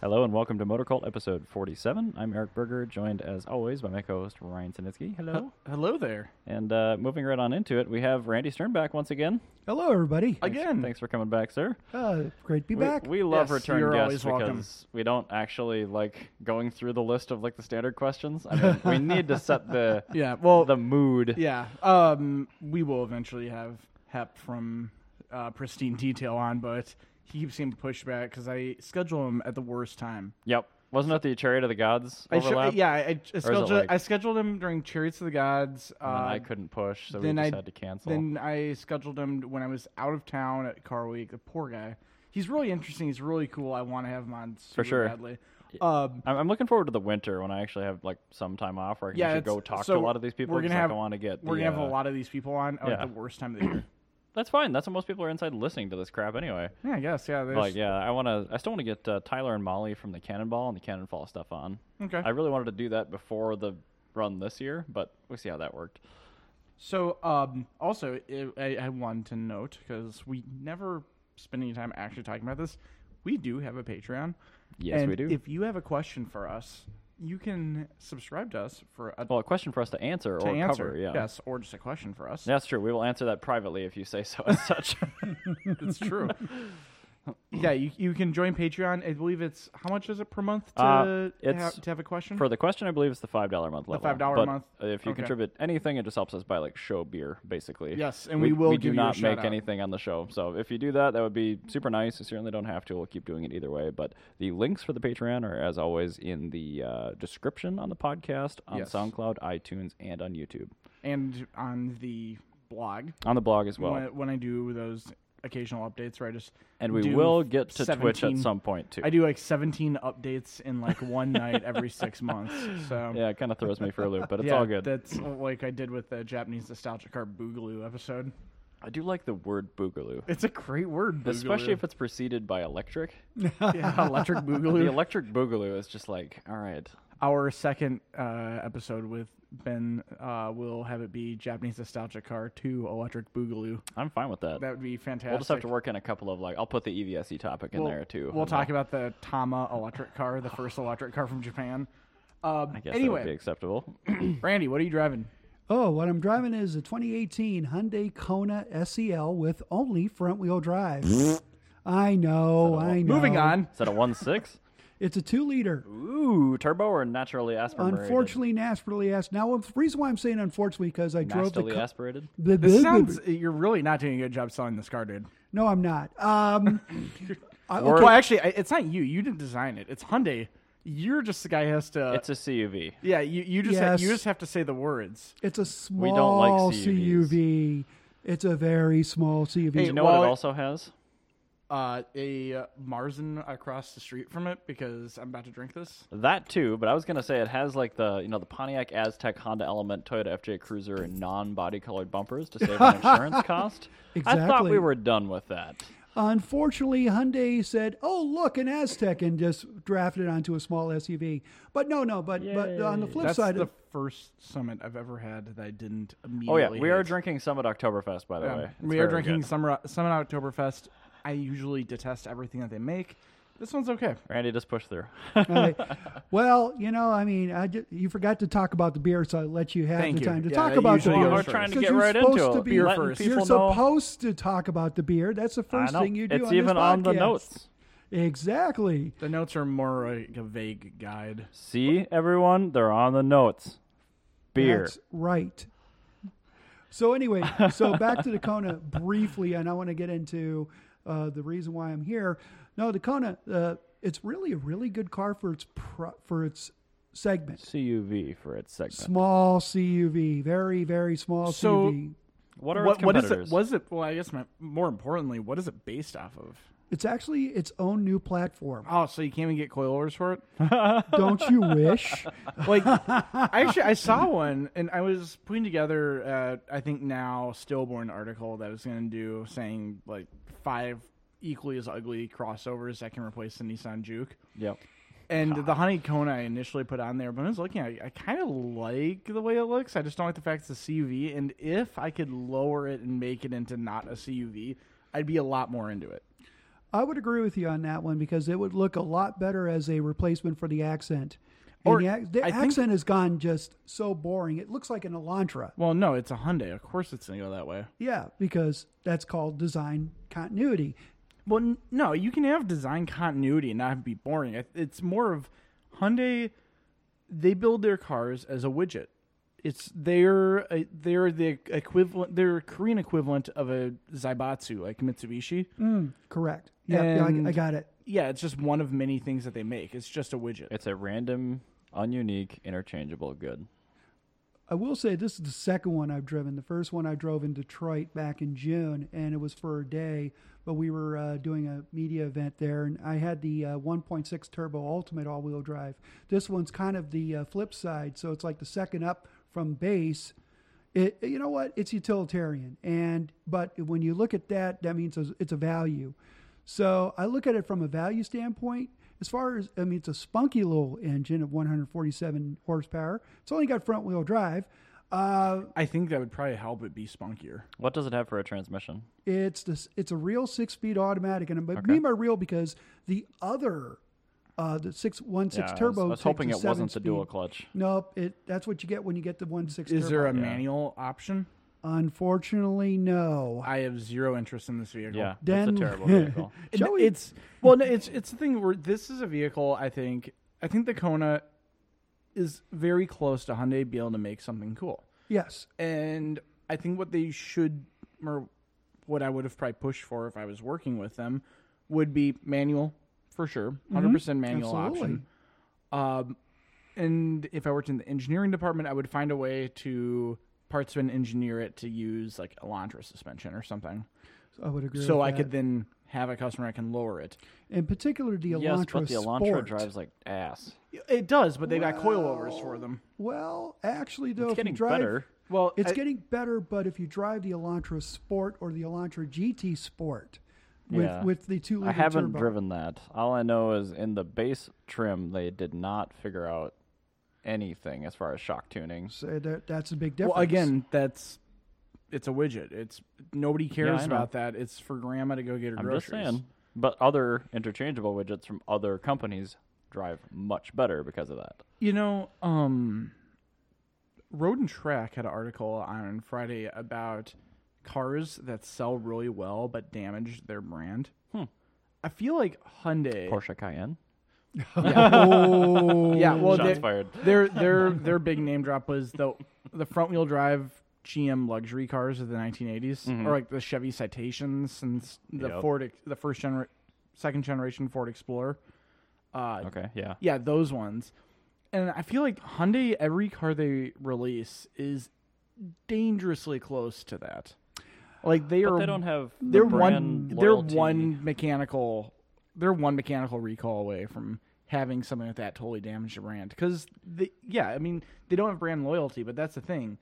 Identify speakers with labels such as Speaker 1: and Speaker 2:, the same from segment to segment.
Speaker 1: Hello and welcome to Motor Cult episode 47. I'm Eric Berger, joined as always by my co-host Ryan Sinitsky. Hello.
Speaker 2: Hello there.
Speaker 1: And uh, moving right on into it, we have Randy Stern back once again.
Speaker 3: Hello, everybody.
Speaker 2: Again.
Speaker 1: Thanks for coming back, sir.
Speaker 3: Uh, great to be
Speaker 1: We-
Speaker 3: back.
Speaker 1: We, love
Speaker 2: Yes,
Speaker 1: return
Speaker 2: you're
Speaker 1: guests
Speaker 2: always welcome.
Speaker 1: because we don't actually like going through the list of like the standard questions. I mean, we need to set the
Speaker 2: Yeah, well-
Speaker 1: the mood.
Speaker 2: Yeah. Um, we will eventually have Hep from uh, Pristine Detail on, but he keeps getting pushed back because I schedule him at the worst time.
Speaker 1: Yep. Wasn't that the Chariot of the Gods
Speaker 2: I sho-
Speaker 1: overlap?
Speaker 2: yeah, I, I scheduled,
Speaker 1: like-
Speaker 2: I scheduled him during Chariots of the Gods. Uh,
Speaker 1: And then I couldn't push, so we
Speaker 2: then
Speaker 1: just
Speaker 2: I-
Speaker 1: had to cancel.
Speaker 2: Then I scheduled him when I was out of town at Car Week. The poor guy. He's really interesting. He's really cool. I want to have him on super
Speaker 1: sure.
Speaker 2: badly. Um,
Speaker 1: I'm, I'm looking forward to the winter when I actually have like some time off where I can
Speaker 2: yeah,
Speaker 1: actually go
Speaker 2: it's-
Speaker 1: talk
Speaker 2: so
Speaker 1: to a lot of these people.
Speaker 2: We're
Speaker 1: 'cause,
Speaker 2: gonna
Speaker 1: like,
Speaker 2: have
Speaker 1: I want to get.
Speaker 2: We're
Speaker 1: the,
Speaker 2: gonna have
Speaker 1: uh,
Speaker 2: a lot of these people on at like,
Speaker 1: yeah.
Speaker 2: the worst time of the year.
Speaker 1: That's fine. That's when most people are inside listening to this crap anyway.
Speaker 2: yeah, I guess. Yeah, there's,
Speaker 1: Like, yeah, I want to. I still want to get uh, Tyler and Molly from the Cannonball and the Cannonfall stuff on.
Speaker 2: Okay.
Speaker 1: I really wanted to do that before the run this year, but we'll see how that worked.
Speaker 2: So, um, also, i I, I wanted to note because we never spend any time actually talking about this. We do have a Patreon.
Speaker 1: Yes, we
Speaker 2: And
Speaker 1: do.
Speaker 2: If you have a question for us, you can subscribe to us for a
Speaker 1: Well, a question for us to answer
Speaker 2: to
Speaker 1: or
Speaker 2: answer.
Speaker 1: cover. Yeah.
Speaker 2: Yes, or just a question for us.
Speaker 1: That's true. We will answer that privately if you say so as such.
Speaker 2: It's true. yeah, you, you can join Patreon. I believe it's how much is it per month to
Speaker 1: Uh,
Speaker 2: ha-
Speaker 1: it's
Speaker 2: to have a question?
Speaker 1: For the question, I believe it's the five dollar month level.
Speaker 2: $5
Speaker 1: But
Speaker 2: month?
Speaker 1: If you
Speaker 2: Okay.
Speaker 1: contribute anything, it just helps us buy like show beer, basically.
Speaker 2: Yes, and we will
Speaker 1: we
Speaker 2: give
Speaker 1: do
Speaker 2: you a
Speaker 1: not make
Speaker 2: shout-out.
Speaker 1: anything on the show. So if you do that, that would be super nice. You certainly don't have to. We'll keep doing it either way. But the links for the Patreon are, as always, in the uh, description on the podcast, on
Speaker 2: Yes.
Speaker 1: SoundCloud, iTunes, and on YouTube,
Speaker 2: and on the blog
Speaker 1: on the blog as well.
Speaker 2: when, when I do those occasional updates, where I just
Speaker 1: and we
Speaker 2: do
Speaker 1: will get to Twitch at
Speaker 2: 17
Speaker 1: some point too.
Speaker 2: I do like 17 updates in like one night every six months. So
Speaker 1: Yeah, it kind of throws me for a loop, but it's
Speaker 2: Yeah,
Speaker 1: all good.
Speaker 2: That's like I did with the Japanese nostalgia car Boogaloo episode.
Speaker 1: I do like the word boogaloo,
Speaker 2: It's a great word, Boogaloo.
Speaker 1: especially if it's preceded by electric.
Speaker 2: yeah, electric Boogaloo.
Speaker 1: the electric boogaloo is just like, all right.
Speaker 2: Our second uh, episode with Ben uh, will have it be Japanese nostalgia car 2 electric Boogaloo.
Speaker 1: I'm fine with that.
Speaker 2: That would be fantastic.
Speaker 1: we'll just have to work on a couple of like. I'll put the E EVSE topic in
Speaker 2: We'll-
Speaker 1: there too.
Speaker 2: We'll
Speaker 1: and
Speaker 2: talk
Speaker 1: I'll-
Speaker 2: about the Tama electric car, the first electric car from Japan. Um,
Speaker 1: I guess that would be
Speaker 2: anyway,
Speaker 1: acceptable.
Speaker 2: Randy, what are you driving?
Speaker 3: oh, what I'm driving is a 2018 Hyundai Kona SEL with only front-wheel drive. I know, I know.
Speaker 2: Moving on.
Speaker 1: Is that a one six?
Speaker 3: It's a two-liter.
Speaker 1: Ooh, turbo or naturally aspirated?
Speaker 3: Unfortunately, naturally asked. Now, the reason why I'm saying unfortunately because I drove the.
Speaker 1: Nastily
Speaker 3: Co-
Speaker 1: aspirated.
Speaker 3: the- the-
Speaker 2: This sounds. You're really not doing a good job selling this car, dude.
Speaker 3: no, I'm not. Um, I-
Speaker 2: Well,
Speaker 3: okay,
Speaker 2: actually, I- it's not you. You didn't design it. It's Hyundai. You're just the guy who has to.
Speaker 1: It's a CUV.
Speaker 2: yeah, you, you just
Speaker 3: Yes.
Speaker 2: you just have to say the words.
Speaker 3: it's a
Speaker 1: don't like
Speaker 3: small
Speaker 1: CUVs.
Speaker 3: CUV. It's a very small CUV.
Speaker 2: Hey,
Speaker 1: You know
Speaker 2: Well,
Speaker 1: what it
Speaker 2: it-
Speaker 1: also has?
Speaker 2: Uh, a uh, Marzen across the street from it because I'm about to drink this.
Speaker 1: That too, but I was gonna say it has like the you know the Pontiac Aztec, Honda Element, Toyota FJ Cruiser, and non-body colored bumpers to save on insurance cost. I thought we
Speaker 3: Exactly.
Speaker 1: were done with that.
Speaker 3: Unfortunately, Hyundai said, "Oh, look, an Aztec," and just drafted it onto a small SUV. But no, no. But but on the flip
Speaker 2: That's
Speaker 3: side,
Speaker 2: the
Speaker 3: of,
Speaker 2: first summit I've ever had that I didn't
Speaker 1: Oh
Speaker 2: immediately.
Speaker 1: yeah, we are
Speaker 2: hate.
Speaker 1: drinking Summit Oktoberfest by the way. It's
Speaker 2: we are
Speaker 1: very
Speaker 2: drinking
Speaker 1: good.
Speaker 2: summer summit Oktoberfest. I usually detest everything that they make. This one's okay.
Speaker 1: Randy, just push through.
Speaker 3: I- well, you know, I mean, I ju- you forgot to talk about the beer, so I let you have
Speaker 2: Thank
Speaker 3: the
Speaker 2: you.
Speaker 3: time to
Speaker 2: Yeah,
Speaker 3: talk
Speaker 2: that
Speaker 3: about the
Speaker 2: usually
Speaker 3: beer.
Speaker 2: goes We're trying
Speaker 1: to
Speaker 3: Because
Speaker 1: get
Speaker 3: you're
Speaker 1: right
Speaker 3: supposed
Speaker 1: into
Speaker 3: to
Speaker 1: it.
Speaker 3: be
Speaker 1: Beer
Speaker 3: letting
Speaker 1: first.
Speaker 3: You're
Speaker 1: People know-
Speaker 3: supposed to talk about the beer. That's the first thing you do.
Speaker 1: it's
Speaker 3: on
Speaker 1: even
Speaker 3: this
Speaker 1: on the
Speaker 3: podcast.
Speaker 1: notes.
Speaker 3: Exactly.
Speaker 2: The notes are more like a vague guide.
Speaker 1: See, everyone, they're on the notes. Beer.
Speaker 3: That's right. So anyway, so back to the Kona briefly, and I want to get into uh, the reason why I'm here. No, the Kona, uh, it's really a really good car for its pro- for its segment.
Speaker 1: CUV for its segment.
Speaker 3: Small CUV, very very small
Speaker 2: So-
Speaker 3: CUV.
Speaker 1: what are its
Speaker 2: what is
Speaker 1: competitors?
Speaker 2: it? Was it? Well, I guess my, more importantly, what is it based off of?
Speaker 3: It's actually its own new platform.
Speaker 2: Oh, so you can't even get coilovers for it?
Speaker 3: Don't you wish?
Speaker 2: Like, I actually I saw one, and I was putting together, uh, I think now stillborn article that I was going to do saying like five equally as ugly crossovers that can replace the Nissan Juke,
Speaker 1: yep.
Speaker 2: And the honey cone I initially put on there, but when I was looking, I, I kind of like the way it looks. I just don't like the fact it's a CUV. And if I could lower it and make it into not a CUV, I'd be a lot more into it.
Speaker 3: I would agree with you on that one because it would look a lot better as a replacement for the accent.
Speaker 2: Or-
Speaker 3: and the, ac- the
Speaker 2: I think-
Speaker 3: accent has gone just so boring. It looks like an Elantra.
Speaker 2: Well, no, it's a Hyundai. Of course, it's gonna go that way.
Speaker 3: Yeah, because that's called design continuity.
Speaker 2: Well, n- no, you can have design continuity and not be boring. It- It's more of Hyundai. They build their cars as a widget. It's they're uh, they're the equivalent. They're Korean equivalent of a Zaibatsu, like Mitsubishi.
Speaker 3: Correct. Yeah, yeah, I, I
Speaker 2: And-
Speaker 3: got it.
Speaker 2: Yeah, it's just one of many things that they make. It's just a widget.
Speaker 1: It's a random, ununique, interchangeable good.
Speaker 3: I will say this is the second one I've driven. The first one I drove in Detroit back in June, and it was for a day, but we were uh, doing a media event there, and I had the uh, 1.6 turbo ultimate all wheel drive. This one's kind of the uh, flip side, so it's like the second up from base. It, you know what? It's utilitarian, and but when you look at that, that means it's- it's a value. So I look at it from a value standpoint. As far as I mean, it's a spunky little engine of 147 horsepower. It's only got front wheel drive. Uh,
Speaker 2: I think that would probably help it be spunkier.
Speaker 1: What does it have for a transmission?
Speaker 3: it's this. It's a real six speed automatic, and I mean by real because the other, uh, the six one six
Speaker 1: Yeah, I was-
Speaker 3: turbo.
Speaker 1: I was,
Speaker 3: takes
Speaker 1: hoping
Speaker 3: a
Speaker 1: it wasn't
Speaker 3: seven
Speaker 1: the dual
Speaker 3: speed.
Speaker 1: clutch.
Speaker 3: Nope. It that's what you get when you get the one six.
Speaker 2: Is
Speaker 3: turbo.
Speaker 2: there a manual option?
Speaker 3: Unfortunately, no.
Speaker 2: I have zero interest in this vehicle.
Speaker 1: Yeah,
Speaker 3: Then-
Speaker 1: that's a terrible vehicle.
Speaker 2: It-
Speaker 3: Shall we-
Speaker 2: It's well, no, it's it's the thing where this is a vehicle. I think I think the Kona is very close to Hyundai being able to make something cool,
Speaker 3: Yes.
Speaker 2: and I think what they should or what I would have probably pushed for if I was working with them would be manual for sure, 100 percent manual
Speaker 3: Absolutely.
Speaker 2: option. Um, and if I worked in the engineering department, I would find a way to partsman engineer it to use like Elantra suspension or something,
Speaker 3: I would agree.
Speaker 2: so
Speaker 3: with
Speaker 2: I
Speaker 3: that.
Speaker 2: could then have a customer I can lower it.
Speaker 3: In particular, the Elantra
Speaker 1: yes, but the Elantra
Speaker 3: Sport.
Speaker 1: drives like ass.
Speaker 2: It does, but they got coilovers for them.
Speaker 3: Well, actually, though,
Speaker 1: It's
Speaker 3: if
Speaker 1: getting
Speaker 3: you drive,
Speaker 1: better.
Speaker 2: Well,
Speaker 3: It's
Speaker 2: I-
Speaker 3: getting better, but if you drive the Elantra Sport or the Elantra GT Sport with,
Speaker 1: Yeah.
Speaker 3: with the two liter
Speaker 1: I haven't
Speaker 3: turbo,
Speaker 1: driven that. All I know is in the base trim, they did not figure out anything as far as shock tuning.
Speaker 3: so that, that's a big difference.
Speaker 2: well again. That's it's a widget. It's nobody cares
Speaker 1: I know.
Speaker 2: about that. It's for grandma to go get her
Speaker 1: I'm just
Speaker 2: groceries.
Speaker 1: saying. But other interchangeable widgets from other companies drive much better because of that.
Speaker 2: You know, um, Road and Track had an article on Friday about cars that sell really well but damage their brand.
Speaker 1: Hmm.
Speaker 2: I feel like Hyundai.
Speaker 1: Porsche Cayenne.
Speaker 3: oh,
Speaker 2: Yeah, well,
Speaker 1: Shots
Speaker 2: they-
Speaker 1: fired.
Speaker 2: their their their big name drop was the the front wheel drive GM luxury cars of the 1980s, or like the Chevy Citations and s- the
Speaker 1: Mm-hmm. Yep.
Speaker 2: Ford, Ex- the first gener, second generation Ford Explorer. Uh,
Speaker 1: Okay, yeah.
Speaker 2: Yeah, those ones. And I feel like Hyundai, every car they release is dangerously close to that. Like they
Speaker 1: But
Speaker 2: are,
Speaker 1: they don't have the
Speaker 2: they're
Speaker 1: brand
Speaker 2: one, they're
Speaker 1: loyalty.
Speaker 2: one mechanical, they're one mechanical recall away from having something like that totally damage the brand. Because yeah, I mean they don't have brand loyalty, but that's the thing.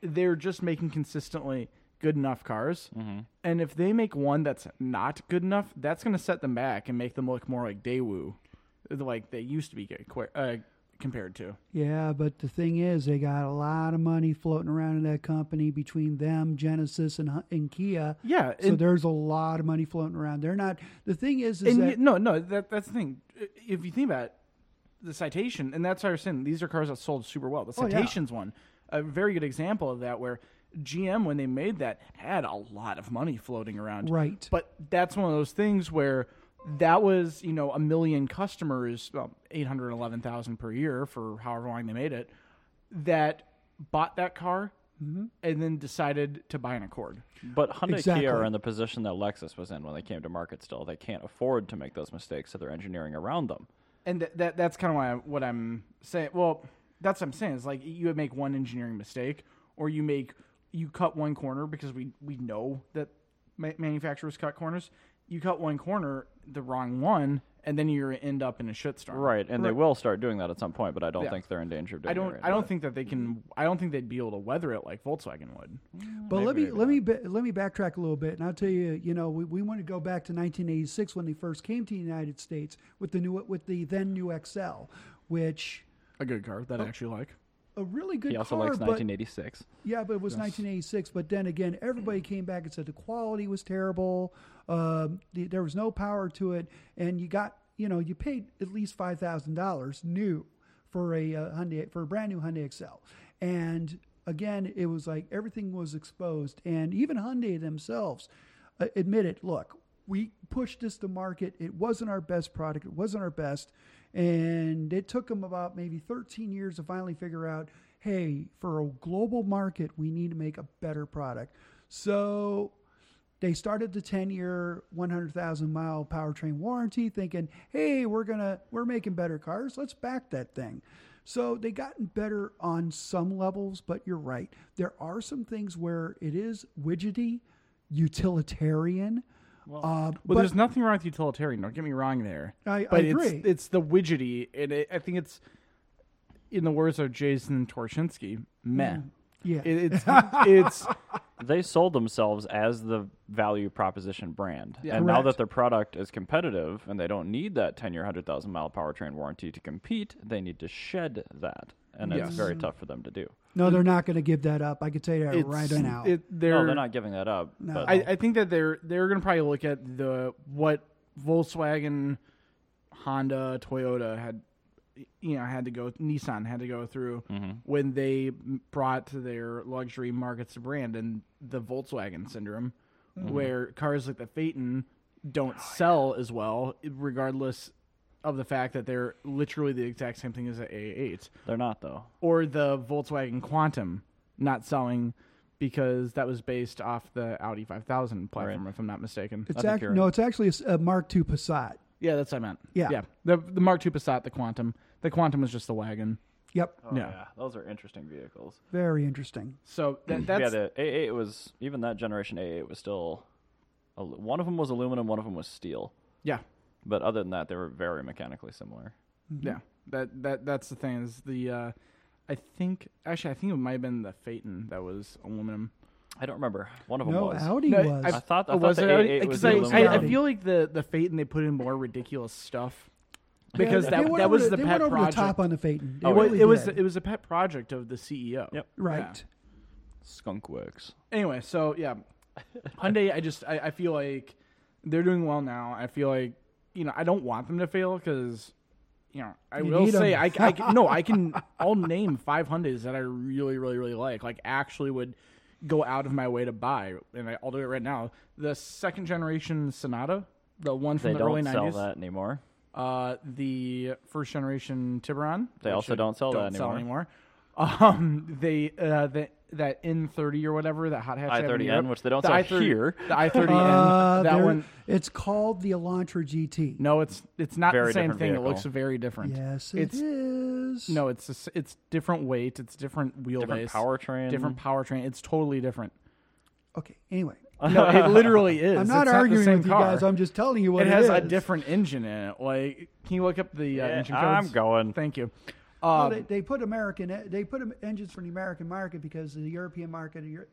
Speaker 2: They're just making consistently good enough cars,
Speaker 1: Mm-hmm.
Speaker 2: and if they make one that's not good enough, that's going to set them back and make them look more like Daewoo, like they used to be get- uh, compared to.
Speaker 3: yeah. But the thing is, they got a lot of money floating around in that company between them, Genesis, and Hu- and Kia.
Speaker 2: Yeah,
Speaker 3: So
Speaker 2: and-
Speaker 3: there's a lot of money floating around. They're not. The thing is, is
Speaker 2: and
Speaker 3: that
Speaker 2: yet- no, no, that that's the thing. If you think about it, the citation, and that's what I was saying. These are cars that sold super well. The
Speaker 3: Oh, yeah.
Speaker 2: citations one, a very good example of that, where GM when they made that had a lot of money floating around.
Speaker 3: Right.
Speaker 2: But that's one of those things where that was you know a million customers, well, eight hundred eleven thousand per year for however long they made it, that bought that car.
Speaker 3: Mm-hmm.
Speaker 2: And then decided to buy an Accord.
Speaker 1: But Hyundai
Speaker 3: Exactly.
Speaker 1: Kia are in the position that Lexus was in when they came to market still. They can't afford to make those mistakes, so they're engineering around them.
Speaker 2: and th- that that's kind of why I, what I'm saying. Well, that's what I'm saying. Is like you would make one engineering mistake, or you make you cut one corner because we we know that ma- manufacturers cut corners. you cut one corner, the wrong one, and then you end up in a shitstorm.
Speaker 1: Right, and they
Speaker 2: Right.
Speaker 1: will start doing that at some point, but I don't
Speaker 2: Yeah.
Speaker 1: think they're in danger of doing
Speaker 2: I don't.
Speaker 1: it. right
Speaker 2: I
Speaker 1: now.
Speaker 2: don't think that they can. I don't think they'd be able to weather it like Volkswagen would.
Speaker 3: But let me
Speaker 1: Maybe,
Speaker 3: let me ba- let me backtrack a little bit, and I'll tell you. You know, we, we want to go back to 1986 when they first came to the United States with the new with the then new XL, which
Speaker 2: A good car that I actually like.
Speaker 3: a really good
Speaker 1: He also
Speaker 3: car,
Speaker 1: likes
Speaker 3: but
Speaker 1: 1986.
Speaker 3: yeah, but it was 1986. But then again, everybody came back and said the quality was terrible. Um, the, there was no power to it, and you got you know you paid at least five thousand dollars new for a uh, Hyundai for a brand new Hyundai Excel, and again it was like everything was exposed, and even Hyundai themselves uh, admitted, look, we pushed this to market. It wasn't our best product. It wasn't our best. And it took them about maybe 13 years to finally figure out hey, for a global market, we need to make a better product. So they started the 10 year 100,000 mile powertrain warranty thinking, "Hey, we're going to we're making better cars. Let's back that thing." So they gotten better on some levels, but you're right. There are some things where it is widgety, utilitarian. uh,
Speaker 2: Well,
Speaker 3: but
Speaker 2: there's nothing wrong with utilitarian. Don't get me wrong there.
Speaker 3: I- I
Speaker 2: but it's,
Speaker 3: agree.
Speaker 2: It's the widgety, and it, I think it's, in the words of Jason Torshinsky, meh.
Speaker 3: Mm. yeah.
Speaker 2: It, it's it's
Speaker 1: They sold themselves as the value proposition brand, and now
Speaker 3: Correct.
Speaker 1: that their product is competitive and they don't need that 10-year, 100,000 mile powertrain warranty to compete, they need to shed that, and it's
Speaker 2: Yes.
Speaker 1: very tough for them to do.
Speaker 3: no, they're not going to give that up. I can tell you that
Speaker 2: it's
Speaker 3: right now.
Speaker 2: It, they're,
Speaker 1: no, they're not giving that up.
Speaker 3: No.
Speaker 1: but
Speaker 2: I, I think that they're they're gonna probably look at the what Volkswagen, Honda, Toyota had, you know, had to go Nissan had to go through when they brought their luxury markets to brand and the Volkswagen syndrome, where cars like the Phaeton don't sell as well, regardless of the fact that they're literally the exact same thing as the A8
Speaker 1: they're not though.
Speaker 2: or the Volkswagen Quantum not selling because that was based off the Audi 5000 platform, if I'm not mistaken.
Speaker 3: It's
Speaker 1: think
Speaker 3: act-
Speaker 1: you're
Speaker 3: no, it's actually a s- a, Mark II Passat.
Speaker 2: yeah, that's what I meant.
Speaker 3: Yeah.
Speaker 2: yeah. The the Mark II Passat, the Quantum. The Quantum was just the wagon.
Speaker 3: Yep,
Speaker 2: Yeah.
Speaker 1: Oh, those are interesting vehicles.
Speaker 3: very interesting.
Speaker 2: So that, that's
Speaker 1: yeah, the A8 was even that generation A8 was still al- one of them was aluminum, one of them was steel.
Speaker 2: yeah,
Speaker 1: But other than that, they were very mechanically similar.
Speaker 2: yeah. That that that's the thing is the. Uh, I think actually, I think it might have been the Phaeton that was aluminum.
Speaker 1: I don't remember. One of them
Speaker 3: No,
Speaker 1: was.
Speaker 3: Audi was.
Speaker 1: I thought- I
Speaker 2: oh,
Speaker 1: thought the
Speaker 2: it?
Speaker 1: 88 was
Speaker 2: Because I-
Speaker 3: the
Speaker 2: I, I
Speaker 3: aluminum.
Speaker 2: feel like the the Phaeton they put in more ridiculous stuff
Speaker 3: Yeah,
Speaker 2: because
Speaker 3: they
Speaker 2: that
Speaker 3: went
Speaker 2: that
Speaker 3: over
Speaker 2: was
Speaker 3: the-
Speaker 2: the
Speaker 3: they
Speaker 2: pet
Speaker 3: went over
Speaker 2: project. Oh,
Speaker 3: the top on the Phaeton. They
Speaker 2: it, was,
Speaker 3: really
Speaker 2: it was
Speaker 3: did.
Speaker 2: it was a pet project of the E CEO.
Speaker 1: Oh, Yep.
Speaker 3: right.
Speaker 1: Skunk Works.
Speaker 2: Anyway, so yeah, Hyundai. I just I, I feel like they're doing well now. I feel like you know I don't want them to fail because you know I
Speaker 3: You
Speaker 2: will
Speaker 3: need 'em.
Speaker 2: say I, I can- no I can I'll name five Hyundais that I really really really like like actually would go out of my way to buy and I, I'll do it right now. The second generation Sonata, the one from
Speaker 1: They
Speaker 2: the
Speaker 1: don't
Speaker 2: early
Speaker 1: sell
Speaker 2: nineties.
Speaker 1: that anymore.
Speaker 2: Uh, the first generation Tiburon.
Speaker 1: They
Speaker 2: which
Speaker 1: also
Speaker 2: I
Speaker 1: don't sell that
Speaker 2: anymore. Um, they uh, the, that N thirty or whatever that hot hatch they have in
Speaker 1: I-30N,
Speaker 2: Europe,
Speaker 1: which they don't
Speaker 2: the
Speaker 1: sell
Speaker 2: I-30
Speaker 1: here.
Speaker 2: The I thirty N
Speaker 3: Uh,
Speaker 2: that
Speaker 3: there-
Speaker 2: one.
Speaker 3: It's called the Elantra GT.
Speaker 2: No, it's it's not the
Speaker 1: Very
Speaker 2: same
Speaker 1: different
Speaker 2: thing. It
Speaker 1: vehicle.
Speaker 2: looks very different.
Speaker 3: Yes,
Speaker 2: it's
Speaker 3: it's,
Speaker 2: no, it's a s it's different weight. It's different wheelbase.
Speaker 1: Different powertrain.
Speaker 2: Different powertrain. It's totally different.
Speaker 3: Okay. Anyway,
Speaker 2: No, it literally is.
Speaker 3: I'm
Speaker 2: It's
Speaker 3: not
Speaker 2: the
Speaker 3: arguing
Speaker 2: same
Speaker 3: with
Speaker 2: car.
Speaker 3: you guys. I'm just telling you
Speaker 2: it
Speaker 3: what it,
Speaker 2: has a
Speaker 3: is.
Speaker 2: different engine in it. Like, can you look up the uh,
Speaker 1: Yeah,
Speaker 2: engine
Speaker 1: I'm
Speaker 2: codes?
Speaker 1: going.
Speaker 2: Thank you.
Speaker 3: Well,
Speaker 2: Uh,
Speaker 3: they, they put American. They put engines for the American market because the European market, the Euro-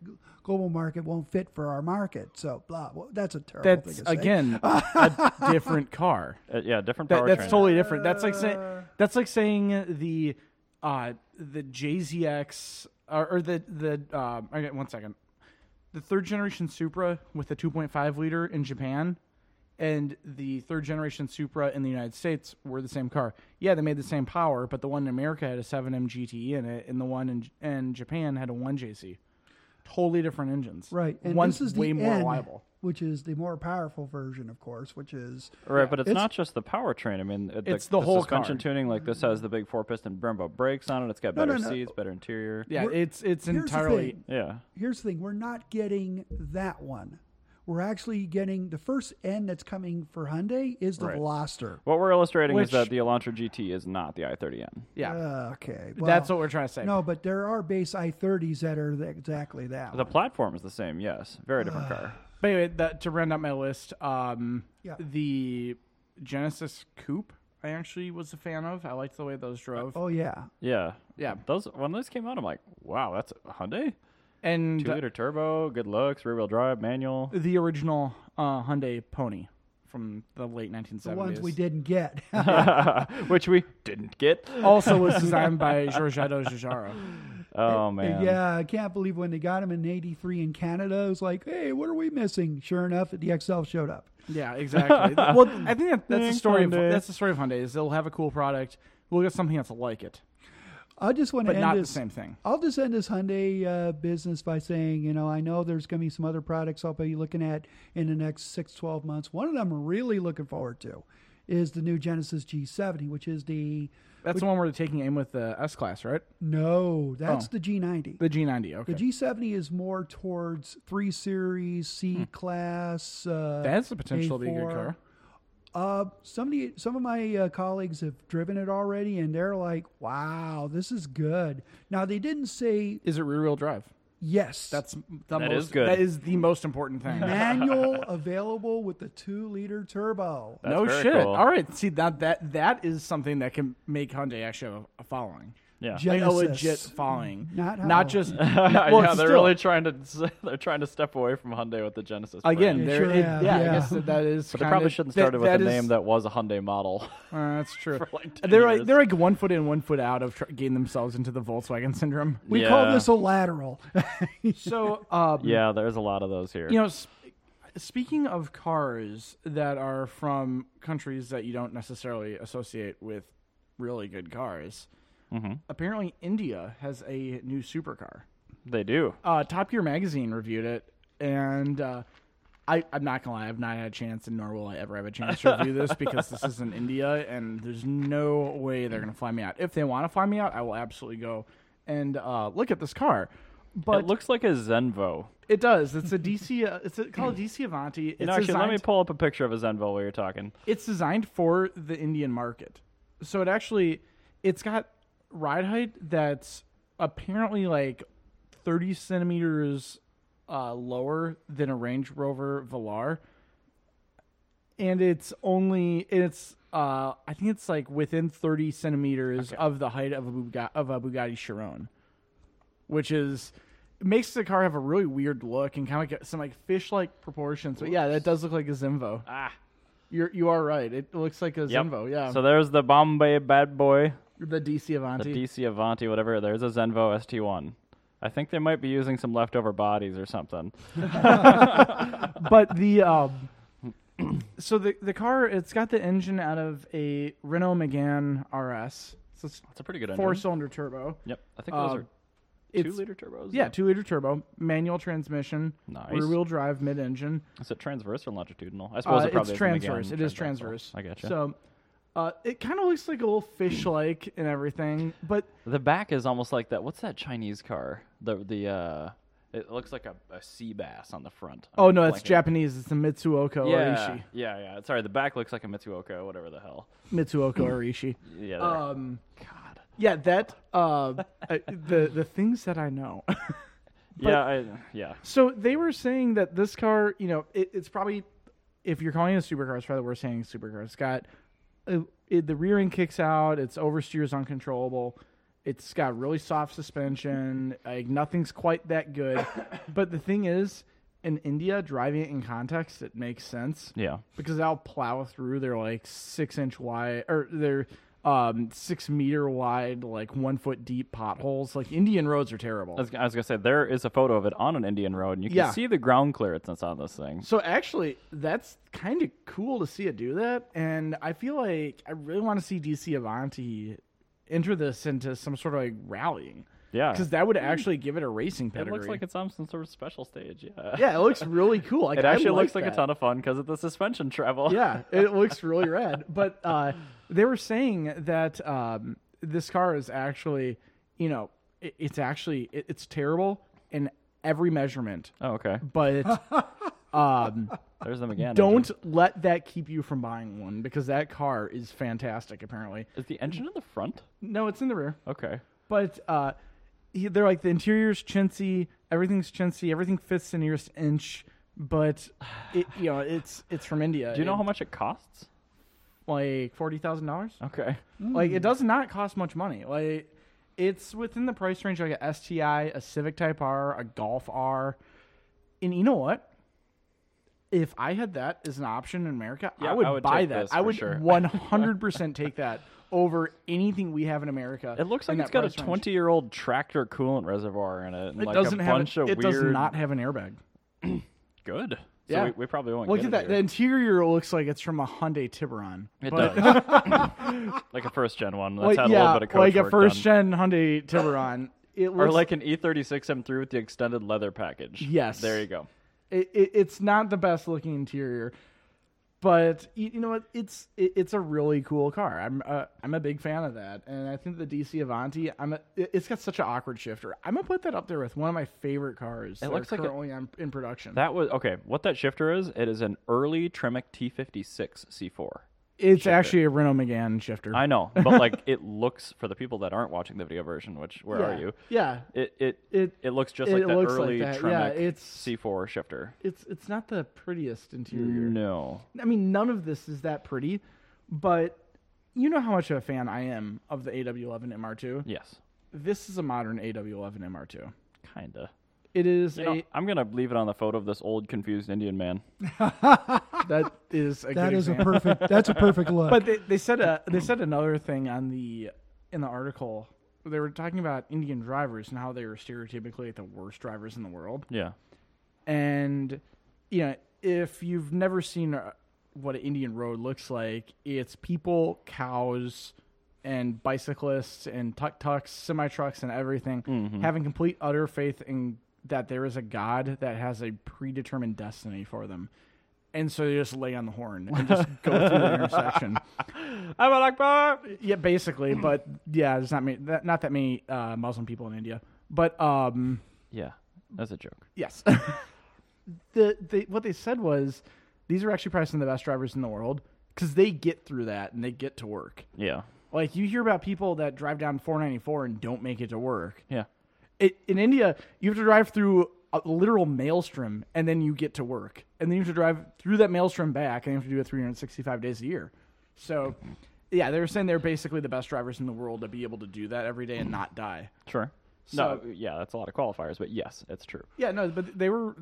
Speaker 3: global market, won't fit for our market. So blah. Well, that's a terrible
Speaker 2: That's
Speaker 3: thing to say.
Speaker 2: again a different car.
Speaker 1: Uh, yeah, different
Speaker 2: That,
Speaker 1: powertrain.
Speaker 2: that's totally different. That's like saying
Speaker 3: Uh.
Speaker 2: that's like saying the uh, the JZX or, or the the um, I got- one second the third generation Supra with the 2.5 liter in Japan and the third generation Supra in the United States were the same car. Yeah, they made the same power, but the one in America had a 7M GTE E in it, and the one in, in Japan had a 1JC. Totally different engines.
Speaker 3: Right. And
Speaker 2: One's
Speaker 3: this is the
Speaker 2: way more
Speaker 3: N,
Speaker 2: reliable.
Speaker 3: which is the more powerful version, of course, which is
Speaker 1: Right, but it's,
Speaker 3: It's-
Speaker 1: not just the powertrain. I mean, it-
Speaker 2: It's the whole
Speaker 1: suspension
Speaker 2: car.
Speaker 1: tuning. Like this has the big four-piston Brembo brakes on it. It's got
Speaker 3: No,
Speaker 1: better
Speaker 3: no, no.
Speaker 1: seats, better interior.
Speaker 2: Yeah,
Speaker 3: We're-
Speaker 2: it's it's
Speaker 3: here's the
Speaker 2: entirely
Speaker 3: thing.
Speaker 1: yeah.
Speaker 3: here's the thing we're not getting that one we're actually getting the first n that's coming for hyundai is the
Speaker 1: Right.
Speaker 3: veloster
Speaker 1: What we're illustrating
Speaker 2: Which-
Speaker 1: is that the Elantra GT is not the i30N.
Speaker 2: yeah.
Speaker 3: okay Uh, well,
Speaker 2: That's what we're trying to say.
Speaker 3: no but there are base i30s that are the, exactly that
Speaker 1: The
Speaker 3: one.
Speaker 1: platform is the same, yes. Very different car.
Speaker 2: But anyway, that, to round out my list, um,
Speaker 3: Yeah.
Speaker 2: the Genesis Coupe I actually was a fan of. I liked the way those drove.
Speaker 3: Oh yeah,
Speaker 1: Yeah,
Speaker 2: Yeah.
Speaker 1: Those when those came out, I'm like, wow, that's a Hyundai
Speaker 2: and
Speaker 1: two liter turbo, good looks, rear wheel drive, manual.
Speaker 2: the original uh, Hyundai Pony from the late 1970s.
Speaker 3: the ones we didn't get.
Speaker 2: Oh,
Speaker 1: which we didn't get.
Speaker 2: also was designed by Giorgetto Giugiaro. Eh,
Speaker 1: Oh man,
Speaker 3: Yeah, I can't believe when they got him in '83 in Canada, it was like, hey, what are we missing? Sure enough, the XL showed up.
Speaker 2: Yeah, exactly. well, I think that, that's the
Speaker 1: Thanks,
Speaker 2: story. Of,
Speaker 1: Hyundai.
Speaker 2: that's the story of Hyundai is they'll have a cool product. We'll get something that's like it,
Speaker 3: I just want to
Speaker 2: but
Speaker 3: end
Speaker 2: not the
Speaker 3: this.
Speaker 2: same thing.
Speaker 3: I'll just end this Hyundai uh, business by saying, you know, I know there's going to be some other products I'll be looking at in the next six, 12 months. One of them I'm really looking forward to is the new Genesis G70, which is the
Speaker 2: That's the one where they're taking aim with the S class, right?
Speaker 3: no, that's
Speaker 2: Oh.
Speaker 3: the G90.
Speaker 2: The G90. Okay,
Speaker 3: The G70 is more towards three series, C class. Uh,
Speaker 2: that's Hmm. the potential to be a good
Speaker 3: A4.
Speaker 2: car.
Speaker 3: Uh, somebody, some of my uh, colleagues have driven it already, and they're like, "Wow, this is good." Now they didn't say
Speaker 2: Is it rear wheel drive?
Speaker 3: yes.
Speaker 2: That's the
Speaker 1: That
Speaker 2: most.
Speaker 1: is good.
Speaker 2: That is the most important thing.
Speaker 3: manual available with the two-liter turbo.
Speaker 1: That's
Speaker 2: no
Speaker 1: very
Speaker 2: shit.
Speaker 1: cool.
Speaker 2: All right. See that that that is something that can make Hyundai actually have a following,
Speaker 1: yeah.
Speaker 2: like a
Speaker 3: Genesis.
Speaker 2: legit following,
Speaker 3: Not how-
Speaker 2: not just.
Speaker 1: yeah,
Speaker 2: well,
Speaker 1: they're
Speaker 2: still,
Speaker 1: really trying to they're trying to step away from Hyundai with the Genesis brand.
Speaker 2: again.
Speaker 3: They
Speaker 2: There,
Speaker 3: sure
Speaker 2: it-
Speaker 3: have,
Speaker 2: yeah,
Speaker 3: yeah.
Speaker 2: I guess that, that is.
Speaker 1: But they
Speaker 2: kinda-
Speaker 1: probably shouldn't start
Speaker 2: that-
Speaker 1: it with
Speaker 2: that
Speaker 1: a
Speaker 2: is-
Speaker 1: name that was a Hyundai model.
Speaker 2: Uh, that's true.
Speaker 1: like 10
Speaker 2: they're like
Speaker 1: years.
Speaker 2: they're like one foot in, one foot out of tr- getting themselves into the Volkswagen syndrome.
Speaker 3: We call
Speaker 1: Yeah.
Speaker 3: this a lateral.
Speaker 2: So, um,
Speaker 1: Yeah, there's a lot of those here.
Speaker 2: you know, sp- speaking of cars that are from countries that you don't necessarily associate with really good cars, apparently India has a new supercar.
Speaker 1: they do.
Speaker 2: Uh, Top Gear magazine reviewed it, and uh, I, I'm not gonna lie, I've not had a chance, and nor will I ever have a chance to review this because this is in India, and there's no way they're gonna fly me out. If they want to fly me out, I will absolutely go and uh, look at this car. But
Speaker 1: it looks like a Zenvo.
Speaker 2: it does. It's a DC. Uh, it's a, called a DC Avanti. It's
Speaker 1: You know, actually,
Speaker 2: designed,
Speaker 1: let me pull up a picture of a Zenvo while you're talking.
Speaker 2: It's designed for the Indian market, so it actually, it's got ride height that's apparently like thirty centimeters uh, lower than a Range Rover Velar, and it's only it's. Uh, I think it's like within 30 centimeters of the height of a Bugatti, of a Bugatti Chiron which is it makes the car have a really weird look and kind of like some like fish like proportions. But yeah, that does look like a Zimvo.
Speaker 1: Ah,
Speaker 2: You're you are right. It looks like a
Speaker 1: yep.
Speaker 2: Zimvo. Yeah,
Speaker 1: So there's the Bombay bad boy,
Speaker 2: the DC Avanti.
Speaker 1: the DC Avanti, whatever. There's a Zenvo ST1. I think they might be using some leftover bodies or something.
Speaker 2: but the um, so the the car it's got the engine out of a Renault Megane RS. So it's
Speaker 1: It's a pretty good engine.
Speaker 2: four cylinder turbo.
Speaker 1: Yep. I think those
Speaker 2: Uh,
Speaker 1: are two
Speaker 2: it's-
Speaker 1: liter turbos.
Speaker 2: Yeah, two liter turbo, manual transmission,
Speaker 1: Nice.
Speaker 2: rear wheel drive, mid engine.
Speaker 1: Is it transverse or longitudinal? I suppose
Speaker 2: Uh,
Speaker 1: it probably
Speaker 2: it's
Speaker 1: Oh, is in the
Speaker 2: transverse.
Speaker 1: gang,
Speaker 2: It is
Speaker 1: transversal.
Speaker 2: transverse.
Speaker 1: I gotcha.
Speaker 2: So uh, it kind of looks like a little fish-like and everything, but
Speaker 1: the back is almost like that. What's that Chinese car? The the uh, it looks like a, a sea bass on the front. I'm
Speaker 2: oh no, it's
Speaker 1: blanking.
Speaker 2: Japanese. It's the Mitsuoko
Speaker 1: Yeah,
Speaker 2: Arishi.
Speaker 1: yeah, yeah. Sorry, the back looks like a Mitsuoka, whatever the hell.
Speaker 2: Mitsuoko Arishi.
Speaker 1: Yeah. there.
Speaker 2: Um,
Speaker 1: God.
Speaker 2: yeah, that uh, I- the the things that I know.
Speaker 1: Yeah, I, yeah.
Speaker 2: so they were saying that this car, you know, it, it's probably if you're calling it a supercar, it's probably worth saying supercar. It's got uh it, the rear end kicks out. Its oversteers uncontrollable. It's got really soft suspension. Like nothing's quite that good. but the thing is, in India, driving it in context, it makes sense
Speaker 1: Yeah.
Speaker 2: because they'll plow through their like six inch wide or their um six meter wide like one foot deep potholes like indian roads are terrible
Speaker 1: I was, I was gonna say there is a photo of it on an Indian road, and you can
Speaker 2: Yeah.
Speaker 1: see the ground clearance that's on this thing.
Speaker 2: so actually that's kind of cool to see it do that and i feel like i really want to see dc avanti enter this into some sort of like rallying
Speaker 1: Yeah.
Speaker 2: because that would actually give it a racing
Speaker 1: It
Speaker 2: pedigree
Speaker 1: looks like it's on some sort of special stage. Yeah.
Speaker 2: yeah it looks really cool like,
Speaker 1: It
Speaker 2: I
Speaker 1: actually looks like
Speaker 2: that.
Speaker 1: a ton of fun because of the suspension travel.
Speaker 2: yeah, it looks really rad. But uh, they were saying that um, this car is actually, you know, it, it's actually it, it's terrible in every measurement.
Speaker 1: Oh, okay.
Speaker 2: But um,
Speaker 1: There's them again.
Speaker 2: don't let that keep you from buying one because that car is fantastic. Apparently,
Speaker 1: Is the engine in the front?
Speaker 2: no, it's in the rear.
Speaker 1: Okay.
Speaker 2: But uh, he- they're like the interior's chintzy, everything's chintzy, everything fits the nearest inch. but it, you know it's it's from India.
Speaker 1: Do you know
Speaker 2: It-
Speaker 1: how much it costs?
Speaker 2: like forty thousand dollars?
Speaker 1: Okay.
Speaker 2: Like
Speaker 1: Hmm.
Speaker 2: it does not cost much money. Like it's within the price range of like a STI, a Civic Type R, a Golf R, and you know what? If I had that as an option in America,
Speaker 1: Yeah,
Speaker 2: I, would
Speaker 1: I would
Speaker 2: buy
Speaker 1: take
Speaker 2: that.
Speaker 1: this
Speaker 2: I
Speaker 1: for
Speaker 2: would
Speaker 1: sure.
Speaker 2: one hundred percent take that over anything we have in America.
Speaker 1: It looks
Speaker 2: in
Speaker 1: like it's
Speaker 2: that
Speaker 1: got a
Speaker 2: price range.
Speaker 1: 20 year old tractor coolant reservoir in it. And
Speaker 2: It
Speaker 1: like
Speaker 2: doesn't
Speaker 1: a
Speaker 2: have.
Speaker 1: bunch
Speaker 2: an,
Speaker 1: of
Speaker 2: it
Speaker 1: weird.
Speaker 2: does not have an airbag.
Speaker 1: Good.
Speaker 2: Yeah.
Speaker 1: So we, we probably won't
Speaker 2: Look
Speaker 1: get
Speaker 2: at
Speaker 1: it
Speaker 2: that. The
Speaker 1: here.
Speaker 2: interior looks like it's from a Hyundai Tiburon.
Speaker 1: It
Speaker 2: But-
Speaker 1: does. like a first gen one that's
Speaker 2: like,
Speaker 1: had a
Speaker 2: yeah,
Speaker 1: little bit of coach
Speaker 2: like
Speaker 1: work
Speaker 2: a first
Speaker 1: done.
Speaker 2: gen Hyundai Tiburon. It
Speaker 1: Or
Speaker 2: looks
Speaker 1: like an E E36 M3 with the extended leather package.
Speaker 2: Yes.
Speaker 1: There you go.
Speaker 2: it, it, it's not the best looking interior, but you, you know what? It's it, it's a really cool car. I'm uh, I'm a big fan of that, and I think the DC Avanti. I'm a, it- it's got such an awkward shifter. I'm gonna put that up there with one of my favorite cars. It that
Speaker 1: looks
Speaker 2: are
Speaker 1: like a-
Speaker 2: currently on, in production.
Speaker 1: That was okay. What that shifter is, it is an early Tremec T56 C4.
Speaker 2: it's actually a Renault Megane shifter.
Speaker 1: I know, but like it looks for the people that aren't watching the video version, which where
Speaker 2: yeah.
Speaker 1: are you?
Speaker 2: Yeah,
Speaker 1: It it
Speaker 2: It-
Speaker 1: it, looks just
Speaker 2: it
Speaker 1: like that
Speaker 2: looks like
Speaker 1: early
Speaker 2: that.
Speaker 1: Tremec
Speaker 2: Yeah, it's-
Speaker 1: C4 shifter.
Speaker 2: it's it's not the prettiest interior.
Speaker 1: Mm. No.
Speaker 2: I mean, none of this is that pretty, but you know how much of a fan I am of the AW11 MR2.
Speaker 1: Yes.
Speaker 2: This is a modern AW11 MR2.
Speaker 1: Kinda.
Speaker 2: It is
Speaker 1: You know,
Speaker 2: a
Speaker 1: I'm gonna leave it on the photo of this old confused Indian man.
Speaker 2: that is a
Speaker 3: That
Speaker 2: good
Speaker 3: is a
Speaker 2: example.
Speaker 3: perfect. That's a perfect look.
Speaker 2: But they, they said a, they said another thing on the in the article. They were talking about Indian drivers and how they were stereotypically the worst drivers in the world.
Speaker 1: Yeah.
Speaker 2: and you know if you've never seen uh, what an indian road looks like it's people cows and bicyclists and tuk-tuks semi trucks and everything having complete utter faith in that there is a god that has a predetermined destiny for them and so they just lay on the horn and just go through the intersection
Speaker 1: I'm an Akbar.
Speaker 2: yeah, basically, but yeah, there's not many, that, not that many uh, Muslim people in India. But um,
Speaker 1: Yeah, that's a joke.
Speaker 2: Yes. the, the what they said was these are actually probably some of the best drivers in the world because they get through that and they get to work.
Speaker 1: Yeah,
Speaker 2: Like you hear about people that drive down 494 and don't make it to work.
Speaker 1: yeah.
Speaker 2: It, in India, you have to drive through a literal maelstrom and then you get to work, and then you have to drive through that maelstrom back, and you have to do it 365 days a year. So, yeah, they were saying they're basically the best drivers in the world to be able to do that every day and not die.
Speaker 1: Sure.
Speaker 2: So-
Speaker 1: no, yeah, that's a lot of qualifiers, but yes, it's true.
Speaker 2: Yeah, no, but they were.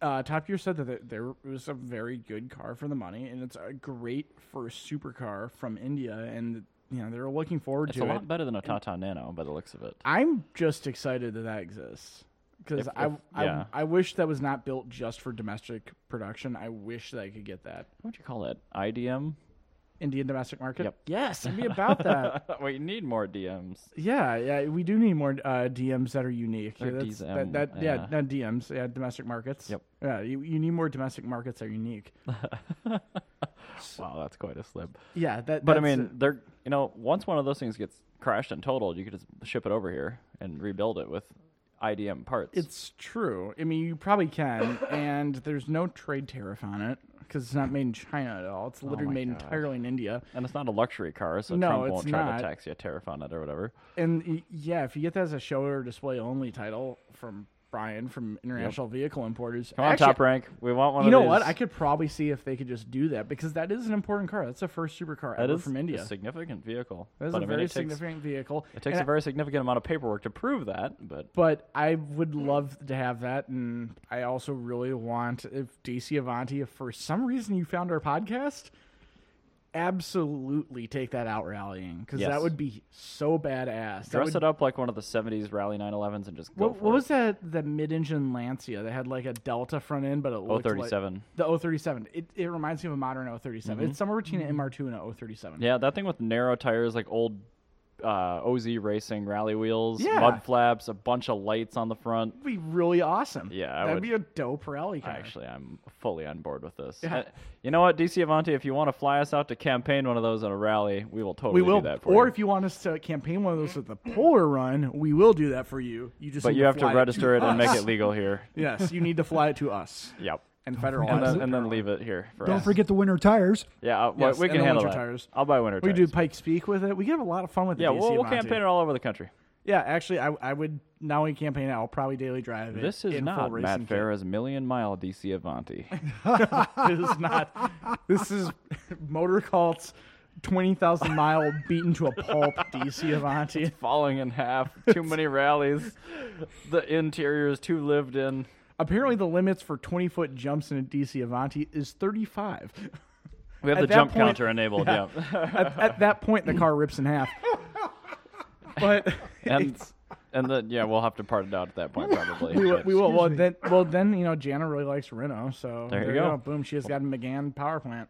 Speaker 2: Uh, Top Gear said that th- there was a very good car for the money, and it's a great first supercar from India, and you know they were looking forward
Speaker 1: It's
Speaker 2: to
Speaker 1: a
Speaker 2: it.
Speaker 1: lot better than a Tata Nano by the looks of it.
Speaker 2: I'm just excited that that exists because
Speaker 1: If-
Speaker 2: I,
Speaker 1: if-
Speaker 2: I
Speaker 1: yeah.
Speaker 2: I wish that was not built just for domestic production. I wish that I could get that
Speaker 1: What'd you call that? IDM?
Speaker 2: Indian domestic market.
Speaker 1: Yep.
Speaker 2: Yes, it'd be about that.
Speaker 1: we need more DMs.
Speaker 2: Yeah, yeah, we do need more uh, DMs that are unique.
Speaker 1: Or
Speaker 2: Yeah, that's-
Speaker 1: DSM,
Speaker 2: that, that, yeah,
Speaker 1: yeah.
Speaker 2: not DMs, yeah, domestic markets.
Speaker 1: Yep.
Speaker 2: Yeah, you, you need more domestic markets that are unique.
Speaker 1: Wow, that's quite a slip.
Speaker 2: Yeah, that.
Speaker 1: But I
Speaker 2: that's uh,
Speaker 1: mean,
Speaker 2: it.
Speaker 1: they're you know, once one of those things gets crashed and totaled, you could just ship it over here and rebuild it with IDM parts.
Speaker 2: it's true. I mean, you probably can, and there's no trade tariff on it because it's not made in China at all. It's literally
Speaker 1: Oh my
Speaker 2: made
Speaker 1: God.
Speaker 2: entirely in India.
Speaker 1: and it's not a luxury car, so
Speaker 2: No,
Speaker 1: Trump
Speaker 2: it's
Speaker 1: won't try
Speaker 2: not.
Speaker 1: to tax you a tariff on it or whatever.
Speaker 2: And y- yeah, if you get that as a show or display only title from Brian from International Vehicle Importers,
Speaker 1: Come on,
Speaker 2: Actually,
Speaker 1: top rank. We want one
Speaker 2: You
Speaker 1: of
Speaker 2: know
Speaker 1: these.
Speaker 2: what? I could probably see if they could just do that because that is an important car. That's the first supercar
Speaker 1: that
Speaker 2: ever
Speaker 1: is
Speaker 2: from India.
Speaker 1: a significant vehicle.
Speaker 2: That is
Speaker 1: but
Speaker 2: a
Speaker 1: I mean,
Speaker 2: very
Speaker 1: it takes,
Speaker 2: significant vehicle.
Speaker 1: It takes
Speaker 2: and
Speaker 1: a very significant amount of paperwork to prove that, but
Speaker 2: but I would love to have that, and I also really want if DC Avanti, if for some reason you found our podcast, absolutely take that out rallying because
Speaker 1: Yes.
Speaker 2: that would be so badass. That
Speaker 1: dress
Speaker 2: would-
Speaker 1: it up like one of the '70s Rally 911s and just go
Speaker 2: What,
Speaker 1: for
Speaker 2: what
Speaker 1: it.
Speaker 2: was that? The mid-engine Lancia that had like a Delta front end, but it looked like-
Speaker 1: 037.
Speaker 2: the 037. It, it reminds me of a modern 037. It's somewhere between an MR2 and a 037.
Speaker 1: Mm-hmm. Yeah, that thing with narrow tires, like old uh, OZ racing rally wheels,
Speaker 2: Yeah.
Speaker 1: mud flaps, a bunch of lights on the front.
Speaker 2: That'd be really awesome.
Speaker 1: Yeah, I
Speaker 2: that'd
Speaker 1: would-
Speaker 2: be a dope rally car.
Speaker 1: Actually, I'm fully on board with this.
Speaker 2: Yeah.
Speaker 1: Uh, you know what, DC Avanti, if you want to fly us out to campaign one of those at a rally, we will totally
Speaker 2: we will,
Speaker 1: do that for
Speaker 2: or
Speaker 1: you.
Speaker 2: if you want us to campaign one of those with the polar run, we will do that for you. You just
Speaker 1: but
Speaker 2: need
Speaker 1: you have to
Speaker 2: fly
Speaker 1: register it and make
Speaker 2: us.
Speaker 1: it legal here.
Speaker 2: Yes, you need to fly it to us
Speaker 1: Yep.
Speaker 2: and federal
Speaker 1: And
Speaker 2: us.
Speaker 1: then, and then leave it here for
Speaker 3: Don't
Speaker 1: us.
Speaker 3: forget the winter tires.
Speaker 1: Yeah, uh, well,
Speaker 2: Yes,
Speaker 1: we
Speaker 2: and
Speaker 1: can
Speaker 2: the
Speaker 1: handle
Speaker 2: winter
Speaker 1: that.
Speaker 2: tires.
Speaker 1: I'll buy winter
Speaker 2: We
Speaker 1: tires.
Speaker 2: do Pikes Peak with it. We can have a lot of fun with
Speaker 1: yeah,
Speaker 2: the DC
Speaker 1: we'll, we'll
Speaker 2: Avanti.
Speaker 1: campaign it all over the country.
Speaker 2: Yeah, actually, I, I would not only campaign it, I'll probably daily drive it.
Speaker 1: This is
Speaker 2: in full
Speaker 1: not
Speaker 2: racing
Speaker 1: Matt
Speaker 2: kit.
Speaker 1: Farah's million mile DC Avanti.
Speaker 2: this is not. This is Motor Cult's twenty thousand mile beaten to a pulp DC Avanti.
Speaker 1: Falling in half, too many rallies, the interior is too lived in.
Speaker 2: Apparently, the limits for twenty foot jumps in a DC Avanti is thirty five.
Speaker 1: We have
Speaker 2: At
Speaker 1: the
Speaker 2: that
Speaker 1: jump
Speaker 2: point-
Speaker 1: counter enabled, yeah.
Speaker 2: at, at that point, the car rips in half. But
Speaker 1: and and then yeah, we'll have to part it out at that point probably.
Speaker 2: we, will-
Speaker 1: but-
Speaker 2: we will. Well
Speaker 3: me.
Speaker 2: then, well then, you know, Jana really likes Renault, so
Speaker 1: There you go.
Speaker 2: Boom, she has got a McGann power plant.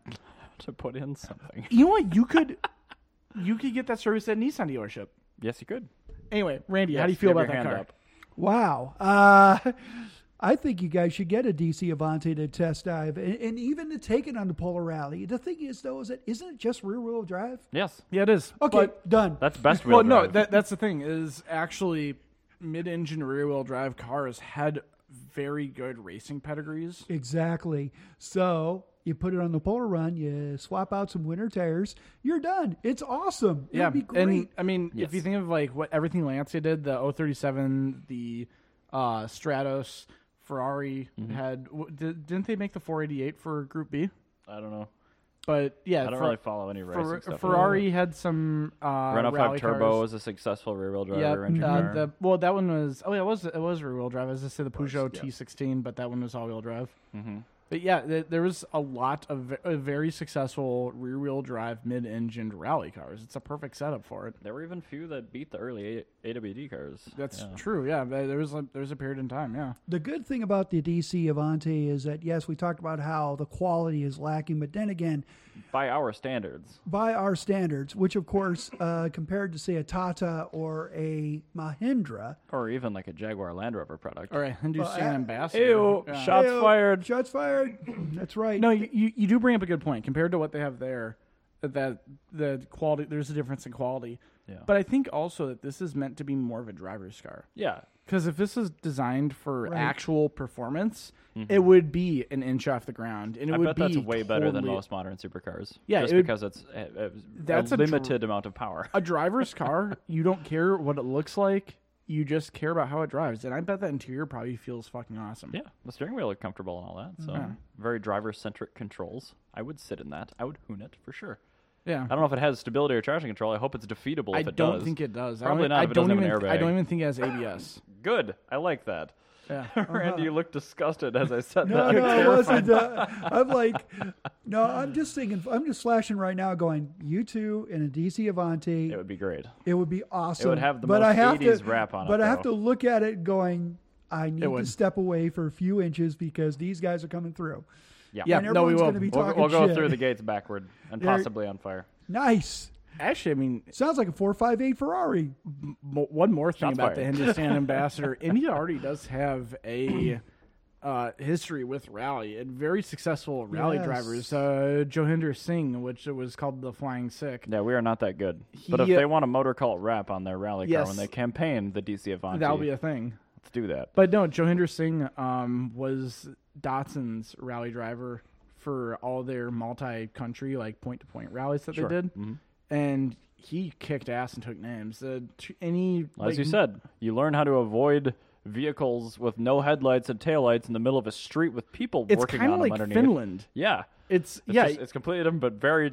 Speaker 1: to put in something.
Speaker 2: You know what? You could, you could get that service at Nissan dealership.
Speaker 1: Yes, you could.
Speaker 2: Anyway, Randy, how
Speaker 1: Yes,
Speaker 2: do you feel
Speaker 1: give
Speaker 2: about
Speaker 1: your
Speaker 2: that
Speaker 1: hand
Speaker 2: car?
Speaker 1: up.
Speaker 3: Wow. Uh, I think you guys should get a DC Avante to test dive and, and even to take it on the Polar Rally. The thing is, though, is that isn't it just rear wheel drive?
Speaker 1: Yes,
Speaker 2: Yeah, it is.
Speaker 3: Okay,
Speaker 2: But-
Speaker 3: done.
Speaker 1: that's best wheel
Speaker 2: well, no,
Speaker 1: drive.
Speaker 2: that, that's the thing is actually mid-engine rear-wheel drive cars had very good racing pedigrees.
Speaker 3: Exactly. So you put it on the Polar Run, you swap out some winter tires, you're done. It's awesome. It'd
Speaker 2: yeah,
Speaker 3: be great.
Speaker 2: and I mean, if you
Speaker 1: Yes.
Speaker 2: think of like what everything Lancia did, the 037, the uh, Stratos, Ferrari
Speaker 1: Mm-hmm.
Speaker 2: had. w- Did, didn't they make the 488 for Group B?
Speaker 1: I don't know.
Speaker 2: But yeah,
Speaker 1: I don't
Speaker 2: Fer-
Speaker 1: really follow any racing
Speaker 2: Fer-
Speaker 1: stuff.
Speaker 2: Ferrari had some uh,
Speaker 1: Renault
Speaker 2: rally
Speaker 1: Five Turbo
Speaker 2: cars.
Speaker 1: is a successful rear-wheel driver
Speaker 2: Yeah,
Speaker 1: engine
Speaker 2: uh,
Speaker 1: car.
Speaker 2: the, well, that one was. Oh yeah, it was it was rear wheel drive. As I say, the Peugeot T16, but that one was all wheel drive. Mm-hmm. But yeah, th- there was a lot of ve- uh, very successful rear wheel drive mid engined rally cars. It's a perfect setup for it.
Speaker 1: There were even few that beat the early A- AWD cars.
Speaker 2: That's true. Yeah, but there was a, there was a period in time. Yeah,
Speaker 3: the good thing about the DC Avante is that, yes, we talked about how the quality is lacking, but then again,
Speaker 1: by our standards.
Speaker 3: by our standards, which of course, uh, compared to say a Tata or a Mahindra,
Speaker 1: Or even like a Jaguar Land Rover product.
Speaker 2: all right, Hindustan
Speaker 3: uh,
Speaker 2: Ambassador. Yeah.
Speaker 1: shots
Speaker 3: Ayo,
Speaker 1: fired.
Speaker 3: Shots fired. That's right.
Speaker 2: No, you, you you do bring up a good point compared to what they have there. That the quality there's a difference in quality.
Speaker 1: Yeah.
Speaker 2: But I think also that this is meant to be more of a driver's car.
Speaker 1: Yeah.
Speaker 2: Because if this is designed for
Speaker 3: Right.
Speaker 2: actual performance, it would be an inch off the ground, and it
Speaker 1: Mm-hmm. I bet
Speaker 2: would be
Speaker 1: that's way better than
Speaker 2: totally-
Speaker 1: most modern supercars.
Speaker 2: Yeah,
Speaker 1: just
Speaker 2: it would-
Speaker 1: because it's a, a,
Speaker 2: That's
Speaker 1: a
Speaker 2: a dr-
Speaker 1: limited amount of power.
Speaker 2: A driver's car, you don't care what it looks like; you just care about how it drives. And I bet that interior probably feels fucking awesome.
Speaker 1: Yeah, the steering wheel looked comfortable and all that. So
Speaker 2: Mm-hmm.
Speaker 1: very driver-centric controls. I would sit in that. I would hoon it for sure.
Speaker 2: yeah.
Speaker 1: I don't know if it has stability or traction control. I hope it's defeatable
Speaker 2: I
Speaker 1: if it
Speaker 2: don't
Speaker 1: does.
Speaker 2: think it does.
Speaker 1: Probably
Speaker 2: I don't,
Speaker 1: not
Speaker 2: I
Speaker 1: if it
Speaker 2: don't
Speaker 1: doesn't
Speaker 2: even.
Speaker 1: have an
Speaker 2: I don't
Speaker 1: airbag.
Speaker 2: even think it has ABS.
Speaker 1: Good. I like that.
Speaker 2: Yeah.
Speaker 1: Randy, you look disgusted as I said
Speaker 3: No,
Speaker 1: that.
Speaker 3: no, I wasn't. Uh, I'm like, no, I'm just thinking, I'm just flashing right now going, you two in a DC Avante,
Speaker 1: It would be great.
Speaker 3: it would be awesome.
Speaker 1: have the
Speaker 3: but
Speaker 1: most
Speaker 3: I have
Speaker 1: 80s
Speaker 3: to,
Speaker 1: rap on it,
Speaker 3: But I have
Speaker 1: though.
Speaker 3: to look at it going, I need to
Speaker 2: would.
Speaker 3: step away for a few inches because these guys are coming through.
Speaker 1: Yeah.
Speaker 2: Yeah.
Speaker 3: And
Speaker 2: no, we
Speaker 3: everyone's
Speaker 2: will.
Speaker 3: gonna be
Speaker 1: We'll,
Speaker 3: talking
Speaker 1: we'll go
Speaker 3: shit.
Speaker 1: through the gates backward and
Speaker 3: There-
Speaker 1: possibly on fire.
Speaker 3: Nice.
Speaker 2: Actually, I mean,
Speaker 3: Sounds like a 458 Ferrari.
Speaker 2: mo- one more thing
Speaker 1: Shots
Speaker 2: about the
Speaker 1: fired.
Speaker 2: Hindustan ambassador. India already does have a uh, history with rally and very successful rally
Speaker 3: Yes.
Speaker 2: drivers. Uh, Johinder Singh, which was called the Flying Sick.
Speaker 1: Yeah, we are not that good. But if
Speaker 2: He- uh,
Speaker 1: they want a motor cult rap on their rally car when
Speaker 2: Yes.
Speaker 1: they campaign the DC Avanti,
Speaker 2: That'll be a thing.
Speaker 1: let's do that.
Speaker 2: But no, Johinder Singh um, was Dotson's rally driver for all their multi-country, like point-to-point rallies that
Speaker 1: Sure. Mm-hmm.
Speaker 2: they did, and he kicked ass and took names. Uh, t- any
Speaker 1: As
Speaker 2: like,
Speaker 1: you said, you learn how to avoid vehicles with no headlights and taillights in the middle of a street with people
Speaker 2: it's
Speaker 1: working
Speaker 2: kind
Speaker 1: on
Speaker 2: of
Speaker 1: them
Speaker 2: like
Speaker 1: underneath.
Speaker 2: Finland.
Speaker 1: Yeah.
Speaker 2: It's,
Speaker 1: It's
Speaker 2: yeah,
Speaker 1: just- it's completely different, but very,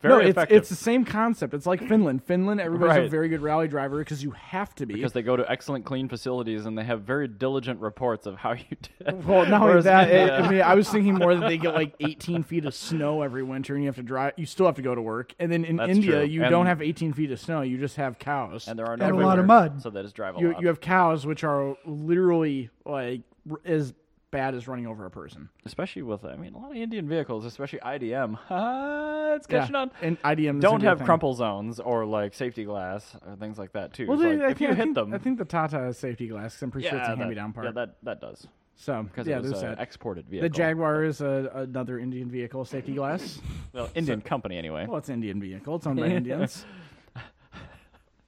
Speaker 1: very
Speaker 2: no, it's
Speaker 1: effective.
Speaker 2: it's the same concept. It's like Finland. Finland, everybody's a
Speaker 1: Right.
Speaker 2: very good rally driver because you have to be.
Speaker 1: because they go to excellent clean facilities and they have very diligent reports of how you did.
Speaker 2: well, not only
Speaker 1: Whereas
Speaker 2: that, it-
Speaker 1: India-
Speaker 2: I mean, I was thinking more that they get like 18 feet of snow every winter, and you have to drive. You still have to go to work, and then in
Speaker 1: That's
Speaker 2: India,
Speaker 1: true.
Speaker 2: you
Speaker 1: And-
Speaker 2: don't have 18 feet of snow. You just have cows,
Speaker 1: and there are no
Speaker 3: And a lot of
Speaker 1: everywhere,
Speaker 3: mud.
Speaker 1: so they just drive a
Speaker 2: you
Speaker 1: lot.
Speaker 2: you have cows which are literally like r- as bad as running over a person.
Speaker 1: especially with, I mean, a lot of Indian vehicles, especially IDM. Ah, it's
Speaker 2: Yeah.
Speaker 1: catching on.
Speaker 2: And IDM is
Speaker 1: Don't
Speaker 2: gonna be a
Speaker 1: have
Speaker 2: thing.
Speaker 1: crumple zones or like safety glass or things like that too.
Speaker 2: Well,
Speaker 1: It's
Speaker 2: they-
Speaker 1: like,
Speaker 2: I,
Speaker 1: if
Speaker 2: think,
Speaker 1: you
Speaker 2: I
Speaker 1: hit
Speaker 2: think-
Speaker 1: them,
Speaker 2: I think the Tata has safety glass. 'cause I'm pretty sure it's a
Speaker 1: that-
Speaker 2: hand-me-down part.
Speaker 1: Yeah, that that does
Speaker 2: so
Speaker 1: because
Speaker 2: yeah,
Speaker 1: it was uh,
Speaker 2: there's
Speaker 1: an
Speaker 2: that.
Speaker 1: exported vehicle.
Speaker 2: The Jaguar is a, another Indian vehicle, safety glass.
Speaker 1: well, Indian company anyway.
Speaker 2: Well, it's an Indian vehicle. It's owned by Indians.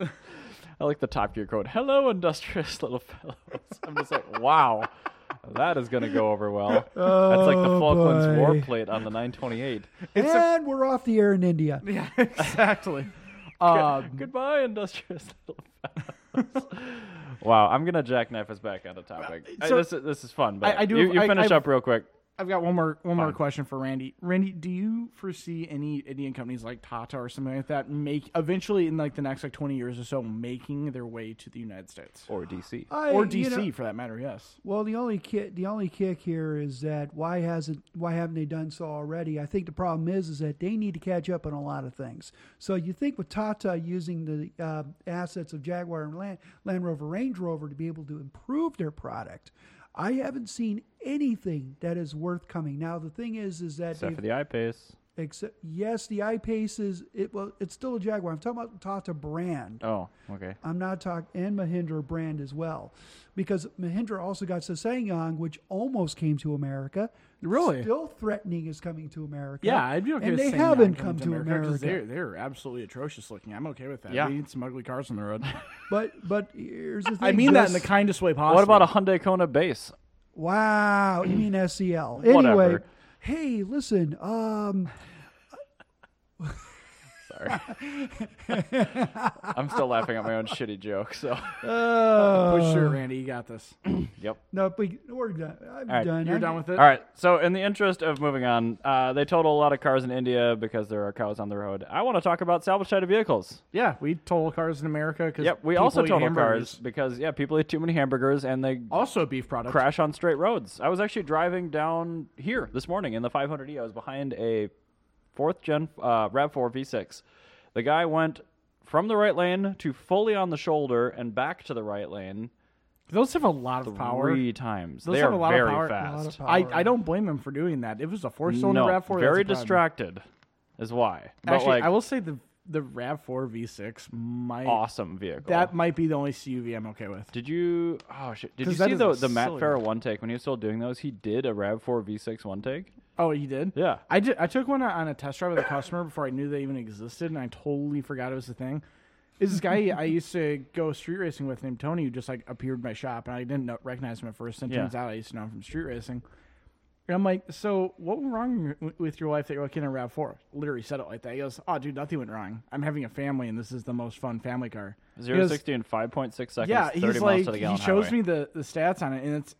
Speaker 1: I like the Top Gear quote. Hello, industrious little fellows. I'm just like, wow, that is gonna go over well. That's like the
Speaker 3: Oh,
Speaker 1: Falklands war
Speaker 3: boy.
Speaker 1: plate on the 928.
Speaker 3: and we're off the air in India.
Speaker 2: yeah, exactly. Um,
Speaker 1: Goodbye, industrious little fellows. Wow, I'm gonna jackknife us back on the topic. I-
Speaker 2: so-
Speaker 1: this is this is fun, but
Speaker 2: I- I do-
Speaker 1: you, you
Speaker 2: I-
Speaker 1: finish
Speaker 2: I've-
Speaker 1: up real quick.
Speaker 2: I've got one more one more
Speaker 1: Fine.
Speaker 2: question for Randy. Randy, do you foresee any Indian companies like Tata or something like that make eventually in like the next like twenty years or so making their way to the United States
Speaker 1: Or DC.
Speaker 3: I-
Speaker 2: or
Speaker 3: you
Speaker 2: DC
Speaker 3: know-
Speaker 2: for that matter? Yes.
Speaker 3: Well, the only kick, the only kick here is that why hasn't why haven't they done so already? I think the problem is is that they need to catch up on a lot of things. So you think with Tata using the uh, assets of Jaguar and Land, Land Rover, Range Rover to be able to improve their product, I haven't seen anything that is worth coming. Now the thing is is that
Speaker 1: Except
Speaker 3: they've-
Speaker 1: for the eye pace.
Speaker 3: except yes, the iPace is it well, it's still a Jaguar. I'm talking about Tata brand.
Speaker 1: Oh, okay.
Speaker 3: I'm not talking and Mahindra brand as well, because Mahindra also got Ssangyong, which almost came to America.
Speaker 2: Really?
Speaker 3: still threatening is coming to America.
Speaker 2: Yeah, I'd be okay.
Speaker 3: And
Speaker 2: with
Speaker 3: they
Speaker 2: saying that
Speaker 3: haven't come
Speaker 2: coming
Speaker 3: to America.
Speaker 2: 'cause They're they're absolutely atrocious looking. I'm okay with that.
Speaker 1: Yeah.
Speaker 2: we need some ugly cars on the road.
Speaker 3: But but here's the thing.
Speaker 2: I mean that in the
Speaker 3: just-
Speaker 2: kindest way possible.
Speaker 1: What about a Hyundai Kona base?
Speaker 3: wow. You mean SEL?
Speaker 1: Whatever.
Speaker 3: Anyway, hey, listen. Um,
Speaker 1: Sorry. I'm still laughing at my own shitty joke, so
Speaker 2: For sure, Randy, you got this.
Speaker 1: yep.
Speaker 3: uh, no, but we're done. I'm
Speaker 1: right,
Speaker 3: done.
Speaker 2: You're
Speaker 3: I'm-
Speaker 2: done with it.
Speaker 1: All right. So, in the interest of moving on, uh, they total a lot of cars in India because there are cows on the road. I want to talk about salvage title vehicles.
Speaker 2: Yeah, we total cars in America because
Speaker 1: Yep. We also total cars because yeah, people eat too many hamburgers and they
Speaker 2: Also, a beef product.
Speaker 1: crash on straight roads. I was actually driving down here this morning in the 500e. I was behind a fourth gen uh, Rav4 V6. The guy went from the right lane to fully on the shoulder and back to the right lane
Speaker 2: Those have a lot of power.
Speaker 1: three times.
Speaker 2: Those
Speaker 1: they
Speaker 2: have
Speaker 1: are
Speaker 2: a lot of
Speaker 1: very
Speaker 2: power.
Speaker 1: fast.
Speaker 3: A lot of power.
Speaker 2: I, I don't blame them for doing that. It was a four cylinder
Speaker 1: no,
Speaker 2: Rav Four.
Speaker 1: very distracted is why. But
Speaker 2: Actually,
Speaker 1: like
Speaker 2: I will say the the Rav Four V Six might
Speaker 1: awesome vehicle.
Speaker 2: that might be the only CUV I'm okay with.
Speaker 1: did you? Oh shit! Did you
Speaker 2: 'Cause that
Speaker 1: see
Speaker 2: is
Speaker 1: the
Speaker 2: a
Speaker 1: the Matt
Speaker 2: silly-
Speaker 1: Farah one take when he was still doing those? He did a Rav Four V6 one take.
Speaker 2: Oh, you did?
Speaker 1: Yeah.
Speaker 2: I did. I took one on a test drive with a customer before I knew they even existed, and I totally forgot it was a thing. Is this guy I used to go street racing with named Tony, who just like appeared in my shop, and I didn't know, recognize him at first. And it
Speaker 1: Yeah.
Speaker 2: turns out I used to know him from street racing. And I'm like, so what went wrong w- with your life that you're like in a Rav Four? Literally said it like that. He goes, oh, dude, nothing went wrong. I'm having a family, and this is the most fun family car. He
Speaker 1: Zero to
Speaker 2: goes,
Speaker 1: sixty in five point six seconds.
Speaker 2: yeah,
Speaker 1: thirty
Speaker 2: he's
Speaker 1: miles
Speaker 2: like
Speaker 1: to the
Speaker 2: he
Speaker 1: gallon
Speaker 2: shows
Speaker 1: highway.
Speaker 2: me the, the stats on it, and it's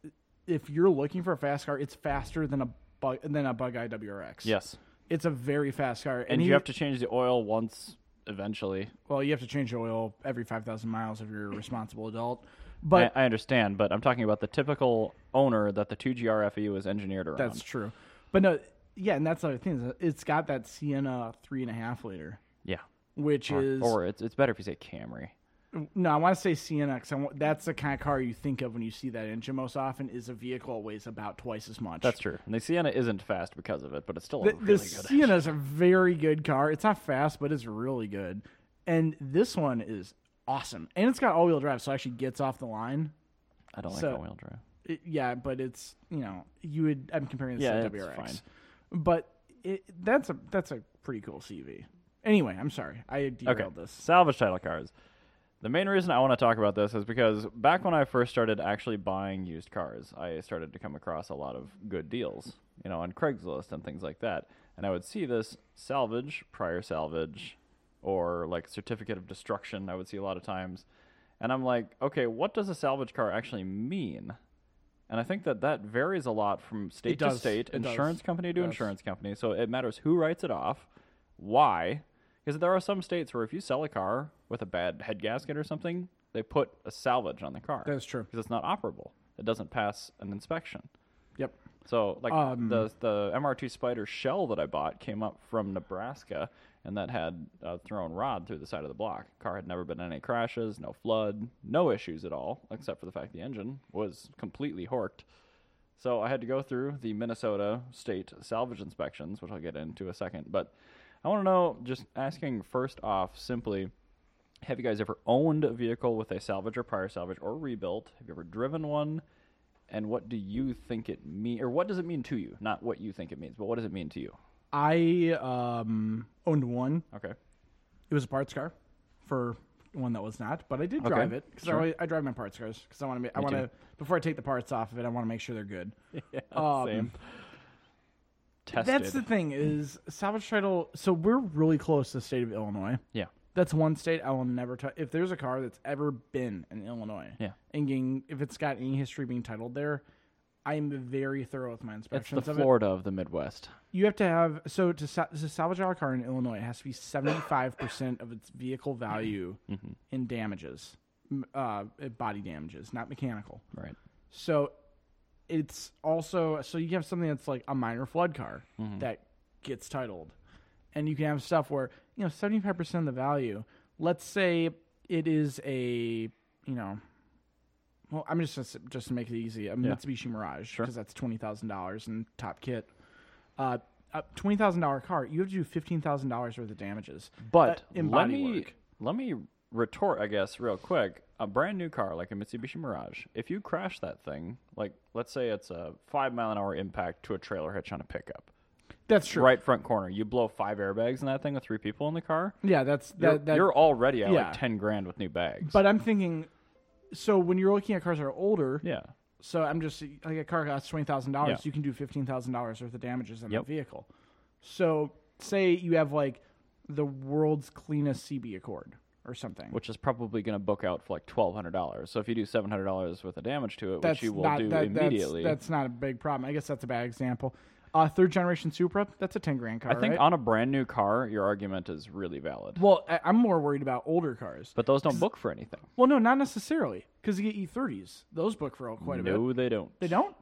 Speaker 2: if you're looking for a fast car, it's faster than a bug than a Bug Eye WRX.
Speaker 1: Yes.
Speaker 2: it's a very fast car,
Speaker 1: and
Speaker 2: he,
Speaker 1: you have to change the oil once eventually.
Speaker 2: well, you have to change the oil every five thousand miles if you're a responsible adult. But
Speaker 1: I, I understand, but I'm talking about the typical owner that the 2GRFE E was engineered around.
Speaker 2: that's true. But no, yeah, and that's the other thing. is It's got that Sienna three and a half liter,
Speaker 1: yeah.
Speaker 2: which is
Speaker 1: Or it's it's better if you say Camry.
Speaker 2: no, I want to say Sienna because that's the kind of car you think of when you see that engine most often. Is a vehicle that weighs about twice as much.
Speaker 1: That's true. And the Sienna isn't fast because of it, but it's still a
Speaker 2: The,
Speaker 1: Oh, really
Speaker 2: the
Speaker 1: good.
Speaker 2: Sienna is a very good car. It's not fast, but it's really good. And this one is awesome. And it's got all wheel drive, so it actually gets off the line.
Speaker 1: I don't like
Speaker 2: so-
Speaker 1: all-wheel drive.
Speaker 2: It- yeah, but it's you know you would I'm comparing this
Speaker 1: Yeah,
Speaker 2: to
Speaker 1: it's
Speaker 2: WRX,
Speaker 1: fine.
Speaker 2: but it, that's a that's a pretty cool CV. Anyway, I'm sorry I
Speaker 1: Okay.
Speaker 2: derailed this.
Speaker 1: Salvage title cars. The main reason I want to talk about this is because back when I first started actually buying used cars, I started to come across a lot of good deals, you know, on Craigslist and things like that. And I would see this salvage, prior salvage, or like certificate of destruction, I would see a lot of times. And I'm like, okay, what does a salvage car actually mean? And I think that that varies a lot from state to
Speaker 2: does.
Speaker 1: state,
Speaker 2: It does.
Speaker 1: insurance company to
Speaker 2: It does.
Speaker 1: insurance company. So it matters who writes it off, why, because there are some states where if you sell a car with a bad head gasket or something, they put a salvage on the car.
Speaker 2: That's true.
Speaker 1: because it's not operable. It doesn't pass an inspection.
Speaker 2: Yep.
Speaker 1: So like
Speaker 2: Um,
Speaker 1: the the MR2 Spider shell that I bought came up from Nebraska, and that had a thrown rod through the side of the block. Car had never been in any crashes, no flood, no issues at all, except for the fact the engine was completely horked. So I had to go through the Minnesota state salvage inspections, which I'll get into a second. But I want to know, just asking first off, simply, have you guys ever owned a vehicle with a salvage or prior salvage or rebuilt? Have you ever driven one? And what do you think it mean, or what does it mean to you? Not what you think it means, but what does it mean to you?
Speaker 2: I um, owned one.
Speaker 1: Okay.
Speaker 2: It was a parts car for one that was not, but I did
Speaker 1: Okay,
Speaker 2: drive it because
Speaker 1: sure.
Speaker 2: I, always- I drive my parts cars because I want to I want to before I take the parts off of it I want to make sure they're good. Um,
Speaker 1: Same. Tested.
Speaker 2: That's the thing is salvage title. So we're really close to the state of Illinois.
Speaker 1: yeah.
Speaker 2: That's one state I will never touch. If there's a car that's ever been in Illinois,
Speaker 1: Yeah.
Speaker 2: and getting, if it's got any history being titled there, I am very thorough with my
Speaker 1: It's
Speaker 2: inspections
Speaker 1: the
Speaker 2: of it.
Speaker 1: Florida of the Midwest.
Speaker 2: You have to have so to, sa- to salvage our car in Illinois, it has to be seventy five percent of its vehicle value in damages, m- uh, body damages, not mechanical.
Speaker 1: Right.
Speaker 2: So it's also so you have something that's like a minor flood car
Speaker 1: Mm-hmm.
Speaker 2: that gets titled, and you can have stuff where you know seventy five percent of the value. Let's say it is a you know, well I'm just gonna s- just to make it easy a Mitsubishi Mirage because that's twenty thousand dollars in top kit. Uh, a twenty thousand dollar car, you have to do fifteen thousand dollars worth of damages.
Speaker 1: But
Speaker 2: in
Speaker 1: let
Speaker 2: body
Speaker 1: me
Speaker 2: work.
Speaker 1: let me retort, I guess, real quick. A brand new car like a Mitsubishi Mirage. If you crash that thing, like let's say it's a five mile an hour impact to a trailer hitch on a pickup,
Speaker 2: That's true.
Speaker 1: right front corner, you blow five airbags in that thing with three people in the car.
Speaker 2: Yeah, that's that.
Speaker 1: You're,
Speaker 2: that
Speaker 1: you're already at
Speaker 2: yeah.
Speaker 1: like ten grand with new bags.
Speaker 2: but I'm thinking, so when you're looking at cars that are older,
Speaker 1: yeah,
Speaker 2: So I'm just like a car costs twenty thousand
Speaker 1: Yeah.
Speaker 2: dollars, you can do fifteen thousand dollars worth of damages on
Speaker 1: Yep.
Speaker 2: that vehicle. So say you have like the world's cleanest CB Accord or something.
Speaker 1: which is probably going to book out for like twelve hundred dollars. So if you do seven hundred dollars worth of damage to it, which you will do
Speaker 2: that- that's-
Speaker 1: immediately,
Speaker 2: That's, not a big problem. I guess that's a bad example. Uh, third generation Supra, that's a ten grand car.
Speaker 1: I think
Speaker 2: right?
Speaker 1: on a brand new car, your argument is really valid.
Speaker 2: well, I, I'm more worried about older cars.
Speaker 1: But those don't book for anything.
Speaker 2: well, no, not necessarily, because you get E30s. Those book for quite a bit.
Speaker 1: No, they don't.
Speaker 2: They don't.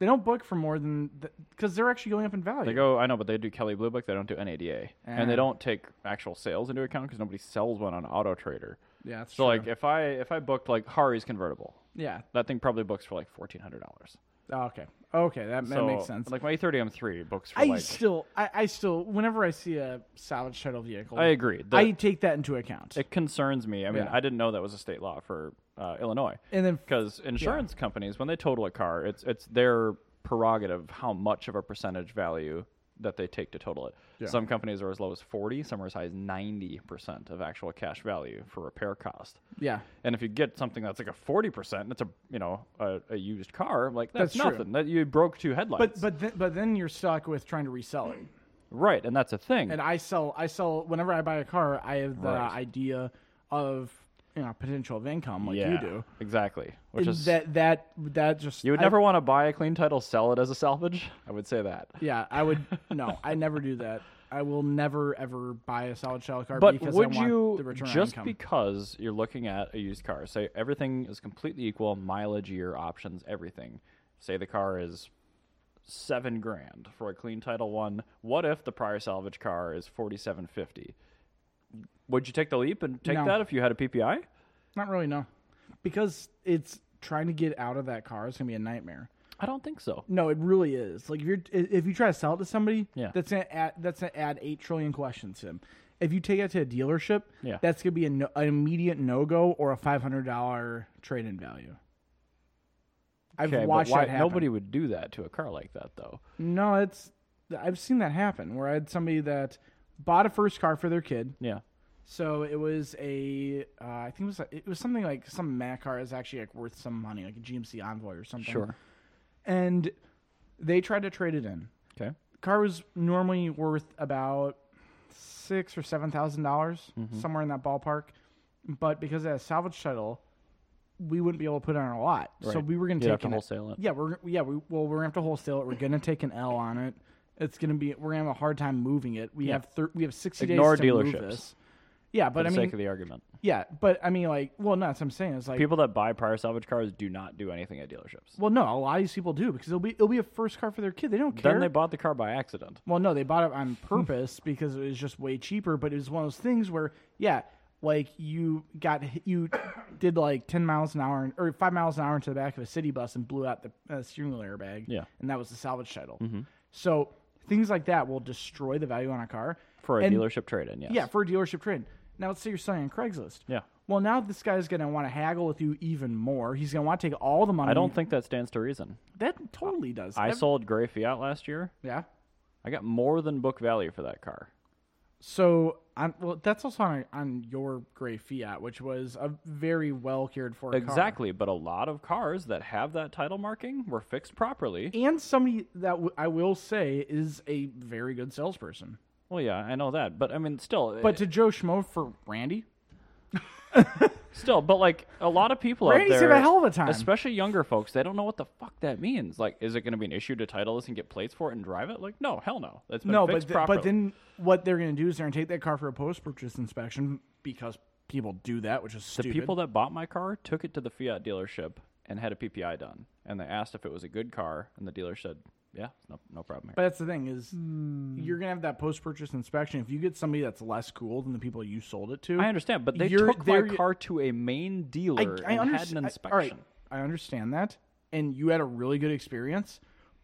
Speaker 2: They don't book for more than because they're actually going up in value.
Speaker 1: They go, I know, but they do Kelly Blue Book. They don't do NADA, and
Speaker 2: Ah.
Speaker 1: they don't take actual sales into account because nobody sells one on Auto Trader.
Speaker 2: yeah, that's
Speaker 1: So
Speaker 2: true.
Speaker 1: like, if I if I booked like Hari's convertible,
Speaker 2: yeah,
Speaker 1: that thing probably books for like fourteen hundred dollars.
Speaker 2: Oh, okay. Okay, that, that makes sense.
Speaker 1: Like my E E30 M3 books for
Speaker 2: I
Speaker 1: like.
Speaker 2: still, I, I still, whenever I see a salvage title vehicle,
Speaker 1: I agree. The-
Speaker 2: I take that into account.
Speaker 1: it concerns me. I mean,
Speaker 2: Yeah.
Speaker 1: I didn't know that was a state law for uh, Illinois.
Speaker 2: And then-
Speaker 1: because insurance companies, when they total a car, it's it's their prerogative how much of a percentage value that they take to total it. Some companies are as low as forty, some are as high as ninety percent of actual cash value for repair cost.
Speaker 2: yeah,
Speaker 1: And if you get something that's like a forty percent, and it's a you know a, a used car, like that's,
Speaker 2: That's true.
Speaker 1: nothing. That you broke two headlights,
Speaker 2: but but then, but then you're stuck with trying to resell it.
Speaker 1: right, and that's a thing.
Speaker 2: And I sell, I sell. Whenever I buy a car, I have the
Speaker 1: Right.
Speaker 2: idea of you know potential of income like
Speaker 1: yeah,
Speaker 2: you do.
Speaker 1: exactly. Which
Speaker 2: And
Speaker 1: is
Speaker 2: that that that just
Speaker 1: You would
Speaker 2: I-
Speaker 1: never want to buy a clean title, sell it as a salvage. I would say that.
Speaker 2: yeah, I would no, I never do that. I will never ever buy a salvage title car
Speaker 1: But
Speaker 2: because
Speaker 1: would
Speaker 2: I want the
Speaker 1: you
Speaker 2: return on
Speaker 1: just
Speaker 2: income.
Speaker 1: because you're looking at a used car, say everything is completely equal, mileage, year, options, everything. Say the car is seven grand for a clean title one. What if the prior salvage car is forty seven fifty? Would you take the leap and take
Speaker 2: No.
Speaker 1: that if you had a PPI?
Speaker 2: Not really, no. Because it's trying to get out of that car is gonna be a nightmare.
Speaker 1: I don't think so.
Speaker 2: No, it really is. Like if you're i- if you try to sell it to somebody,
Speaker 1: Yeah.
Speaker 2: that's gonna add, that's gonna add eight trillion questions to him. If you take it to a dealership,
Speaker 1: Yeah.
Speaker 2: that's gonna be a no, an immediate no go or a five hundred dollar trade in value. I've
Speaker 1: Okay, but
Speaker 2: watched
Speaker 1: why
Speaker 2: that happen.
Speaker 1: nobody would do that to a car like that though.
Speaker 2: No, it's I've seen that happen where I had somebody that bought a first car for their kid.
Speaker 1: Yeah.
Speaker 2: So it was a, uh, I think it was like- it was something like some Mac car is actually like worth some money, like a GMC Envoy or something.
Speaker 1: Sure.
Speaker 2: And they tried to trade it in.
Speaker 1: Okay.
Speaker 2: Car was normally worth about six or seven dollars,
Speaker 1: Mm-hmm.
Speaker 2: somewhere in that ballpark. But because it has salvage title, we wouldn't be able to put it on our lot. So
Speaker 1: Right.
Speaker 2: we were going
Speaker 1: You'd have
Speaker 2: take
Speaker 1: to
Speaker 2: an
Speaker 1: wholesale it.
Speaker 2: Yeah, we're yeah we well we're gonna have to wholesale it. We're gonna take an L on it. It's gonna be we're gonna have a hard time moving it. We have thir- we have sixty
Speaker 1: Ignore
Speaker 2: days to move
Speaker 1: dealerships.
Speaker 2: this. Yeah,
Speaker 1: For
Speaker 2: but I
Speaker 1: the
Speaker 2: mean,
Speaker 1: sake of the argument.
Speaker 2: yeah, but I mean, like, well, no, that's what I'm saying. It's like,
Speaker 1: People that buy prior salvage cars do not do anything at dealerships.
Speaker 2: well, no, a lot of these people do because it'll be it'll be a first car for their kid. They don't care.
Speaker 1: Then they bought the car by accident.
Speaker 2: well, no, they bought it on purpose because it was just way cheaper. But it was one of those things where, yeah, like you got hit- you did like ten miles an hour or five miles an hour into the back of a city bus and blew out the uh, steering wheel airbag.
Speaker 1: Yeah. Mm-hmm.
Speaker 2: and that was the salvage title. So things like that will destroy the value on a car
Speaker 1: For a
Speaker 2: And-
Speaker 1: dealership trade in, yes.
Speaker 2: Yeah, for a dealership trade. Now let's say you're selling on Craigslist.
Speaker 1: Yeah.
Speaker 2: Well, now this guy's going to want to haggle with you even more. He's going to want to take all the money.
Speaker 1: I don't think that stands to reason.
Speaker 2: that totally does.
Speaker 1: I
Speaker 2: mm. Ev-
Speaker 1: sold Gray Fiat last year.
Speaker 2: Yeah.
Speaker 1: I got more than book value for that car.
Speaker 2: So on well, that's also on on your gray Fiat, which was a very well cared for car.
Speaker 1: Exactly, but a lot of cars that have that title marking were
Speaker 2: E-
Speaker 1: fixed properly.
Speaker 2: And somebody that w- I will say is a very good salesperson.
Speaker 1: Well, yeah, I know that, but I mean, still, eh,
Speaker 2: But to Joe Schmo for Randy,
Speaker 1: still, but like a lot of people out
Speaker 2: Randy's
Speaker 1: there,
Speaker 2: had a hell of a time.
Speaker 1: especially younger folks, they don't know what the fuck that means. Like, is it going to be an issue to title this and get plates for it and drive it? Like, no, hell no. That's been
Speaker 2: no, but
Speaker 1: fixed
Speaker 2: th-
Speaker 1: properly.
Speaker 2: but then what they're going to do is they're going to take that car for a post purchase inspection because people do that, which is
Speaker 1: the
Speaker 2: stupid.
Speaker 1: people that bought my car took it to the Fiat dealership and had a PPI done, and they asked if it was a good car, and the dealer said, "Yeah, no, no problem
Speaker 2: but
Speaker 1: here."
Speaker 2: that's the thing is
Speaker 1: Hmm.
Speaker 2: you're going to have that post purchase inspection. If you get somebody that's less cool than the people you sold it to,
Speaker 1: I understand, but they
Speaker 2: you're-
Speaker 1: took
Speaker 2: they're-
Speaker 1: my car to a main dealer
Speaker 2: I, I
Speaker 1: and
Speaker 2: understand.
Speaker 1: had an
Speaker 2: I, all right,
Speaker 1: inspection.
Speaker 2: I understand that, and you had a really good experience.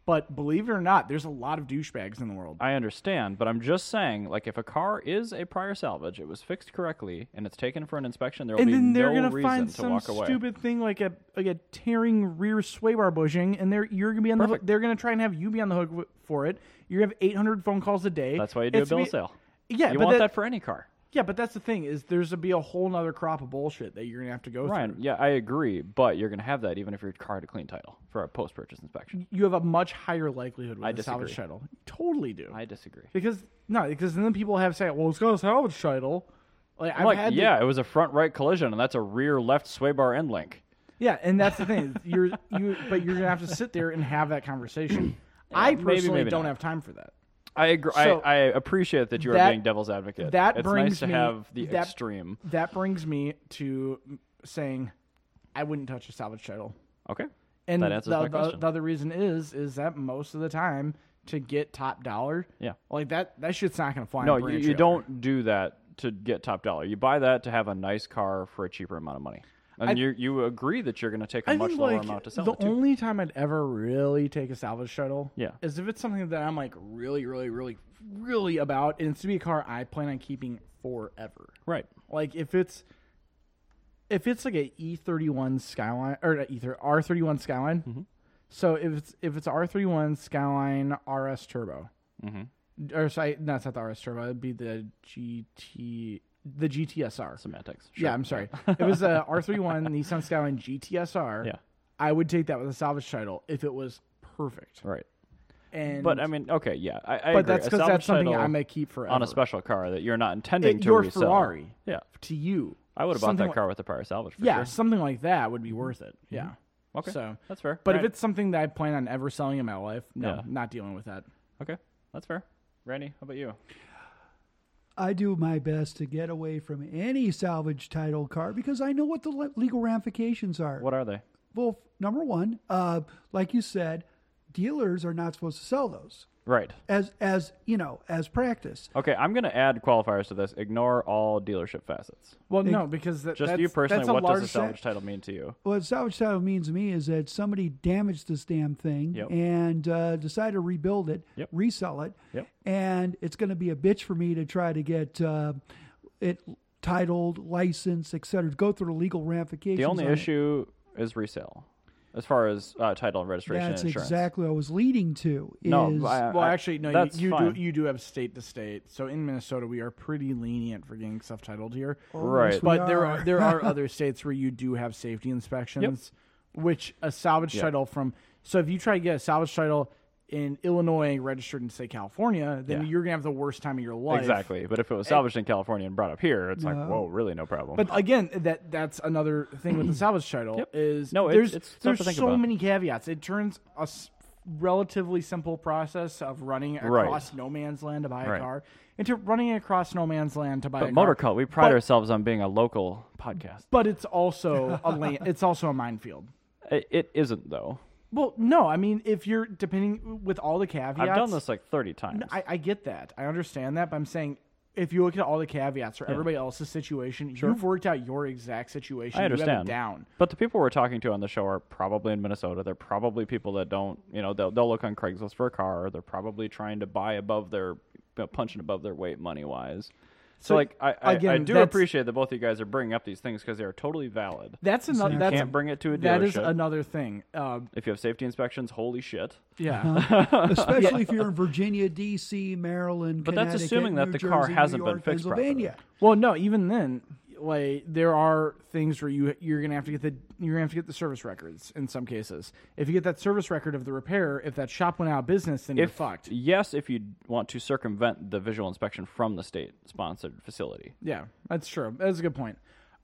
Speaker 2: But believe it or not, there's a lot of douchebags in the world.
Speaker 1: I understand, but I'm just saying, like, if a car is a prior salvage, it was fixed correctly, and it's taken for an inspection, there will
Speaker 2: and
Speaker 1: be
Speaker 2: then they're
Speaker 1: no
Speaker 2: gonna
Speaker 1: reason
Speaker 2: find
Speaker 1: to
Speaker 2: some
Speaker 1: walk away.
Speaker 2: stupid thing like a like a tearing rear sway bar bushing, and they're you're gonna be on the hook.
Speaker 1: Perfect.
Speaker 2: They're gonna try and have you be on the hook w- for it. You have 800 phone calls a day.
Speaker 1: That's why you do
Speaker 2: It's
Speaker 1: a bill
Speaker 2: be-
Speaker 1: of sale.
Speaker 2: Yeah,
Speaker 1: you
Speaker 2: but
Speaker 1: want
Speaker 2: that-
Speaker 1: that for any car.
Speaker 2: Yeah, but that's the thing is there's gonna be a whole nother crop of bullshit that you're gonna have to go through.
Speaker 1: Ryan, yeah, I agree, but you're going to have that even if your car had a clean title for a post purchase inspection.
Speaker 2: You have a much higher likelihood with
Speaker 1: I
Speaker 2: a salvage
Speaker 1: disagree.
Speaker 2: title. You totally do
Speaker 1: I disagree.
Speaker 2: because no, because then people have said, well, it's got a salvage title. Like I've
Speaker 1: I'm like,
Speaker 2: had the-
Speaker 1: yeah, it was a front right collision, and that's a rear left sway bar end link.
Speaker 2: Yeah, and that's the thing. is You're you, but you're gonna have to sit there and have that conversation. I
Speaker 1: maybe,
Speaker 2: personally
Speaker 1: maybe
Speaker 2: don't
Speaker 1: not.
Speaker 2: have time for that.
Speaker 1: I agree.
Speaker 2: So-
Speaker 1: I, I appreciate that you
Speaker 2: that-
Speaker 1: are being devil's advocate.
Speaker 2: that
Speaker 1: it's
Speaker 2: brings
Speaker 1: nice to
Speaker 2: me-
Speaker 1: have the
Speaker 2: that-
Speaker 1: extreme.
Speaker 2: That brings me to saying, I wouldn't touch a salvage title.
Speaker 1: Okay,
Speaker 2: And
Speaker 1: That answers
Speaker 2: the,
Speaker 1: my
Speaker 2: the-
Speaker 1: question.
Speaker 2: the other reason is is that most of the time to get top dollar,
Speaker 1: Yeah.
Speaker 2: like that that shit's not gonna fly.
Speaker 1: no,
Speaker 2: on a
Speaker 1: you,
Speaker 2: brand
Speaker 1: you
Speaker 2: trailer.
Speaker 1: don't do that to get top dollar. You buy that to have a nice car for a cheaper amount of money, and you you agree that you're going to take a
Speaker 2: I
Speaker 1: much
Speaker 2: think
Speaker 1: lower
Speaker 2: like
Speaker 1: amount to sell
Speaker 2: the
Speaker 1: it to.
Speaker 2: only time I'd ever really take a salvage shuttle,
Speaker 1: Yeah.
Speaker 2: is if it's something that I'm like really, really, really, really about, and it's to be a car I plan on keeping forever.
Speaker 1: right.
Speaker 2: Like if it's if it's like a E thirty one skyline or not E R thirty one skyline.
Speaker 1: Mm-hmm.
Speaker 2: So if it's if it's R thirty one skyline RS turbo, mm-hmm. or sorry, no, it's not the RS turbo. It'd be the GT the GTSR.
Speaker 1: Semantics. Sure.
Speaker 2: Yeah, I'm sorry. it was a R thirty one Nissan Skyline GTSR.
Speaker 1: Yeah.
Speaker 2: I would take that with a salvage title if it was perfect.
Speaker 1: Right.
Speaker 2: And
Speaker 1: But I mean, okay, yeah, I, I
Speaker 2: but
Speaker 1: agree.
Speaker 2: that's
Speaker 1: A
Speaker 2: because
Speaker 1: salvage
Speaker 2: that's something
Speaker 1: title
Speaker 2: I'm gonna keep forever.
Speaker 1: on a special car that you're not intending
Speaker 2: It-
Speaker 1: to
Speaker 2: your
Speaker 1: resell.
Speaker 2: Ferrari.
Speaker 1: Yeah,
Speaker 2: to you.
Speaker 1: I would have bought
Speaker 2: something
Speaker 1: that
Speaker 2: like-
Speaker 1: car with a prior salvage. For
Speaker 2: yeah,
Speaker 1: sure.
Speaker 2: something like that would be worth it. Yeah.
Speaker 1: Okay.
Speaker 2: So,
Speaker 1: That's fair.
Speaker 2: but
Speaker 1: Right.
Speaker 2: if it's something that I plan on ever selling in my life, no,
Speaker 1: Yeah.
Speaker 2: not dealing with that.
Speaker 1: okay, that's fair. Randy, how about you?
Speaker 3: I do my best to get away from any salvage title car because I know what the le- legal ramifications are.
Speaker 1: What are they?
Speaker 3: Well, f- number one, uh, like you said, dealers are not supposed to sell those
Speaker 1: Right.
Speaker 3: as as you know as practice.
Speaker 1: Okay, I'm going to add qualifiers to this. Ignore all dealership facets.
Speaker 2: Well, no, because that,
Speaker 1: Just
Speaker 2: that's,
Speaker 1: you personally,
Speaker 2: that's a
Speaker 1: what
Speaker 2: large
Speaker 1: does a salvage title mean to you?
Speaker 3: What salvage title means to me is that somebody damaged this damn thing
Speaker 1: Yep.
Speaker 3: and uh, decided to rebuild it,
Speaker 1: Yep.
Speaker 3: resell it,
Speaker 1: Yep.
Speaker 3: and it's going to be a bitch for me to try to get uh, it titled, licensed, et cetera. Go through the legal ramifications.
Speaker 1: The only
Speaker 3: on it.
Speaker 1: issue is resale, as far as uh, title and registration
Speaker 3: That's
Speaker 1: and insurance.
Speaker 3: exactly what I was leading to. Is
Speaker 1: no, I-
Speaker 2: Well,
Speaker 1: I-
Speaker 2: actually, no,
Speaker 1: that's
Speaker 2: you, you
Speaker 1: fine.
Speaker 2: do you do have state to state. So in Minnesota, we are pretty lenient for getting stuff titled here.
Speaker 1: right.
Speaker 3: yes, we
Speaker 2: but there are
Speaker 3: are.
Speaker 2: there are other states where you do have safety inspections, which a salvage title from. So if you try to get a salvage title in Illinois registered in say California, then
Speaker 1: Yeah.
Speaker 2: you're gonna have the worst time of your life.
Speaker 1: exactly. But if it was salvaged in California and brought up here, it's like, whoa, really, no problem.
Speaker 2: But again, that that's another thing with the salvage title
Speaker 1: Yep.
Speaker 2: is
Speaker 1: No, it-
Speaker 2: there's
Speaker 1: it's stuff to
Speaker 2: there's
Speaker 1: think
Speaker 2: so
Speaker 1: about.
Speaker 2: many caveats. It turns a s- relatively simple process of running
Speaker 1: Right.
Speaker 2: across no man's land to buy a
Speaker 1: Right.
Speaker 2: car into running across no man's land to buy
Speaker 1: but
Speaker 2: a
Speaker 1: Motor
Speaker 2: car.
Speaker 1: Cult, we pride
Speaker 2: But-
Speaker 1: ourselves on being a local podcast.
Speaker 2: But it's also a land, it's also a minefield.
Speaker 1: It, it isn't though.
Speaker 2: Well, no, I mean if you're depending with all the caveats,
Speaker 1: I've done this like 30 times.
Speaker 2: I, I get that. I understand that, but I'm saying if you look at all the caveats for everybody else's situation, you've worked out your exact situation.
Speaker 1: I
Speaker 2: You have it
Speaker 1: understand.
Speaker 2: down.
Speaker 1: But the people we're talking to on the show are probably in Minnesota. They're probably people that don't, you know, they'll, they'll look on Craigslist for a car. They're probably trying to buy above their, uh, punching above their weight money wise. So,
Speaker 2: So,
Speaker 1: like, I, I, I
Speaker 2: again,
Speaker 1: do
Speaker 2: that's-
Speaker 1: appreciate that both of you guys are bringing up these things because they are totally valid.
Speaker 2: That's another.
Speaker 1: You
Speaker 2: that's
Speaker 1: can't bring it to a dealership.
Speaker 2: That is another thing. Um,
Speaker 1: if you have safety inspections, holy shit.
Speaker 2: yeah.
Speaker 1: Uh-huh.
Speaker 3: especially if you're in Virginia, D.C., Maryland,
Speaker 1: But that's
Speaker 3: Connecticut,
Speaker 1: assuming that
Speaker 3: New
Speaker 1: the car
Speaker 3: Jersey, New
Speaker 1: hasn't been
Speaker 3: York,
Speaker 1: fixed properly.
Speaker 3: Pennsylvania.
Speaker 2: well, no, even then, like there are things where you you're gonna have to get the you're gonna have to get the service records in some cases. If you get that service record of the repair, if that shop went out of business, then you're
Speaker 1: If-
Speaker 2: fucked.
Speaker 1: Yes, if you want to circumvent the visual inspection from the state sponsored facility.
Speaker 2: Yeah, that's true. That's a good point.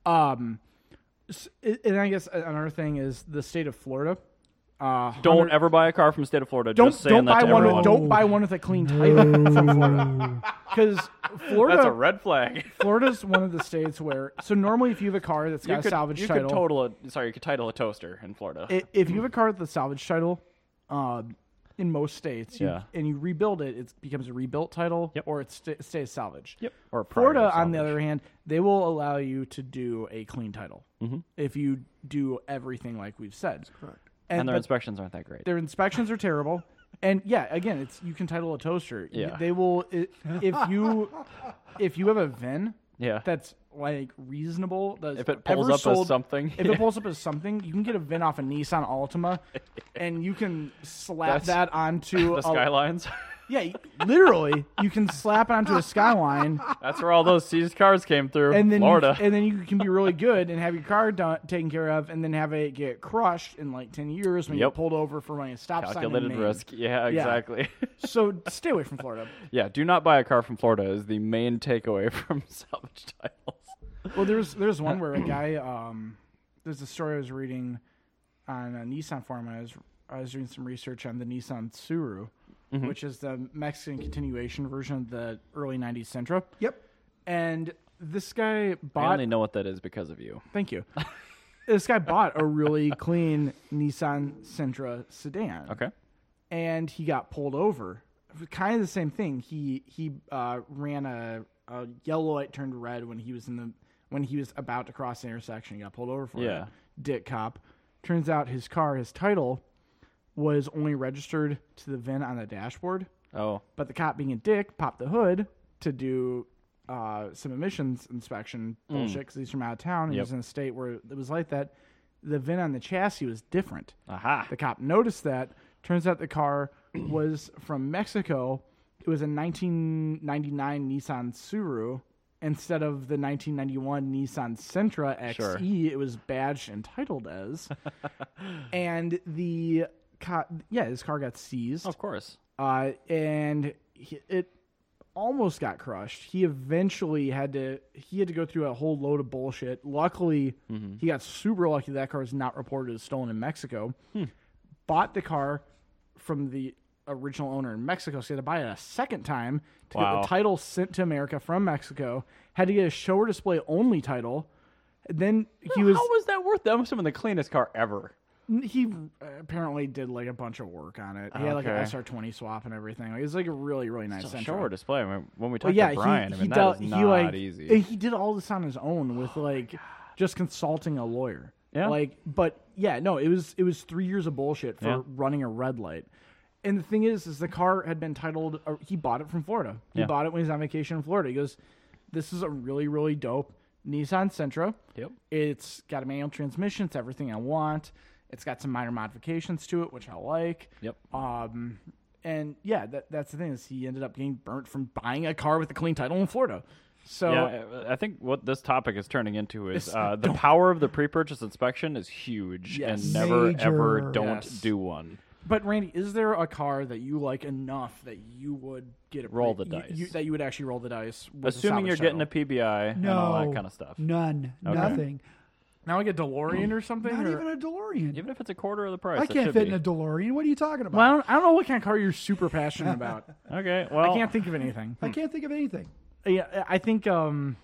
Speaker 2: Um, s- and I guess uh, another thing is the state of Florida. Uh,
Speaker 1: Don't
Speaker 2: hundred-
Speaker 1: ever buy a car from the state of Florida.
Speaker 2: don't
Speaker 1: just saying
Speaker 2: don't
Speaker 1: that
Speaker 2: buy
Speaker 1: to
Speaker 2: one with,
Speaker 1: everyone.
Speaker 2: don't buy one with a clean title from Florida because Florida
Speaker 1: That's a red flag.
Speaker 2: Florida's one of the states where so normally if you have a car that's got
Speaker 1: you
Speaker 2: a
Speaker 1: could,
Speaker 2: salvage
Speaker 1: you
Speaker 2: title,
Speaker 1: could total a sorry, you could title a toaster in Florida.
Speaker 2: i- if you have a car with a salvage title, um, in most states, you,
Speaker 1: Yeah.
Speaker 2: and you rebuild it, it becomes a rebuilt title,
Speaker 1: Yep.
Speaker 2: or it st- stays salvage.
Speaker 1: Yep. Or prior to
Speaker 2: Florida, on the
Speaker 1: salvage.
Speaker 2: other hand, they will allow you to do a clean title
Speaker 1: Mm-hmm.
Speaker 2: if you do everything like we've said. correct. And,
Speaker 1: and their
Speaker 2: but
Speaker 1: inspections aren't that great.
Speaker 2: their inspections are terrible. And yeah, again, it's you can title a toaster. Y-
Speaker 1: Yeah.
Speaker 2: They will i- if you if you have a VIN
Speaker 1: Yeah.
Speaker 2: that's like reasonable. That's
Speaker 1: If it pulls
Speaker 2: ever
Speaker 1: up as
Speaker 2: sold-
Speaker 1: something.
Speaker 2: If it pulls up as something, you can get a VIN off a Nissan Altima, and you can slap
Speaker 1: That's-
Speaker 2: that
Speaker 1: the
Speaker 2: onto a,
Speaker 1: skylines.
Speaker 2: Yeah, literally, you can slap it onto a skyline,
Speaker 1: That's where all those seized cars came through.
Speaker 2: and then
Speaker 1: Florida.
Speaker 2: You, and then you can be really good and have your car done, taken care of, and then have it get crushed in like ten years when you
Speaker 1: Yep.
Speaker 2: get pulled over for running a stop sign. in
Speaker 1: Calculated
Speaker 2: Maine.
Speaker 1: risk. Yeah, exactly.
Speaker 2: So stay away from Florida.
Speaker 1: yeah, do not buy a car from Florida is the main takeaway from salvage titles.
Speaker 2: Well, there's there's one where a guy um, there's a story I was reading on a Nissan forum. I was I was doing some research on the Nissan Suru, which is the Mexican continuation version of the early '90s Sentra,
Speaker 3: Yep.
Speaker 2: and this guy
Speaker 1: I
Speaker 2: bought.
Speaker 1: only know what that is because of you.
Speaker 2: Thank you. this guy bought a really clean Nissan Sentra sedan.
Speaker 1: Okay.
Speaker 2: and he got pulled over. Kind of the same thing. He he uh, ran a, a yellow light turned red when he was in the when he was about to cross the intersection. He got pulled over for
Speaker 1: Yeah.
Speaker 2: it. Dick cop. Turns out his car, his title, was only registered to the VIN on the dashboard.
Speaker 1: Oh,
Speaker 2: But the cop, being a dick, popped the hood to do uh, some emissions inspection bullshit because he's from out of town. He
Speaker 1: Mm. Yep.
Speaker 2: was in a state where it was like that. The VIN on the chassis was different.
Speaker 1: aha.
Speaker 2: The cop noticed that. Turns out the car was from Mexico. It was a 1999 Nissan Suru instead of the 1991 Nissan Sentra XE.
Speaker 1: Sure.
Speaker 2: It was badged and titled as. and the co- yeah, his car got seized
Speaker 1: Of course.
Speaker 2: uh, and he, it almost got crushed. He eventually had to he had to go through a whole load of bullshit. Luckily,
Speaker 1: Mm-hmm.
Speaker 2: he got super lucky that car was not reported as stolen in Mexico.
Speaker 1: Hmm.
Speaker 2: Bought the car from the original owner in Mexico, so he had to buy it a second time to
Speaker 1: Wow.
Speaker 2: get the title sent to America from Mexico. Had to get a show or display only title. Then he was
Speaker 1: How was that worth? That must have been the cleanest car ever.
Speaker 2: he uh, apparently did like a bunch of work on it. He had like
Speaker 1: Okay.
Speaker 2: an SR20 swap and everything. Like, it was like a really really nice. Sentra.
Speaker 1: Sure display. I mean, when we talked
Speaker 2: But yeah,
Speaker 1: to Brian,
Speaker 2: he,
Speaker 1: I mean
Speaker 2: he
Speaker 1: that
Speaker 2: dealt-
Speaker 1: is
Speaker 2: he
Speaker 1: not
Speaker 2: like
Speaker 1: easy. Oh
Speaker 2: and he did all this on his own with like just consulting a lawyer.
Speaker 1: Yeah.
Speaker 2: Like, but yeah, no, it was it was three years of bullshit for
Speaker 1: Yeah.
Speaker 2: running a red light. And the thing is, is the car had been titled. Or he bought it from Florida. He
Speaker 1: Yeah.
Speaker 2: bought it when he was on vacation in Florida. He goes, "This is a really really dope Nissan Sentra.
Speaker 1: Yep.
Speaker 2: It's got a manual transmission. It's everything I want. It's got some minor modifications to it, which I like.
Speaker 1: Yep.
Speaker 2: Um, and yeah, that, that's the thing is he ended up getting burnt from buying a car with a clean title in Florida. So
Speaker 1: Yeah, I I think what this topic is turning into is uh, the power of the pre-purchase inspection is huge,
Speaker 2: Yes.
Speaker 1: and never ever
Speaker 3: Major.
Speaker 1: don't
Speaker 2: Yes.
Speaker 1: do one.
Speaker 2: But Randy, is there a car that you like enough that you would get a
Speaker 1: Roll
Speaker 2: pre-
Speaker 1: the
Speaker 2: you-
Speaker 1: dice.
Speaker 2: you- that you would actually roll the dice? With
Speaker 1: Assuming you're getting a
Speaker 2: a. salvage
Speaker 1: PBI and
Speaker 3: No.
Speaker 1: all that kind of stuff.
Speaker 3: None. Nothing.
Speaker 2: title? now like a DeLorean or something.
Speaker 3: Not
Speaker 2: or-
Speaker 3: even a DeLorean.
Speaker 1: Even if it's a quarter of the price,
Speaker 3: I
Speaker 1: it
Speaker 3: can't
Speaker 1: should
Speaker 3: fit
Speaker 1: be.
Speaker 3: in a DeLorean. What are you talking about?
Speaker 2: well, I don't, I don't know what kind of car you're super passionate about.
Speaker 1: Okay, well,
Speaker 3: Oh.
Speaker 2: I can't think of anything.
Speaker 3: I can't think of anything.
Speaker 2: Yeah, I think. um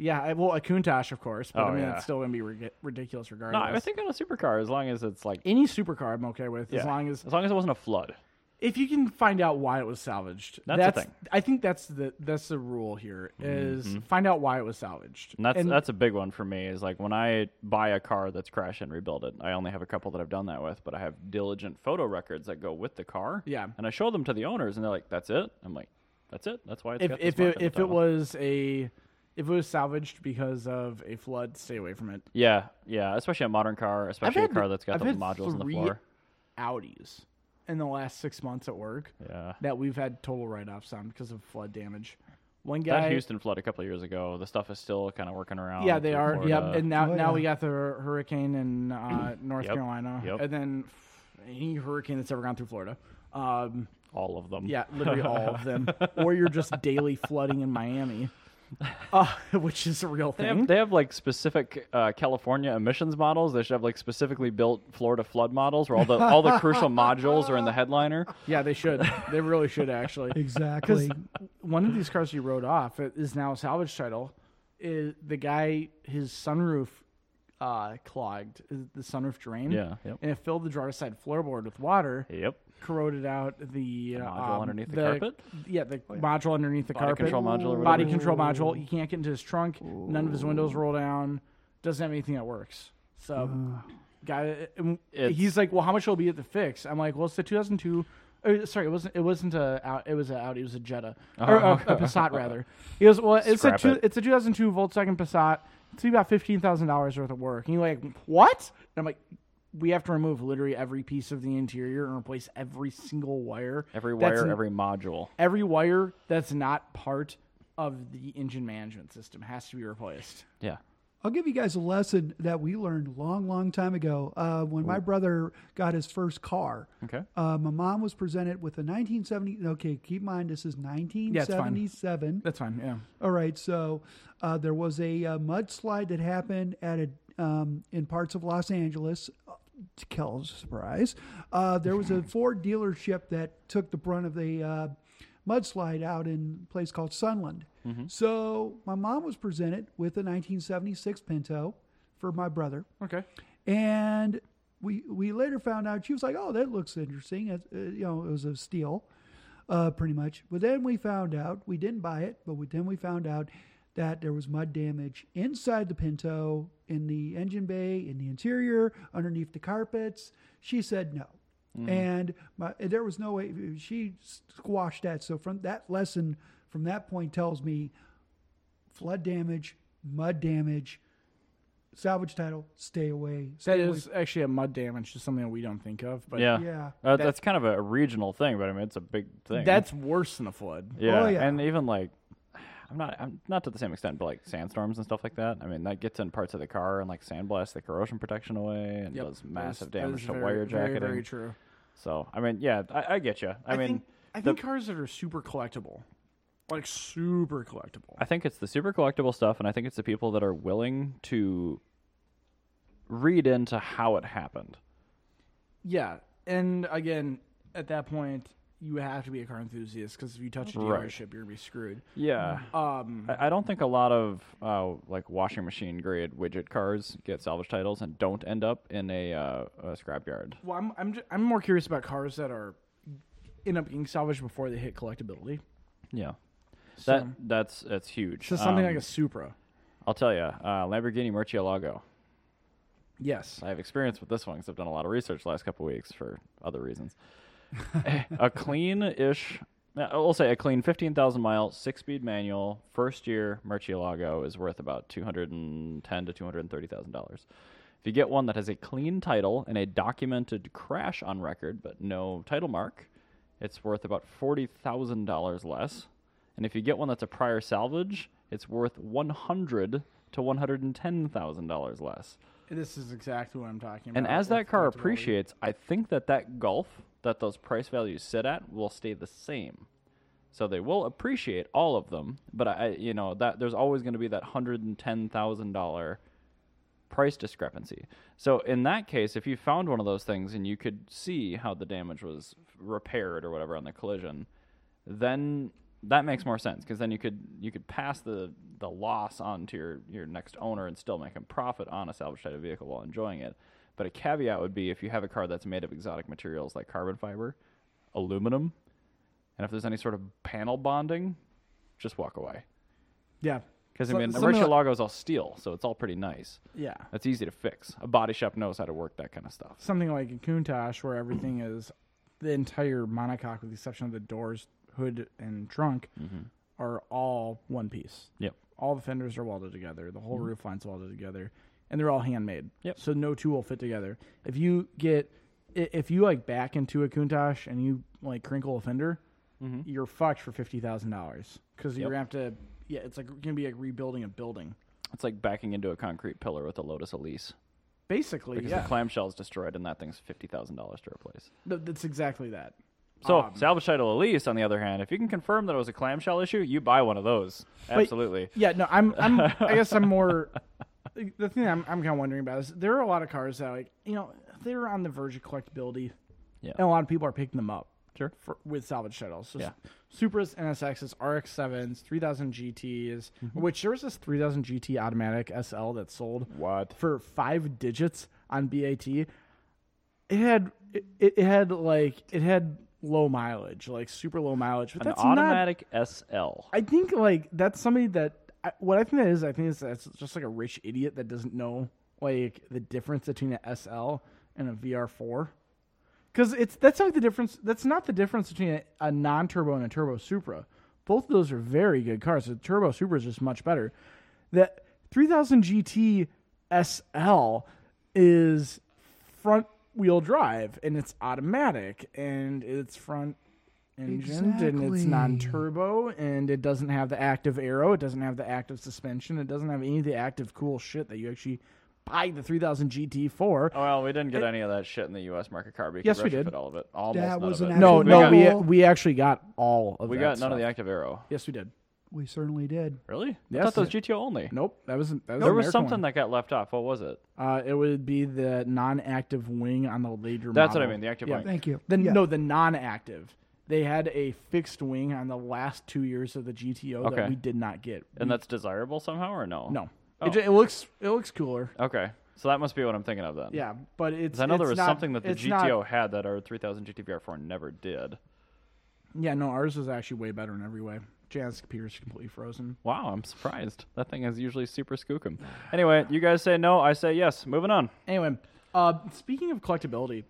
Speaker 2: yeah, I- well, a Countach, of course, but
Speaker 1: Oh,
Speaker 2: I mean
Speaker 1: yeah.
Speaker 2: that's still gonna be rig- ridiculous
Speaker 1: no,
Speaker 2: regardless.
Speaker 1: I think on a supercar, as long as it's like,
Speaker 2: any supercar I'm okay with,
Speaker 1: yeah,
Speaker 2: as long as
Speaker 1: as long as it wasn't a flood.
Speaker 2: if you can find out why it was salvaged,
Speaker 1: That's the thing. Mm-hmm.
Speaker 2: I think that's the that's the rule here is find out why it was salvaged.
Speaker 1: And that's that's a big one for me. Is like when I buy a car that's crashed and rebuild it. I only have a couple that I've done that with, but I have diligent photo records that go with the car.
Speaker 2: Yeah.
Speaker 1: and I show them to the owners, and they're like, "That's it." I'm like, "That's it. That's why it's
Speaker 2: if
Speaker 1: got this
Speaker 2: if
Speaker 1: mark
Speaker 2: it,
Speaker 1: on the
Speaker 2: if it
Speaker 1: title."
Speaker 2: was a if it was salvaged because of a flood, stay away from it.
Speaker 1: Yeah, yeah, especially a modern car, especially a
Speaker 2: had-
Speaker 1: car that's got
Speaker 2: I've
Speaker 1: the
Speaker 2: had
Speaker 1: modules on the
Speaker 2: three-
Speaker 1: floor.
Speaker 2: Audis in the last six months at work
Speaker 1: Yeah,
Speaker 2: that we've had total write offs on because of flood damage. One guy.
Speaker 1: That Houston flood a couple years ago, the stuff is still kind of working around.
Speaker 2: Yeah, they
Speaker 1: through
Speaker 2: are.
Speaker 1: Florida.
Speaker 2: Yep. And now,
Speaker 3: Oh,
Speaker 2: now
Speaker 3: yeah.
Speaker 2: we got the hur- hurricane in uh, North
Speaker 1: Yep.
Speaker 2: Carolina,
Speaker 1: Yep.
Speaker 2: and then any hurricane that's ever gone through Florida. Um,
Speaker 1: all of them.
Speaker 2: yeah, literally all of them. Or you're just daily flooding in Miami, uh, which is a real
Speaker 1: They
Speaker 2: thing.
Speaker 1: have, they have like specific uh, California emissions models. They should have like specifically built Florida flood models where all the all the crucial modules are in the headliner.
Speaker 2: Yeah, they should. They really should actually.
Speaker 3: Exactly.
Speaker 2: One of these cars you wrote off it is now a salvage title. Is the guy his sunroof uh, clogged? The sunroof drain.
Speaker 1: Yeah, yep.
Speaker 2: And it filled the driver's side floorboard with water.
Speaker 1: Yep.
Speaker 2: corroded out the, uh,
Speaker 1: module
Speaker 2: um,
Speaker 1: underneath the carpet?
Speaker 2: Yeah, the module underneath the
Speaker 1: Body
Speaker 2: carpet.
Speaker 1: control module or
Speaker 2: Body
Speaker 1: whatever.
Speaker 2: control module. You can't get into his trunk. None of his windows roll down. Doesn't have anything that works. So, guy, and
Speaker 1: It's-
Speaker 2: he's like, "Well, how much will it be at the fix?" I'm like, "Well, it's the 2002." Or, uh, sorry, it wasn't. It wasn't a. Out, it was a Audi. It was a Jetta or a,
Speaker 1: Uh-huh.
Speaker 2: a Passat rather. He goes, "Well, it's
Speaker 1: Scrap
Speaker 2: a two,
Speaker 1: it.
Speaker 2: it's a 2002 Volkswagen Passat. It's about fifteen thousand dollars worth of work." And you're like, "What?" And I'm like, "We have to remove literally every piece of the interior and replace every single wire.
Speaker 1: Every
Speaker 2: that's
Speaker 1: wire,
Speaker 2: n-
Speaker 1: every module.
Speaker 2: every wire that's not part of the engine management system has to be replaced."
Speaker 1: Yeah.
Speaker 3: I'll give you guys a lesson that we learned a long, long time ago. Uh, when my brother got his first car,
Speaker 1: Okay.
Speaker 3: uh, my mom was presented with a 1970. Okay, keep in mind this
Speaker 2: it's
Speaker 3: is
Speaker 2: fine.
Speaker 3: 1977.
Speaker 2: That's fine. Yeah.
Speaker 3: All right, so uh, there was a uh, mudslide that happened at a um, in parts of Los Angeles. uh, To Kel's surprise, uh, there was a Ford dealership that took the brunt of the uh, mudslide out in a place called Sunland. So my mom was presented with a 1976 Pinto for my brother.
Speaker 2: Okay.
Speaker 3: And we we later found out she was like, "Oh, that looks interesting." It, uh, you know, it was a steal, uh, pretty much. But then we found out we didn't buy it, but we, then we found out that there was mud damage inside the Pinto, in the engine bay, in the interior, underneath the carpets. She said no.
Speaker 1: Mm-hmm.
Speaker 3: And my, there was no way she squashed that. So from that lesson, from that point, tells me flood damage, mud damage, salvage title, stay away. Stay
Speaker 2: That
Speaker 3: away
Speaker 2: is actually a mud damage, just something that we don't think of. But
Speaker 1: yeah.
Speaker 3: yeah.
Speaker 1: Uh, that's, kind of a regional thing, but I mean, it's a big thing.
Speaker 2: that's worse than a flood.
Speaker 1: yeah.
Speaker 3: Oh, yeah.
Speaker 1: And even like, I'm not, I'm not to the same extent, but like sandstorms and stuff like that. I mean, that gets in parts of the car and like sandblasts the corrosion protection away and
Speaker 2: Yep.
Speaker 1: does
Speaker 2: That
Speaker 1: massive
Speaker 2: is- that
Speaker 1: damage
Speaker 2: is
Speaker 1: to
Speaker 2: very-
Speaker 1: wire
Speaker 2: very,
Speaker 1: jacketing.
Speaker 2: Very, true.
Speaker 1: So I mean, yeah, I, I get you. I, mean,
Speaker 2: think, I
Speaker 1: the-
Speaker 2: think cars that are super collectible, like super collectible.
Speaker 1: I think it's the super collectible stuff, and I think it's the people that are willing to read into how it happened.
Speaker 2: Yeah, and again, at that point, you have to be a car enthusiast because if you touch a dealership,
Speaker 1: Right.
Speaker 2: you're gonna be screwed.
Speaker 1: Yeah,
Speaker 2: Um,
Speaker 1: Mm. I, I don't think a lot of uh, like washing machine grade widget cars get salvage titles and don't end up in a, uh, a scrapyard.
Speaker 2: well, I'm I'm ju- I'm more curious about cars that are end up getting salvaged before they hit collectability.
Speaker 1: Yeah,
Speaker 2: So,
Speaker 1: that that's that's huge.
Speaker 2: so something
Speaker 1: Um,
Speaker 2: like a Supra.
Speaker 1: I'll tell you, uh, Lamborghini Murcielago.
Speaker 2: Yes.
Speaker 1: I have experience with this one because I've done a lot of research the last couple weeks for other reasons. a clean-ish, I will say a clean 15,000 mile six-speed manual first year Murcielago is worth about 210 to 230 thousand dollars. If you get one that has a clean title and a documented crash on record but no title mark, it's worth about forty thousand dollars less. And if you get one that's a prior salvage, it's worth one hundred to one hundred and ten thousand dollars less.
Speaker 2: This is exactly what I'm talking about.
Speaker 1: And as that
Speaker 2: with
Speaker 1: car
Speaker 2: collectibility.
Speaker 1: appreciates, I think that that gulf that those price values sit at will stay the same. So they will appreciate all of them, but I, you know, that there's always going to be that hundred and ten thousand dollar price discrepancy. So in that case, if you found one of those things and you could see how the damage was repaired or whatever on the collision, then that makes more sense because then you could you could pass the the loss on to your your next owner and still make a profit on a salvage title vehicle while enjoying it. But a caveat would be if you have a car that's made of exotic materials like carbon fiber, aluminum, and if there's any sort of panel bonding, just walk away.
Speaker 2: yeah,
Speaker 1: Because
Speaker 2: So-
Speaker 1: I mean, a
Speaker 2: some of the-
Speaker 1: Murcielago is all steel, so it's all pretty nice.
Speaker 2: yeah.
Speaker 1: That's easy to fix. A body shop knows how to work that kind of stuff.
Speaker 2: something like a Countach where everything is the entire monocoque with the exception of the doors, hood, and trunk
Speaker 1: Mm-hmm.
Speaker 2: are all one piece.
Speaker 1: Yep.
Speaker 2: All the fenders are welded together. The whole roof line's welded together, and they're all handmade.
Speaker 1: Mm-hmm. Yep.
Speaker 2: So no two will fit together. If you get i- if you like back into a Countach and you like crinkle a fender, you're fucked for fifty thousand dollars because you're
Speaker 1: Mm-hmm. Yep.
Speaker 2: gonna have to. Yeah, it's like gonna be like rebuilding a building.
Speaker 1: It's like backing into a concrete pillar with a Lotus Elise
Speaker 2: Basically,
Speaker 1: because
Speaker 2: yeah,
Speaker 1: the clamshell's destroyed and that thing's fifty thousand dollars to replace.
Speaker 2: No, that's exactly that.
Speaker 1: So
Speaker 2: Um,
Speaker 1: salvage title Elise, on the other hand, if you can confirm that it was a clamshell issue, you buy one of those. Absolutely.
Speaker 2: Yeah, no, I'm, I'm, I guess I'm more. The thing I'm, I'm kind of wondering about is there are a lot of cars that, like, you know, they're on the verge of collectability.
Speaker 1: Yeah.
Speaker 2: And a lot of people are picking them up.
Speaker 1: Sure.
Speaker 2: For, with salvage shuttles. So
Speaker 1: Yeah.
Speaker 2: Supras, NSXs, RX7s, 3000 GTs,
Speaker 1: Mm-hmm.
Speaker 2: which there was this 3000 GT automatic SL that sold
Speaker 1: What?
Speaker 2: for five digits on BAT. It had, it, it had like, it had low mileage, like super low mileage. But
Speaker 1: An
Speaker 2: that's not
Speaker 1: automatic SL.
Speaker 2: I think like that's somebody that I, what I think that is. I think is that's just like a rich idiot that doesn't know like the difference between a SL and a VR4. Because it's that's not the difference. That's not the difference between a, a non-turbo and a turbo Supra. Both of those are very good cars. The turbo Supra is just much better. That 3000 GT SL is front wheel drive and it's automatic and it's front engined and it's
Speaker 3: Exactly.
Speaker 2: non-turbo and it doesn't have the active aero. It doesn't have the active suspension. It doesn't have any of the active cool shit that you actually buy the 3000 GT for.
Speaker 1: Oh, well, we didn't get any of that shit in the U.S. market car. We could
Speaker 2: Yes, we
Speaker 1: retrofit
Speaker 2: did.
Speaker 1: All of it. Almost
Speaker 3: That
Speaker 1: none
Speaker 3: was
Speaker 1: of
Speaker 3: an
Speaker 1: it.
Speaker 3: act-
Speaker 2: No,
Speaker 1: We
Speaker 2: no,
Speaker 1: got-
Speaker 2: we
Speaker 3: all-
Speaker 2: we actually got all of
Speaker 1: We
Speaker 2: that
Speaker 1: got none of the
Speaker 2: stuff.
Speaker 1: active arrow.
Speaker 2: Yes, we did.
Speaker 3: We certainly did.
Speaker 1: Really? I
Speaker 2: Yes,
Speaker 1: thought those
Speaker 2: it-
Speaker 1: GTO only.
Speaker 2: Nope, that was that was
Speaker 1: There was something that got left off. What was it?
Speaker 2: That... Uh, it would be the non-active wing on the later.
Speaker 1: That's what I
Speaker 2: model.
Speaker 1: mean, the active wing.
Speaker 3: Thank you.
Speaker 2: The
Speaker 3: Yeah.
Speaker 2: no, the non-active. They had a fixed wing on the last two years of the GTO
Speaker 1: Okay.
Speaker 2: that we did not get.
Speaker 1: And that's desirable somehow, or no?
Speaker 2: Mm. No,
Speaker 1: Oh.
Speaker 2: it, ju- it looks it looks cooler.
Speaker 1: Okay, so that must be what I'm thinking of then.
Speaker 2: Yeah, but it's.
Speaker 1: Because I know
Speaker 2: it's
Speaker 1: there was
Speaker 2: not-
Speaker 1: something that the
Speaker 2: it's not-
Speaker 1: GTO had that our 3000 GTBR4 never did.
Speaker 2: yeah, no, ours was actually way better in every way. Jan's computer's completely frozen.
Speaker 1: Wow, I'm surprised. That thing is usually super skookum. Anyway, you guys say no, I say yes. Moving on.
Speaker 2: Anyway, uh, speaking of collectability,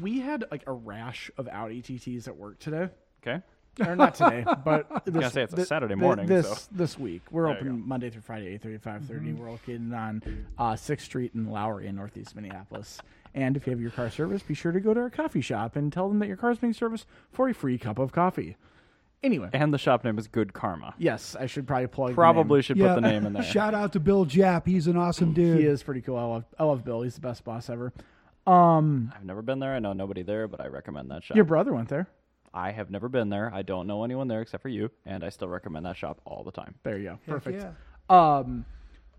Speaker 2: we had like a rash of Audi TTs at work today.
Speaker 1: Okay.
Speaker 2: or not today, but this,
Speaker 1: gonna say it's a
Speaker 2: thi-
Speaker 1: Saturday
Speaker 2: thi-
Speaker 1: morning,
Speaker 2: This
Speaker 1: so.
Speaker 2: this week we're
Speaker 1: you Mm-hmm.
Speaker 2: open Monday through Friday, eight thirty, five thirty. We're located on uh, Sixth Street in Lowry in Northeast Minneapolis. And if you have your car serviced, be sure to go to our coffee shop and tell them that your car is being serviced for a free cup of coffee. Anyway,
Speaker 1: And the shop name is Good Karma.
Speaker 2: yes, I should probably plug. the name.
Speaker 1: Probably should put the name in there.
Speaker 3: Shout out to Bill Japp. He's an awesome dude.
Speaker 2: he is pretty cool. I love I love Bill. He's the best boss ever.
Speaker 1: I've never been there. I know nobody there, but I recommend that shop.
Speaker 2: Your brother went there.
Speaker 1: I have never been there. I don't know anyone there except for you, and I still recommend that shop all the time.
Speaker 2: There you go. Perfect.
Speaker 3: yeah.
Speaker 2: Um,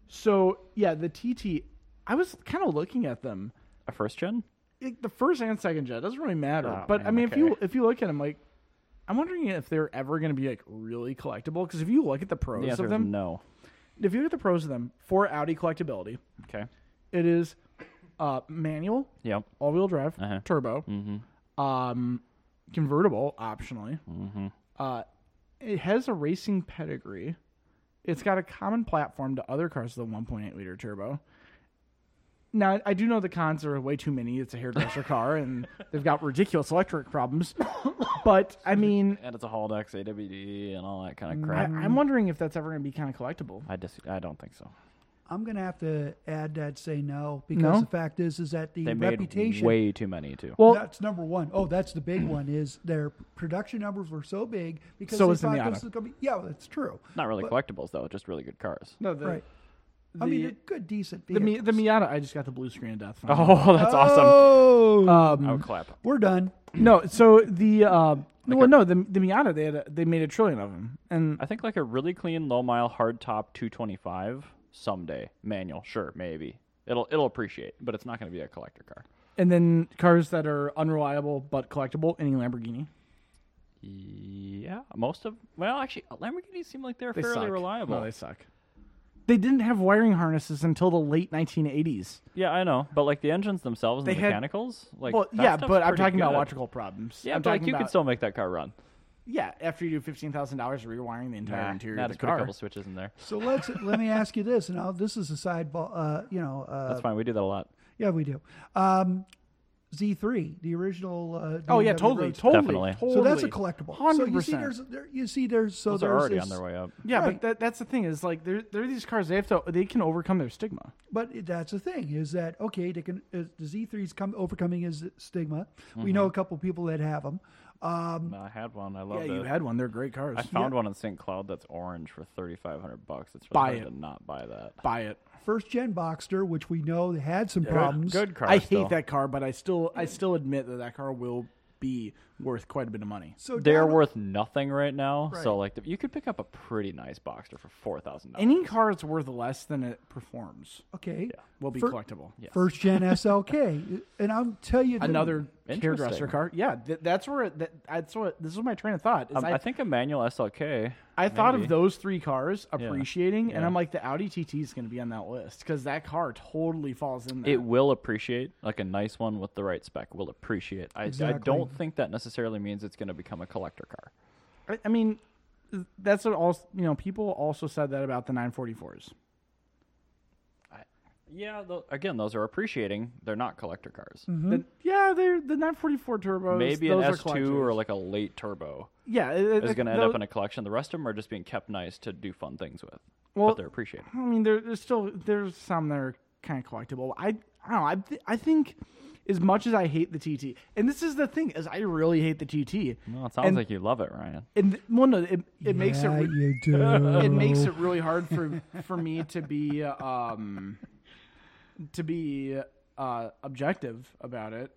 Speaker 2: so yeah, the TT. I was kind of looking at them.
Speaker 1: A first gen?
Speaker 2: like, the first and second jet doesn't really matter.
Speaker 1: Oh,
Speaker 2: but I
Speaker 1: man,
Speaker 2: mean, if
Speaker 1: okay.
Speaker 2: you if you look at them, like I'm wondering if they're ever going to be like really collectible. Because if you look at the pros
Speaker 1: The answer is
Speaker 2: of them,
Speaker 1: no.
Speaker 2: if you look at the pros of them for Audi collectability,
Speaker 1: Okay.
Speaker 2: it is uh, manual,
Speaker 1: Yep.
Speaker 2: all wheel drive,
Speaker 1: Uh-huh.
Speaker 2: turbo, um, convertible optionally. Uh, it has a racing pedigree. It's got a common platform to other cars with a 1.8 liter turbo. Now I do know the cons are way too many. It's a hairdresser car, and they've got ridiculous electric problems. But I mean,
Speaker 1: And it's a Haldex AWD and all that kind of
Speaker 2: I,
Speaker 1: crap.
Speaker 2: I'm wondering if that's ever going to be kind of collectible.
Speaker 1: I just I don't think so.
Speaker 3: I'm gonna have to add that say no because
Speaker 2: No?
Speaker 3: the fact is is that the
Speaker 1: They made
Speaker 3: reputation
Speaker 1: way too many too.
Speaker 2: Well,
Speaker 3: that's number one. Oh, that's the big one is their production numbers were so big because
Speaker 2: So
Speaker 3: they
Speaker 2: is the
Speaker 3: thought
Speaker 2: Miata.
Speaker 3: this was gonna be yeah, that's true.
Speaker 1: Not really collectibles though, just really good cars.
Speaker 2: no, the,
Speaker 3: Right.
Speaker 2: the,
Speaker 3: I mean a good decent
Speaker 2: the, Mi-
Speaker 3: vehicle.
Speaker 2: the Miata. I just got the blue screen of death. from.
Speaker 1: Oh, that's awesome.
Speaker 3: Oh
Speaker 2: Um,
Speaker 1: I would clap.
Speaker 3: we're done.
Speaker 2: No, so the uh, well, no, the the Miata they had a, they made a trillion of them, and
Speaker 1: I think like a really clean low mile hard top 225 someday manual, sure, maybe. It'll it'll appreciate, but it's not going to be a collector car.
Speaker 2: and then cars that are unreliable but collectible, any Lamborghini.
Speaker 1: Yeah, most of well, actually, Lamborghinis seem like they're
Speaker 2: They
Speaker 1: fairly
Speaker 2: suck.
Speaker 1: reliable.
Speaker 2: No, they suck. They didn't have wiring harnesses until the late 1980s.
Speaker 1: Yeah, I know, but like the engines themselves and
Speaker 2: They
Speaker 1: the
Speaker 2: had-
Speaker 1: mechanicals, like
Speaker 2: Well,
Speaker 1: that
Speaker 2: yeah,
Speaker 1: stuff's
Speaker 2: but I'm
Speaker 1: pretty
Speaker 2: talking about
Speaker 1: good.
Speaker 2: electrical problems.
Speaker 1: Yeah,
Speaker 2: I'm
Speaker 1: but like
Speaker 2: talking
Speaker 1: you can
Speaker 2: about-
Speaker 1: still make that car run.
Speaker 2: yeah after you do fifteen thousand dollars rewiring the entire
Speaker 1: Nah,
Speaker 2: interior
Speaker 1: nah,
Speaker 2: of the
Speaker 1: just put a
Speaker 2: car.
Speaker 1: couple switches in there.
Speaker 3: So let's let me ask you this, and I'll, this is a sideball. Uh, you know, uh,
Speaker 1: That's fine. We do that a lot.
Speaker 3: yeah, we do. Um, Z3, the original. Uh,
Speaker 2: Oh yeah,
Speaker 3: BMW
Speaker 2: totally,
Speaker 3: Roadster.
Speaker 2: totally,
Speaker 1: Definitely.
Speaker 2: totally.
Speaker 3: So that's a collectible. So
Speaker 2: Hundred
Speaker 3: you see,
Speaker 2: percent.
Speaker 3: there's there, you see, there's so
Speaker 1: Those
Speaker 3: there's
Speaker 1: are already
Speaker 3: this,
Speaker 1: on their way up.
Speaker 2: Yeah,
Speaker 3: Right.
Speaker 2: but that, that's the thing is like there there are these cars they have to they can overcome their stigma.
Speaker 3: But it- that's the thing is that okay, they can, uh, the Z3's come overcoming his stigma. We
Speaker 2: Mm-hmm.
Speaker 3: know a couple people that have them. Um,
Speaker 1: I had one. I loved
Speaker 2: yeah, you
Speaker 1: it.
Speaker 2: had one. They're great cars.
Speaker 1: I found one in St. Cloud that's orange for thirty five hundred bucks. It's really
Speaker 2: Buy
Speaker 1: hard
Speaker 2: it.
Speaker 1: to not buy that.
Speaker 2: Buy it.
Speaker 3: first gen Boxster, which we know had some problems.
Speaker 1: Good car.
Speaker 2: I
Speaker 1: still.
Speaker 2: hate that car, but I still I still admit that that car will be worth quite a bit of money.
Speaker 3: So
Speaker 1: They're
Speaker 3: down-
Speaker 1: worth nothing right now.
Speaker 3: Right.
Speaker 1: So like, the, you could pick up a pretty nice Boxster for four thousand dollars.
Speaker 2: Any car that's worth less than it performs
Speaker 3: okay.
Speaker 2: will be
Speaker 3: Fir-
Speaker 2: collectible.
Speaker 1: Yes.
Speaker 3: First gen SLK, and I'll tell you the-
Speaker 2: Another
Speaker 1: Interesting.
Speaker 2: hairdresser car. Yeah, th- that's where it, that, that's what this is my train of thought. Is
Speaker 1: Um,
Speaker 2: I,
Speaker 1: I think a manual SLK.
Speaker 2: I thought
Speaker 1: maybe.
Speaker 2: of those three cars appreciating, and
Speaker 1: Yeah.
Speaker 2: I'm like the Audi TT is going to be on that list because that car totally falls in there.
Speaker 1: It will appreciate like a nice one with the right spec will appreciate. I, I
Speaker 3: Exactly.
Speaker 1: don't think that necessarily means it's going to become a collector car.
Speaker 2: I, I mean, that's what all you know. People also said that about the 944s.
Speaker 1: Yeah, tho- again, those are appreciating. They're not collector cars.
Speaker 2: That- yeah, they're the 944 turbos.
Speaker 1: Mm-hmm. Maybe an
Speaker 2: Mm-hmm. those are
Speaker 1: S two or
Speaker 2: collectors.
Speaker 1: like a late turbo
Speaker 2: yeah, it,
Speaker 1: is going to end up in a collection. The rest of them are just being kept nice to do fun things with.
Speaker 2: Well-
Speaker 1: but they're appreciating.
Speaker 2: I mean, there, there's still there's some that are kind of collectible. I I don't know. I th- I think as much as I hate the TT, and this is the thing is I really hate the TT,
Speaker 1: Well, it sounds
Speaker 2: And-
Speaker 1: like you love it, Ryan.
Speaker 2: and th- well, no, it, it makes it
Speaker 3: Yeah,
Speaker 2: re-
Speaker 3: you do.
Speaker 2: it makes it really hard for for me to be um to be uh objective about it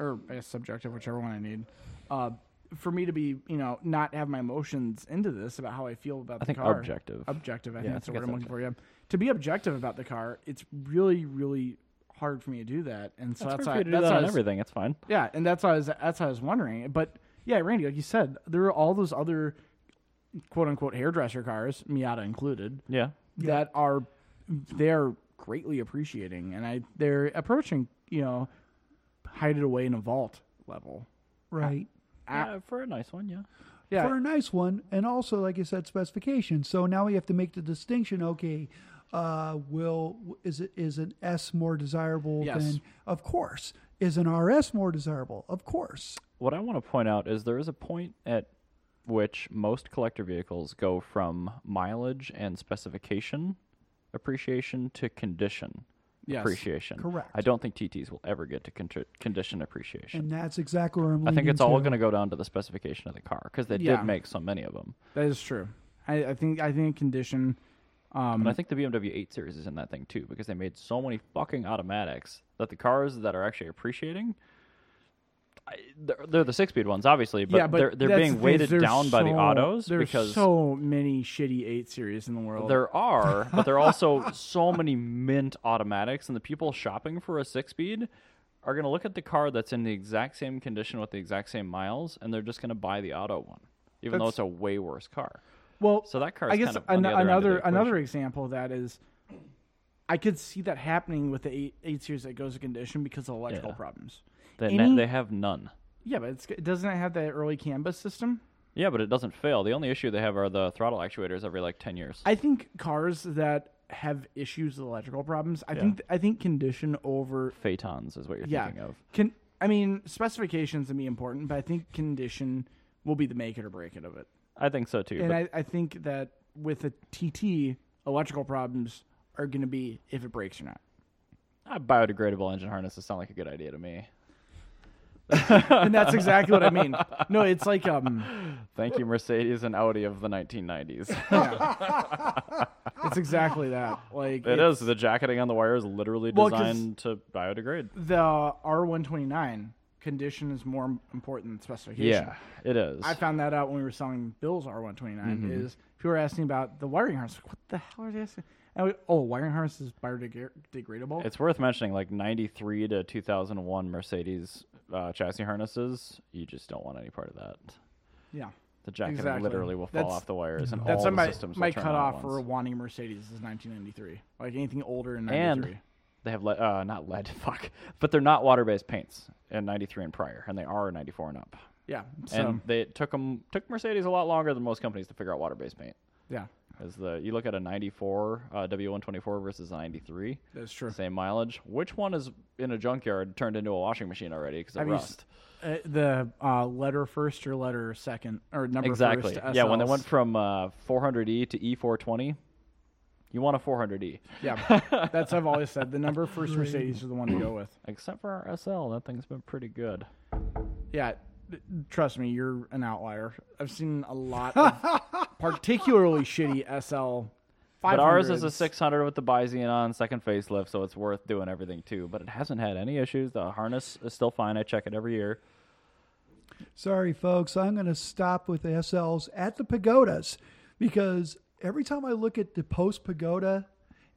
Speaker 2: or I guess subjective whichever one I need uh for me to be you know not have my emotions into this about how I feel about the
Speaker 1: think
Speaker 2: car
Speaker 1: objective.
Speaker 2: objective I
Speaker 1: I
Speaker 2: think that's the
Speaker 1: think
Speaker 2: word I'm
Speaker 1: that's
Speaker 2: looking for yeah to be objective about the car it's really really hard for me to do that and so that's
Speaker 1: It's
Speaker 2: how,
Speaker 1: hard for you to do
Speaker 2: that's
Speaker 1: that
Speaker 2: how I
Speaker 1: on
Speaker 2: was-
Speaker 1: everything. It's fine.
Speaker 2: yeah, and that's how I was that's how I was wondering. But yeah, Randy, like you said, there are all those other quote unquote hairdresser cars, Miata included,
Speaker 1: Yeah.
Speaker 2: that are they're greatly appreciating and I they're approaching, you know, hide it away in a vault level.
Speaker 3: right.
Speaker 1: yeah, for a nice one, yeah.
Speaker 2: Yeah.
Speaker 3: for a nice one, and also, like you said, specifications. So now we have to make the distinction. Okay, uh, will is it is an S more desirable
Speaker 2: Yes.
Speaker 3: than? Of course, is an RS more desirable? Of course.
Speaker 1: What I want to point out is there is a point at which most collector vehicles go from mileage and specification appreciation to condition
Speaker 2: Yes.
Speaker 1: appreciation.
Speaker 3: Correct.
Speaker 1: I don't think TTs will ever get to con- condition appreciation.
Speaker 3: And that's exactly where I'm.
Speaker 1: I think
Speaker 3: leaning
Speaker 1: it's all
Speaker 3: to.
Speaker 1: going to go down to the specification of the car because they
Speaker 2: Yeah.
Speaker 1: did make so many of them.
Speaker 2: That is true. I, I think I think condition um
Speaker 1: And I think the BMW 8 Series is in that thing too because they made so many fucking automatics that the cars that are actually appreciating. I, they're, they're the six-speed ones, obviously, but,
Speaker 2: yeah, but
Speaker 1: they're they're
Speaker 2: that's
Speaker 1: being
Speaker 2: the thing,
Speaker 1: weighted
Speaker 2: there's
Speaker 1: down by the
Speaker 2: so-
Speaker 1: autos
Speaker 2: there's
Speaker 1: because
Speaker 2: so many shitty 8 series in the world.
Speaker 1: There are, but there are also so many mint automatics, and the people shopping for a six speed are going to look at the car that's in the exact same condition with the exact same miles, and they're just going to buy the auto one, even though
Speaker 2: That's-
Speaker 1: it's a way worse car.
Speaker 2: Well,
Speaker 1: So that car
Speaker 2: I
Speaker 1: is
Speaker 2: guess
Speaker 1: kind of on the other end
Speaker 2: an-
Speaker 1: of the
Speaker 2: another
Speaker 1: equation.
Speaker 2: another example of that is, I could see that happening with the eight, eight series that goes to condition because of electrical
Speaker 1: Yeah.
Speaker 2: problems.
Speaker 1: They,
Speaker 2: Any-
Speaker 1: they have none.
Speaker 2: Yeah, but it's, it doesn't it have that early canvas system?
Speaker 1: Yeah, but it doesn't fail. The only issue they have are the throttle actuators every like 10 years.
Speaker 2: I think cars that have issues with electrical problems. I think I think condition over
Speaker 1: Phaetons is what you're
Speaker 2: yeah
Speaker 1: thinking of.
Speaker 2: can I mean specifications can be important, but I think condition will be the make it or break it of it.
Speaker 1: I think so too.
Speaker 2: And
Speaker 1: but
Speaker 2: I, I think that with a TT, electrical problems are going to be if it breaks or not.
Speaker 1: uh, biodegradable engine harnesses sound like a good idea to me.
Speaker 2: and that's exactly what I mean. No, it's like um,
Speaker 1: Thank you, Mercedes and Audi of the 1990s.
Speaker 2: it's exactly that. Like
Speaker 1: It is. The jacketing on the wire is literally
Speaker 2: Well, 'cause-
Speaker 1: designed to biodegrade.
Speaker 2: The R one twenty nine condition is more im- important than specification.
Speaker 1: it is.
Speaker 2: I found that out when we were selling Bill's R one twenty nine.
Speaker 1: Mm-hmm.
Speaker 2: Is people were asking about the wiring harness. Like, what the hell are they asking? And we, oh, wiring harness is biodegradable.
Speaker 1: it's worth mentioning, like 93 to 2001 Mercedes uh, chassis harnesses, you just don't want any part of that.
Speaker 2: yeah,
Speaker 1: The jacketing
Speaker 2: Exactly.
Speaker 1: literally will fall
Speaker 2: That's-
Speaker 1: off the wires, and
Speaker 2: that's
Speaker 1: all the
Speaker 2: my
Speaker 1: systems
Speaker 2: my
Speaker 1: will turn on at
Speaker 2: cutoff for
Speaker 1: once.
Speaker 2: wanting Mercedes is nineteen ninety three. Like anything older in ninety three.
Speaker 1: And they have lead, uh, not lead, fuck, but they're not water-based paints in 93 and prior, and they are 94 and up.
Speaker 2: Yeah. So
Speaker 1: And they it took them took Mercedes a lot longer than most companies to figure out water-based paint.
Speaker 2: yeah.
Speaker 1: Is the you look at a 94 uh, W124 versus a 93,
Speaker 2: That's true.
Speaker 1: same mileage. Which one is in a junkyard turned into a washing machine already because of
Speaker 2: Have you s-
Speaker 1: rust?
Speaker 2: Uh, the uh, letter first or letter second or number
Speaker 1: Exactly.
Speaker 2: first.
Speaker 1: Yeah, when they
Speaker 2: SLs.
Speaker 1: went from uh, 400E to E420, you want a E. 400E.
Speaker 2: Yeah, that's I've always said. The number first Mercedes is the one to go with.
Speaker 1: Except for our SL, that thing's been pretty good.
Speaker 2: Yeah, th- trust me, you're an outlier. I've seen a lot of particularly shitty SL. 500s.
Speaker 1: But ours is a 600 with the Byzion second facelift, so it's worth doing everything too. But it hasn't had any issues. The harness is still fine. I check it every year.
Speaker 3: Sorry, folks. I'm going to stop with the SLs at the pagodas because every time I look at the post pagoda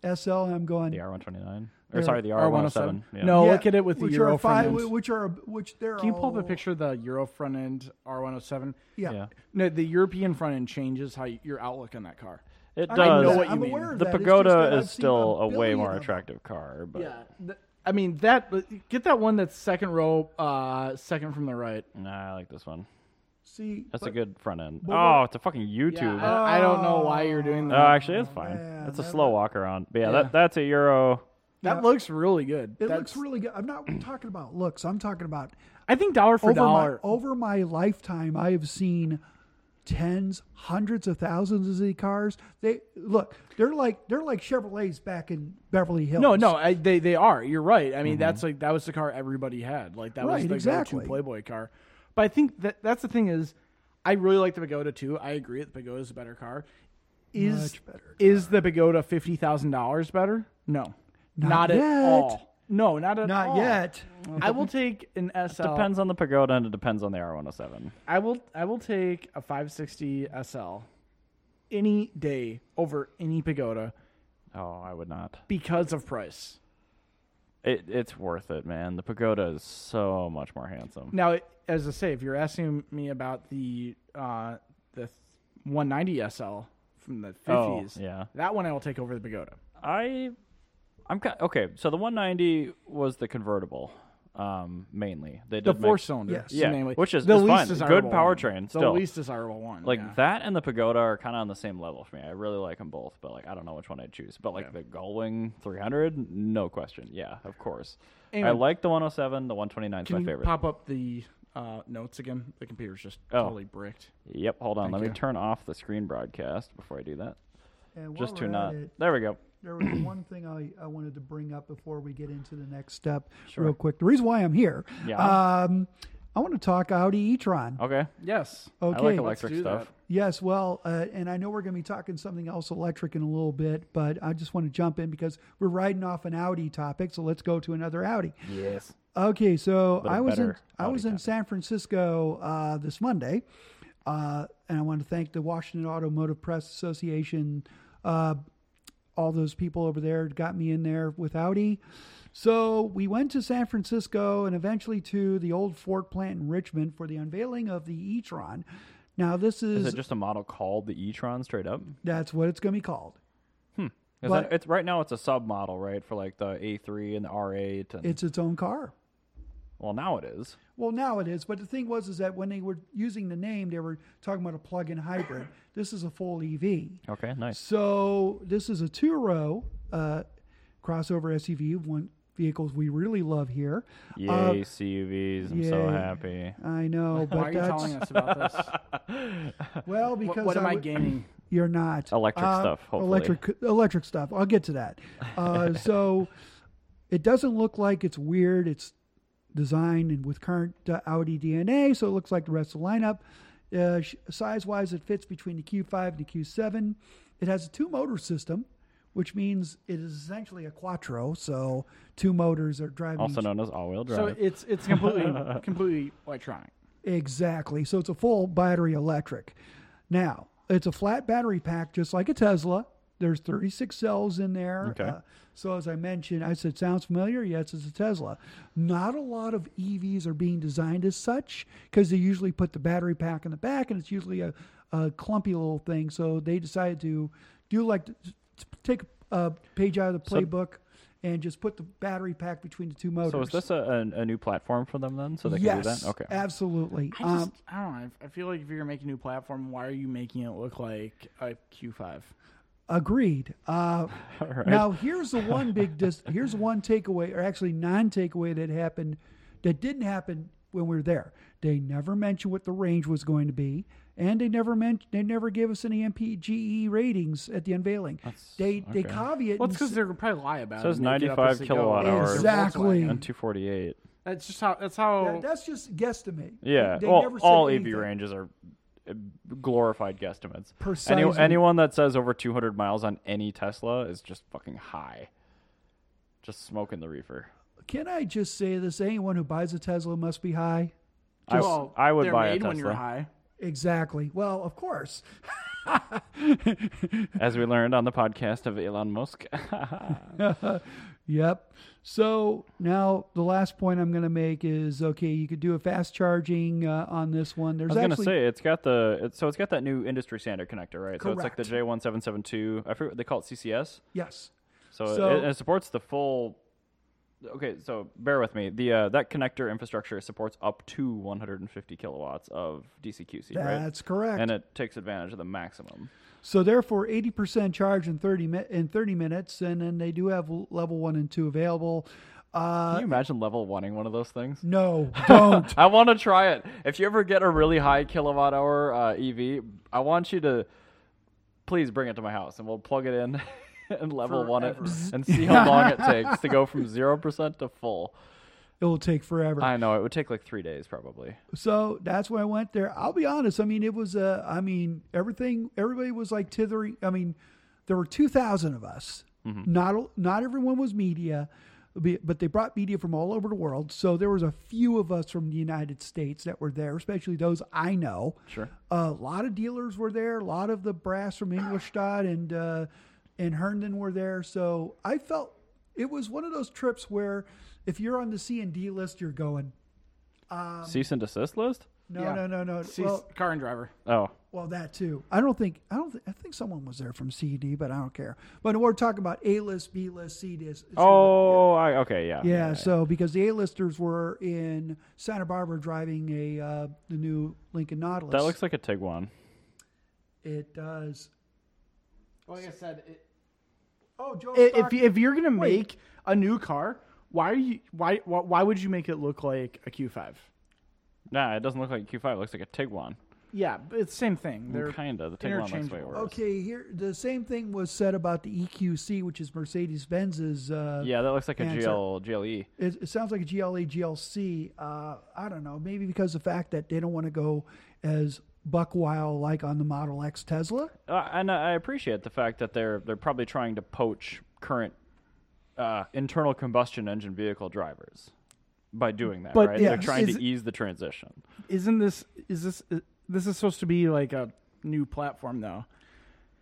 Speaker 3: SL, I'm going.
Speaker 1: The R129, or sorry, the R107.
Speaker 2: R107.
Speaker 1: Yeah.
Speaker 2: No,
Speaker 3: Yeah,
Speaker 2: look at it with the
Speaker 3: which
Speaker 2: Euro
Speaker 3: are five,
Speaker 2: front
Speaker 3: whi-
Speaker 2: end.
Speaker 3: which are which they're.
Speaker 2: Can you pull up a
Speaker 3: all-
Speaker 2: picture of the Euro front end R107?
Speaker 3: Yeah.
Speaker 1: yeah,
Speaker 2: No, the European front end changes how y- your outlook on that car.
Speaker 1: it does.
Speaker 2: I know what you
Speaker 3: I'm
Speaker 2: mean.
Speaker 3: aware of
Speaker 1: the
Speaker 3: that. It's just that
Speaker 1: Pagoda
Speaker 3: I've
Speaker 1: is
Speaker 3: seen a
Speaker 1: still a way
Speaker 3: billion
Speaker 1: more
Speaker 3: of them.
Speaker 1: attractive car, but
Speaker 2: Yeah. th- I mean that. but Get that one that's second row, uh, second from the right.
Speaker 1: nah, I like this one.
Speaker 3: See,
Speaker 1: That's
Speaker 3: but-
Speaker 1: a good front end.
Speaker 3: but
Speaker 1: Oh,
Speaker 3: what-
Speaker 1: it's a fucking YouTube.
Speaker 2: Yeah, I, I don't know why you're doing that.
Speaker 1: oh, actually, it's fine.
Speaker 3: man,
Speaker 1: That's a
Speaker 3: that
Speaker 1: slow
Speaker 3: look-
Speaker 1: walk around. But yeah,
Speaker 2: Yeah.
Speaker 1: That, that's a Euro.
Speaker 2: that looks really good.
Speaker 3: It
Speaker 2: That's-
Speaker 3: looks really good. I'm not talking about looks. I'm talking about
Speaker 2: I think dollar for
Speaker 3: over
Speaker 2: dollar.
Speaker 3: my over my lifetime. I have seen tens, hundreds of thousands of these cars. They look. They're like they're like Chevrolets back in Beverly Hills.
Speaker 2: No, no, I, they they are. You're right. I mean, that's like that was the car everybody had. Like that was
Speaker 3: Mm-hmm. Right,
Speaker 2: the
Speaker 3: exactly.
Speaker 2: go-to Playboy car. But I think that that's the thing is, I really like the Pagoda too. I agree that the Pagoda is a better car. Is
Speaker 3: Much better
Speaker 2: is the Pagoda fifty thousand dollars better? No, not,
Speaker 3: yet.
Speaker 2: at all. No, not at
Speaker 3: Not
Speaker 1: Oh.
Speaker 2: all.
Speaker 3: yet.
Speaker 2: I will take an SL.
Speaker 1: Depends on the Pagoda and it depends on the R107.
Speaker 2: I will I will take a five sixty SL any day over any Pagoda
Speaker 1: Oh, I would not.
Speaker 2: because of price.
Speaker 1: It, it's worth it, man. The pagoda is so much more handsome.
Speaker 2: Now, as I say, if you're asking me about the uh, the 190 SL from the 50s,
Speaker 1: Oh, yeah.
Speaker 2: that one I will take over the Pagoda.
Speaker 1: I, I'm ki okay. So the 190 was the convertible, um, mainly. They
Speaker 2: The
Speaker 1: did
Speaker 2: four
Speaker 1: make,
Speaker 2: cylinder,
Speaker 3: Yes.
Speaker 1: Yeah,
Speaker 2: mainly.
Speaker 1: which is-
Speaker 2: the
Speaker 1: is
Speaker 2: least
Speaker 1: fine. Good
Speaker 2: desirable
Speaker 1: powertrain,
Speaker 2: One. The
Speaker 1: still.
Speaker 2: least desirable one.
Speaker 1: like
Speaker 2: yeah.
Speaker 1: that and the pagoda are kind of on the same level for me. I really like them both, but like I don't know which one I'd choose. But like the Gullwing 300, no question. Yeah, of course. I
Speaker 2: Anyway.
Speaker 1: like the 107. The 129 is
Speaker 2: Can
Speaker 1: my
Speaker 2: you
Speaker 1: favorite.
Speaker 2: pop up the uh, notes again? The computer's just
Speaker 1: Oh.
Speaker 2: totally bricked.
Speaker 1: yep. Hold on.
Speaker 2: Thank
Speaker 1: Let
Speaker 2: you.
Speaker 1: me turn off the screen broadcast before I do that.
Speaker 3: And while
Speaker 1: Just to
Speaker 3: we're at
Speaker 1: not.
Speaker 3: it,
Speaker 1: There we go.
Speaker 3: there was one thing I, I wanted to bring up before we get into the next step, real quick. The reason why I'm here,
Speaker 1: Yeah.
Speaker 3: um, I want to talk Audi e-tron.
Speaker 1: Okay.
Speaker 2: Yes.
Speaker 3: Okay,
Speaker 1: I like electric
Speaker 2: do
Speaker 1: stuff.
Speaker 2: that.
Speaker 3: Yes, well, uh, and I know we're going to be talking something else electric in a little bit, but I just want to jump in because we're riding off an Audi topic, so let's go to another Audi.
Speaker 1: Yes.
Speaker 3: Okay, so
Speaker 1: a
Speaker 3: I was in
Speaker 1: better
Speaker 3: I was
Speaker 1: Audi
Speaker 3: in
Speaker 1: topic.
Speaker 3: San Francisco uh, this Monday, uh, and I want to thank the Washington Automotive Press Association, uh, all those people over there got me in there with Audi. So we went to San Francisco and eventually to the old Ford plant in Richmond for the unveiling of the e-tron. Now this
Speaker 1: Is
Speaker 3: is
Speaker 1: it just a model called the e-tron straight up?
Speaker 3: that's what it's going to be called.
Speaker 1: 'Cause
Speaker 3: But-
Speaker 1: I- it's right now it's a sub model, right, for like the A3 and the R8 and
Speaker 3: It's its own car.
Speaker 1: well now it is.
Speaker 3: Well, now it is, but the thing was is that when they were using the name, they were talking about a plug-in hybrid. This is a full EV.
Speaker 1: Okay, nice.
Speaker 3: So this is a two-row uh, crossover SUV, one vehicles we really love here.
Speaker 1: Yay,
Speaker 3: Uh,
Speaker 1: CUVs! I'm so
Speaker 3: yay.
Speaker 1: happy.
Speaker 3: I know,
Speaker 2: Why are
Speaker 3: but
Speaker 2: you
Speaker 3: that's
Speaker 2: telling us about this? What-
Speaker 3: well because
Speaker 2: what, am I
Speaker 3: would-
Speaker 2: gaining?
Speaker 3: You're not Uh,
Speaker 1: Electric stuff, hopefully.
Speaker 3: Electric, electric stuff. I'll get to that. Uh, so it doesn't look like it's weird. It's designed and with current uh, Audi DNA, so it looks like the rest of the lineup. Uh, size wise, it fits between the Q5 and the Q7. It has a two motor system, which means it is essentially a quattro. So two motors are driving.
Speaker 1: Also
Speaker 3: each-
Speaker 1: known as all-wheel drive.
Speaker 2: So it's it's completely completely electronic.
Speaker 3: Exactly. So it's a full battery electric. Now, it's a flat battery pack, just like a Tesla. There's 36 cells in there.
Speaker 1: Okay.
Speaker 3: Uh, so, as I mentioned, I said, sounds familiar? Yes, it's a Tesla. Not a lot of EVs are being designed as such because they usually put the battery pack in the back and it's usually a, a clumpy little thing. So, they decided to do like t- t- take a page out of the
Speaker 1: So-
Speaker 3: playbook and just put the battery pack between the two motors.
Speaker 1: so is this a, a, a new platform for them then? So they
Speaker 3: yes,
Speaker 1: can do that. Okay.
Speaker 3: Absolutely. Um,
Speaker 2: I just, I don't know. I- I feel like if you're making a new platform, why are you making it look like a Q5?
Speaker 3: Agreed. Uh,
Speaker 1: All right.
Speaker 3: Now here's the one big dis- here's one takeaway, or actually non takeaway that happened, that didn't happen when we were there. They never mentioned what the range was going to be, and they never mentioned they never gave us any MPGE E ratings at the unveiling.
Speaker 1: That's-
Speaker 3: they they
Speaker 1: okay.
Speaker 3: caveat.
Speaker 2: Well, it's
Speaker 3: and
Speaker 2: because
Speaker 3: s-
Speaker 2: they're gonna probably lie about it.
Speaker 1: Says
Speaker 2: and make it up
Speaker 1: 95
Speaker 2: as they go.
Speaker 1: kilowatt
Speaker 2: It's
Speaker 1: hours.
Speaker 2: their
Speaker 3: Exactly.
Speaker 2: Volkswagen.
Speaker 1: and 248.
Speaker 2: That's just how. That's how.
Speaker 3: that- that's just guesstimate.
Speaker 1: Yeah.
Speaker 3: They, they
Speaker 1: well,
Speaker 3: never said
Speaker 1: all
Speaker 3: anything.
Speaker 1: AV ranges are uh, glorified guesstimates. Any-
Speaker 3: Precisely.
Speaker 1: anyone that says over 200 miles on any Tesla is just fucking high. Just smoking the reefer.
Speaker 3: Can I just say this? Anyone who buys a Tesla must be high.
Speaker 1: I,
Speaker 2: well,
Speaker 1: I would
Speaker 2: they're
Speaker 1: buy a
Speaker 2: made
Speaker 1: Tesla.
Speaker 2: when you're high.
Speaker 3: Exactly. Well, of course.
Speaker 1: As we learned on the podcast of Elon Musk.
Speaker 3: Yep. So now the last point I'm going to make is okay. You could do a fast charging uh, on this one. There's
Speaker 1: I was
Speaker 3: actually
Speaker 1: gonna say it's got the it's, so it's got that new industry standard connector, right? So it's like the
Speaker 3: Correct.
Speaker 1: J one seven seven two. I forget what they call it CCS.
Speaker 3: yes,
Speaker 1: So,
Speaker 3: So-
Speaker 1: it, it supports the full. Okay, so bear with me. The uh, that connector infrastructure supports up to 150 kilowatts of DCQC, right?
Speaker 3: that's correct.
Speaker 1: And it takes advantage of the maximum.
Speaker 3: so therefore, 80% charge in 30 mi- in 30 minutes, and then they do have l- level one and two available. Uh,
Speaker 1: Can you imagine level wanting one of those things?
Speaker 3: no, don't.
Speaker 1: I want to try it. If you ever get a really high kilowatt hour uh, EV, I want you to please bring it to my house and we'll plug it in and level one it
Speaker 2: Forever.
Speaker 1: and see how long it takes to go from 0% to full.
Speaker 3: it will take forever.
Speaker 1: I know it would take like 3 days probably.
Speaker 3: so that's why I went there. I'll be honest. I mean, it was. Uh, I mean, everything. Everybody was like tithering. I mean, there were two thousand of us. Not a- not everyone was media, be- but they brought media from all over the world. So there was a few of us from the United States that were there, especially those I know.
Speaker 1: Sure.
Speaker 3: A lot of dealers were there. A lot of the brass from Ingolstadt and uh, and Herndon were there. So I felt it was one of those trips where if you're on the C and D list, you're going.
Speaker 1: Cease and desist list?
Speaker 3: No,
Speaker 2: Yeah.
Speaker 3: no, no, no.
Speaker 2: Cease-
Speaker 3: well,
Speaker 2: car and driver.
Speaker 1: Oh.
Speaker 3: well, that too. I don't think I don't. Th- I think someone was there from CD, but I don't care. But we're talking about A list, B list, C list.
Speaker 1: Oh, I, okay, yeah.
Speaker 3: yeah. So because the A listers were in Santa Barbara driving a uh, the new Lincoln Nautilus.
Speaker 1: That looks like a Tiguan.
Speaker 3: it does.
Speaker 2: Like I said, it,
Speaker 3: Oh, Joe.
Speaker 2: if
Speaker 3: Stock-
Speaker 2: you- if you're gonna make
Speaker 3: Wait.
Speaker 2: a new car, why are you why why, why would you make it look like a Q5?
Speaker 1: Nah, it doesn't look like a Q5. It looks like a Tiguan.
Speaker 2: Yeah, but it's the same thing. They're
Speaker 1: Mm, Kinda. The Tiguan looks way
Speaker 2: interchangeable.
Speaker 1: worse.
Speaker 3: okay, here the same thing was said about the EQC, which is Mercedes Benz's. Uh,
Speaker 1: Yeah, that looks like a
Speaker 3: Answer.
Speaker 1: GL, GLE.
Speaker 3: It, it sounds like a GLE GLC. Uh, I don't know. Maybe because of the fact that they don't want to go as buck wild like on the Model X Tesla.
Speaker 1: uh, and I I appreciate the fact that they're they're probably trying to poach current uh, internal combustion engine vehicle drivers by doing that.
Speaker 2: But
Speaker 1: right?
Speaker 2: yeah,
Speaker 1: they're trying
Speaker 2: is-
Speaker 1: to ease the transition.
Speaker 2: isn't this is this this is supposed to be like a new platform though.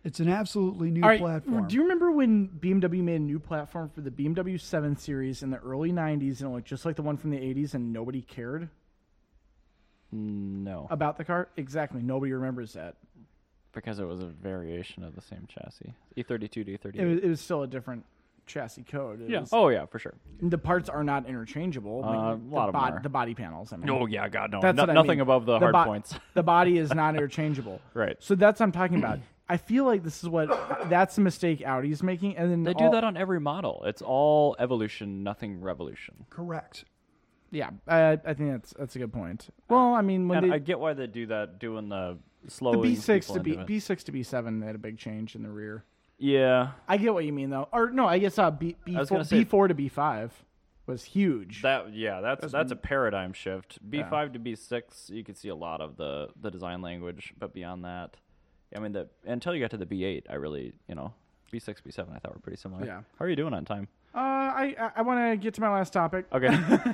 Speaker 3: It's an absolutely new
Speaker 2: All right,
Speaker 3: platform.
Speaker 2: do you remember when BMW made a new platform for the BMW 7 Series in the early 90s and it looked just like the one from the 80s and nobody cared
Speaker 1: No,
Speaker 2: about the car? Exactly, nobody remembers that.
Speaker 1: because it was a variation of the same chassis, E32 to
Speaker 2: It
Speaker 1: E38.
Speaker 2: was, it was still a different chassis code. It
Speaker 1: Yeah.
Speaker 2: was-
Speaker 1: Oh yeah, for sure.
Speaker 2: the parts are not interchangeable. like
Speaker 1: Uh, a
Speaker 2: the
Speaker 1: lot of them
Speaker 2: bod-
Speaker 1: are.
Speaker 2: the body panels. I mean,
Speaker 1: Oh yeah, God no.
Speaker 2: That's
Speaker 1: No-
Speaker 2: what I
Speaker 1: nothing
Speaker 2: mean.
Speaker 1: above the, hard
Speaker 2: bo-
Speaker 1: points.
Speaker 2: The body is not interchangeable.
Speaker 1: Right.
Speaker 2: So that's what I'm talking about. I feel like this is what that's the mistake Audi's making, and then
Speaker 1: They do that on every model. It's all evolution, nothing revolution.
Speaker 3: Correct.
Speaker 2: yeah, I, I think that's that's a good point. Well, I mean, when
Speaker 1: Uh, And I
Speaker 2: they,
Speaker 1: get why they do that, doing the
Speaker 2: the
Speaker 1: slowing
Speaker 2: B6
Speaker 1: people
Speaker 2: to B
Speaker 1: into it.
Speaker 2: B6 to B7 they had a big change in the rear.
Speaker 1: Yeah,
Speaker 2: I get what you mean though, or no, I guess uh, B B4,
Speaker 1: was gonna say-
Speaker 2: B4 to B5 was huge.
Speaker 1: That yeah, that's that's, a paradigm shift. B five to B six, you could see a lot of the the design language, but beyond that, I mean, the until you got to the B eight, I really you know B six B seven, I thought were pretty similar.
Speaker 2: Yeah.
Speaker 1: How are you doing on time?
Speaker 2: uh, I I, I want to get to my last topic.
Speaker 1: Okay,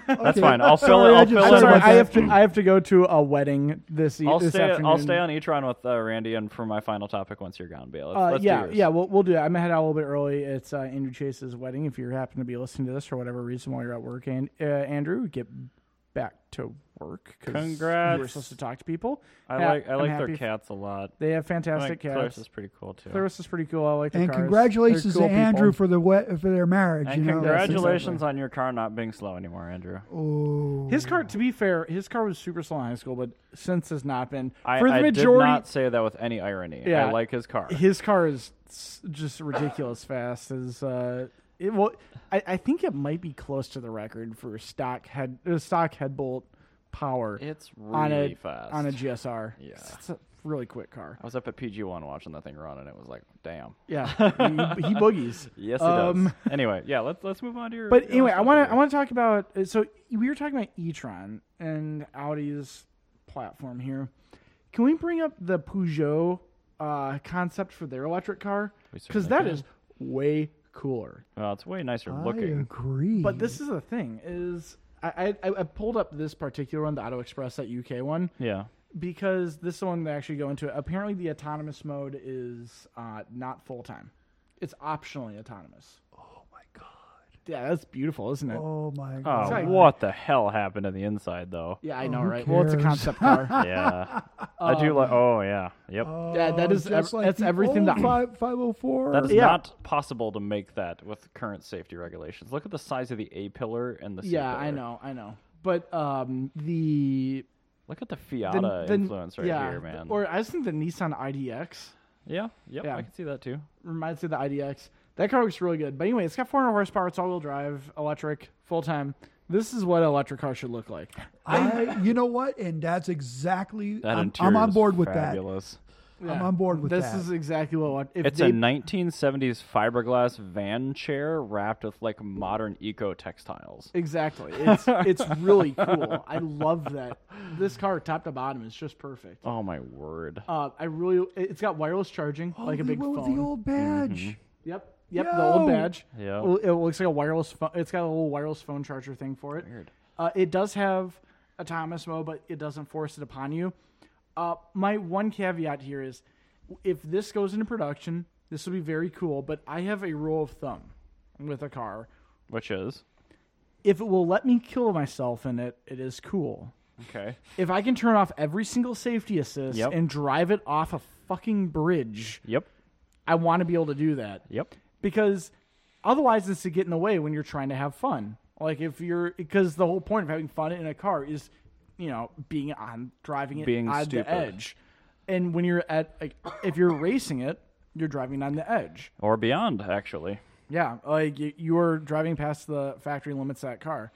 Speaker 1: that's
Speaker 3: Okay.
Speaker 1: fine. I'll fill
Speaker 3: Sorry,
Speaker 1: it.
Speaker 3: I
Speaker 1: I'll
Speaker 3: just-
Speaker 1: fill
Speaker 3: I'm
Speaker 1: it.
Speaker 2: Sorry,
Speaker 1: with-
Speaker 2: I have to I have to go to a wedding this e-
Speaker 1: I'll
Speaker 2: this
Speaker 1: stay.
Speaker 2: afternoon.
Speaker 1: I'll stay on Etron with uh, Randy and for my final topic once you're gone, Bale. Let's,
Speaker 2: Uh,
Speaker 1: let's do
Speaker 2: yeah,
Speaker 1: yours.
Speaker 2: yeah, we'll, we'll do that. I'm gonna head out a little bit early. It's uh, Andrew Chase's wedding. If you happen to be listening to this for whatever reason while you're at work, and uh, Andrew, get back to work because
Speaker 1: Congrats.
Speaker 2: we were supposed to talk to people.
Speaker 1: I
Speaker 2: Ha-
Speaker 1: like I
Speaker 2: I'm
Speaker 1: like
Speaker 2: happy
Speaker 1: their
Speaker 2: f-
Speaker 1: cats a lot.
Speaker 2: They have
Speaker 1: I
Speaker 2: fantastic
Speaker 1: think Claris
Speaker 2: cats.
Speaker 1: is pretty cool too.
Speaker 2: Claris is pretty cool. I like their
Speaker 3: And
Speaker 2: cars. They're
Speaker 3: congratulations
Speaker 2: cool
Speaker 3: to Andrew
Speaker 2: people.
Speaker 3: for the wet, for their marriage.
Speaker 1: and
Speaker 3: you know?
Speaker 1: congratulations
Speaker 2: exactly.
Speaker 1: on your car not being slow anymore, Andrew.
Speaker 3: Oh.
Speaker 2: His car, to be fair, his car was super slow in high school, but since has not been
Speaker 1: I,
Speaker 2: for the
Speaker 1: I
Speaker 2: majority.
Speaker 1: did not say that with any irony.
Speaker 2: Yeah.
Speaker 1: I like his car.
Speaker 2: His car is s- just ridiculous fast. As uh, it well, I, I think it might be close to the record for stock head uh, stock head bolt power
Speaker 1: It's
Speaker 2: on
Speaker 1: really
Speaker 2: a
Speaker 1: fast.
Speaker 2: on a GSR.
Speaker 1: Yeah.
Speaker 2: it's, it's a really quick car.
Speaker 1: I was up at PG one watching that thing run, and it was like, damn.
Speaker 2: Yeah, he, he boogies.
Speaker 1: Yes, it
Speaker 2: Um,
Speaker 1: does. Anyway, yeah, let's let's move on to your.
Speaker 2: But
Speaker 1: your
Speaker 2: anyway, I
Speaker 1: stuff
Speaker 2: want to
Speaker 1: here.
Speaker 2: I want to talk about uh, so we were talking about e-tron and Audi's platform here. Can we bring up the Peugeot uh, concept for their electric car?
Speaker 1: We
Speaker 2: Because
Speaker 1: certainly
Speaker 2: that
Speaker 1: can.
Speaker 2: is way cooler.
Speaker 1: Well, it's way nicer
Speaker 3: I
Speaker 1: looking.
Speaker 3: agree.
Speaker 2: But this
Speaker 1: Mm-hmm.
Speaker 2: is the thing: is I, I I pulled up this particular one, the Auto Express, that UK one,
Speaker 1: Yeah.
Speaker 2: because this one they actually go into. it. Apparently, the autonomous mode is uh, not full time; it's optionally autonomous.
Speaker 3: Oh my god.
Speaker 2: Yeah, that's beautiful, isn't it?
Speaker 3: Oh my
Speaker 1: Oh,
Speaker 3: god.
Speaker 2: like-
Speaker 1: what the hell happened to the inside though?
Speaker 2: Yeah, I know,
Speaker 3: oh, who
Speaker 2: right? Well, it's a
Speaker 3: cares?
Speaker 2: concept car.
Speaker 1: Yeah. I
Speaker 2: Um,
Speaker 1: do like. Oh yeah. Yep.
Speaker 2: Yeah, that
Speaker 3: Oh,
Speaker 2: is
Speaker 3: just
Speaker 2: ev-
Speaker 3: like
Speaker 2: that's
Speaker 3: the
Speaker 2: everything
Speaker 3: old
Speaker 2: that-
Speaker 3: five- 504.
Speaker 1: That's
Speaker 2: Yeah.
Speaker 1: not possible to make that with current safety regulations. Look at the size of the A pillar and the C
Speaker 2: yeah, I
Speaker 1: pillar.
Speaker 2: know, I know. But um, the
Speaker 1: Look at the
Speaker 2: the,
Speaker 1: Fiat
Speaker 2: the-
Speaker 1: influence right
Speaker 2: yeah,
Speaker 1: here, man.
Speaker 2: Or I just think the Nissan IDX
Speaker 1: yeah, yep,
Speaker 2: Yeah.
Speaker 1: I can see that too.
Speaker 2: reminds me of the IDX. That car looks really good. But anyway, it's got 400 horsepower. It's all-wheel drive, electric, full time. This is what an electric car should look like.
Speaker 3: I, you know what? And that's exactly.
Speaker 1: That
Speaker 3: I'm,
Speaker 1: interior
Speaker 3: I'm on
Speaker 1: is
Speaker 3: board with
Speaker 1: fabulous.
Speaker 2: Yeah.
Speaker 3: on board with
Speaker 2: this
Speaker 3: that.
Speaker 2: is exactly what if
Speaker 1: It's
Speaker 2: they,
Speaker 1: a 1970s fiberglass van chair wrapped with like modern eco textiles.
Speaker 2: exactly. It's it's really cool. I love that. This car, top to bottom, is just perfect.
Speaker 1: Oh my word!
Speaker 2: Uh, I really. It's got wireless charging,
Speaker 3: that.
Speaker 2: like a
Speaker 3: Holy
Speaker 2: big
Speaker 3: wo-
Speaker 2: phone.
Speaker 3: Oh, The old badge.
Speaker 1: Mm-hmm.
Speaker 2: Yep. Yep. The old
Speaker 3: Yo!
Speaker 2: badge.
Speaker 1: Yeah.
Speaker 2: L- It looks like a wireless phone. It's got a little wireless phone charger thing for it.
Speaker 1: Weird.
Speaker 2: Uh, it does have autonomous mode, but it doesn't force it upon you. Uh, my one caveat here is, if this goes into production, this will be very cool. But I have a rule of thumb with a car:
Speaker 1: Which is
Speaker 2: if it will let me kill myself in it, it is cool.
Speaker 1: okay.
Speaker 2: If I can turn off every single safety assist
Speaker 1: Yep.
Speaker 2: and drive it off a fucking bridge,
Speaker 1: Yep.
Speaker 2: I want to be able to do that
Speaker 1: Yep.
Speaker 2: because otherwise it's to get in the way when you're trying to have fun. Like if you're because the whole point of having fun in a car is, you know, being on driving it
Speaker 1: Being
Speaker 2: on
Speaker 1: stupid.
Speaker 2: the edge. And when you're at like, if you're racing it, you're driving on the edge.
Speaker 1: Or beyond, actually.
Speaker 2: Yeah, like you, you're driving past the factory limits of that car.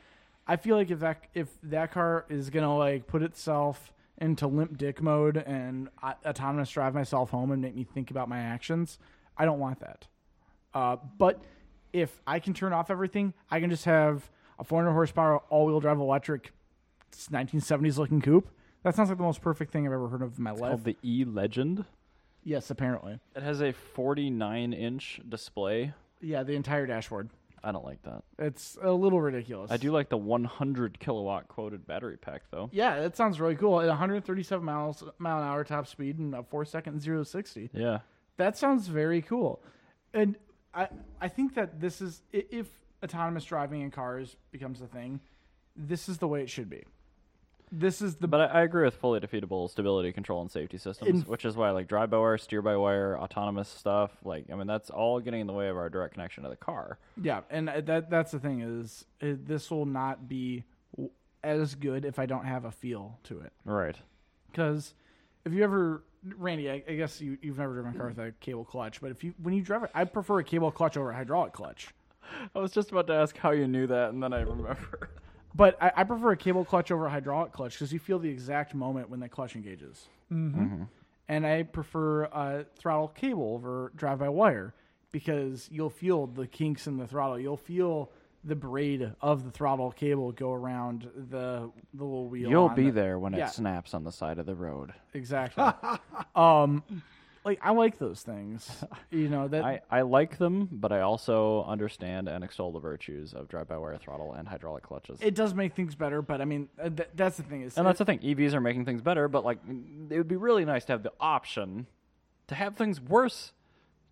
Speaker 2: I feel like if that if that car is gonna like put itself into limp dick mode and I, autonomous drive myself home and make me think about my actions, I don't want that. Uh, but if I can turn off everything, I can just have a 400 horsepower all wheel drive electric 1970s looking coupe. That sounds like the most perfect thing I've ever heard of in my life.
Speaker 1: Called the E Legend.
Speaker 2: yes, apparently.
Speaker 1: It has a 49 inch display.
Speaker 2: Yeah, the entire dashboard.
Speaker 1: I don't like that.
Speaker 2: It's a little ridiculous.
Speaker 1: I do like the 100 kilowatt quoted battery pack though.
Speaker 2: Yeah, that sounds really cool. At 137 miles mile an hour top speed and a four second zero sixty.
Speaker 1: Yeah.
Speaker 2: That sounds very cool. And I I think that this is i- if autonomous driving in cars becomes a thing, this is the way it should be. This is the
Speaker 1: But I, I agree with fully defeatable stability control and safety systems,
Speaker 2: In-
Speaker 1: which is why like drive by wire, steer by wire, autonomous stuff. Like I mean, that's all getting in the way of our direct connection to the car.
Speaker 2: yeah, and I- that that's the thing is uh this will not be w- as good if I don't have a feel to it.
Speaker 1: Right.
Speaker 2: Because if you ever, Randy, I, I guess you, you've never driven a car with a cable clutch, but if you when you drive it, I prefer a cable clutch over a hydraulic clutch.
Speaker 1: I was just about to ask how you knew that, and then I remember.
Speaker 2: But I, I prefer a cable clutch over a hydraulic clutch because you feel the exact moment when that clutch engages. Mm-hmm. And I prefer uh, throttle cable over drive by wire because you'll feel the kinks in the throttle. You'll feel the braid of the throttle cable go around the, the little wheel.
Speaker 1: You'll
Speaker 2: on
Speaker 1: be
Speaker 2: the-
Speaker 1: there when
Speaker 2: Yeah.
Speaker 1: it snaps on the side of the road.
Speaker 2: Exactly. um, like I like those things. You know that
Speaker 1: I, I like them, but I also understand and extol the virtues of drive by wire throttle and hydraulic clutches.
Speaker 2: it does make things better. But I mean, uh, th- that's the thing is,
Speaker 1: and
Speaker 2: it-
Speaker 1: that's the thing, EVs are making things better, but like it would be really nice to have the option to have things worse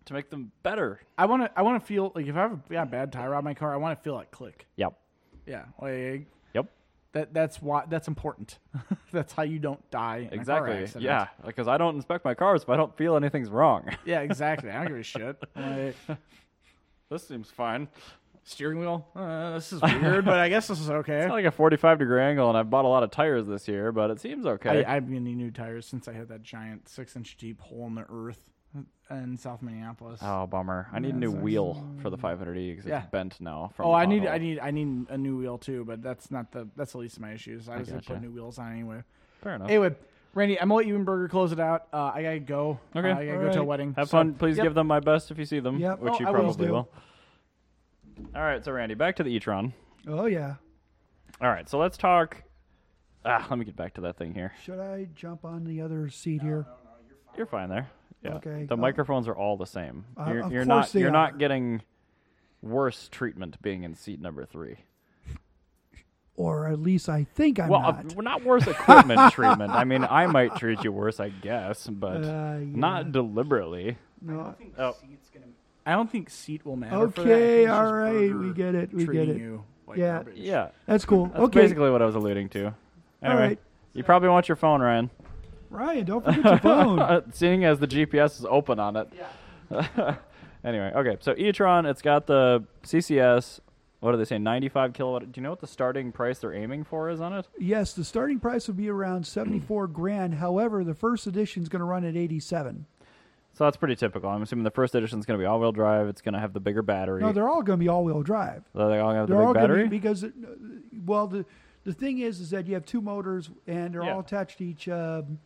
Speaker 1: to make them better.
Speaker 2: I want to I want to feel like if I have a yeah, bad tire on my car, I want to feel that click.
Speaker 1: Yep.
Speaker 2: Yeah, like
Speaker 1: Yep.
Speaker 2: That that's why that's important. that's how you don't die. In A car
Speaker 1: Exactly.
Speaker 2: accident.
Speaker 1: Yeah, because I don't inspect my cars if I don't feel anything's wrong.
Speaker 2: Yeah, exactly. I don't give a shit. Like,
Speaker 1: this seems fine.
Speaker 2: steering wheel. Uh, this is weird, but I guess this is okay.
Speaker 1: It's not like a 45 degree angle, and I've bought a lot of tires this year, but it seems okay.
Speaker 2: I, I've been needing new tires since I had that giant six-inch deep hole in the earth in South Minneapolis.
Speaker 1: oh, bummer. I need a new wheel for the 500E because
Speaker 2: Yeah.
Speaker 1: it's bent now. From
Speaker 2: Oh,
Speaker 1: the
Speaker 2: I need,
Speaker 1: pothole.
Speaker 2: I need, I need a new wheel too. But that's not the that's the least of my issues. I Oh. was gonna put
Speaker 1: gotcha.
Speaker 2: new wheels on anyway.
Speaker 1: Fair enough.
Speaker 2: Anyway, Randy, I'm gonna let you and Burger close it out. Uh, I gotta go.
Speaker 1: Okay.
Speaker 2: Uh, I gotta
Speaker 3: All
Speaker 2: go to a
Speaker 3: right.
Speaker 2: wedding.
Speaker 1: Have
Speaker 2: so-
Speaker 1: fun. Please
Speaker 2: Yep.
Speaker 1: give them my best if you see them,
Speaker 3: Yep.
Speaker 1: which
Speaker 2: Oh,
Speaker 1: you
Speaker 2: I will
Speaker 1: probably
Speaker 3: do.
Speaker 1: will. All right, so Randy, back to the e-tron.
Speaker 3: Oh yeah.
Speaker 1: All right, so let's talk. Ah, let me get back to that thing here.
Speaker 3: Should I jump on the other seat here?
Speaker 1: You're fine there. Yeah.
Speaker 3: Okay,
Speaker 1: The
Speaker 3: uh,
Speaker 1: microphones are all the same.
Speaker 3: Uh,
Speaker 1: you're
Speaker 3: of
Speaker 1: you're
Speaker 3: course
Speaker 1: not
Speaker 3: they
Speaker 1: you're
Speaker 3: are.
Speaker 1: not getting worse treatment being in seat number three.
Speaker 3: Or at least I think I'm
Speaker 1: well, uh,
Speaker 3: not.
Speaker 1: we're not worse equipment treatment. I mean, I might treat you worse, I guess, but
Speaker 3: Uh, yeah.
Speaker 1: not deliberately.
Speaker 3: no.
Speaker 1: Oh.
Speaker 2: I don't think seat will matter. for that. I think
Speaker 3: Okay,
Speaker 2: it's just
Speaker 3: all right,
Speaker 2: Burger
Speaker 3: we get it. We get
Speaker 2: treating
Speaker 3: it.
Speaker 2: You like
Speaker 3: Yeah.
Speaker 2: garbage.
Speaker 1: Yeah,
Speaker 3: That's cool.
Speaker 1: that's
Speaker 3: okay.
Speaker 1: basically what I was alluding to. Anyway,
Speaker 3: right.
Speaker 1: you probably want your phone, Ryan.
Speaker 3: Ryan, don't forget your phone.
Speaker 1: Uh, Seeing as the GPS is open on it. anyway, okay. So e-tron, it's got the CCS. What do they say? 95 kilowatt. Do you know what the starting price they're aiming for is on it?
Speaker 3: yes, the starting price will be around 74 grand. However, the first edition is going to run at 87.
Speaker 1: So that's pretty typical. I'm assuming the first edition is going to be all-wheel drive. It's going to have the bigger battery.
Speaker 3: No, they're all going to be all-wheel drive.
Speaker 1: So they all have the
Speaker 3: They're all
Speaker 1: big
Speaker 3: going
Speaker 1: battery.
Speaker 3: to be because, it, well, the the thing is, is that you have two motors and they're
Speaker 1: Yeah.
Speaker 3: all attached to each um,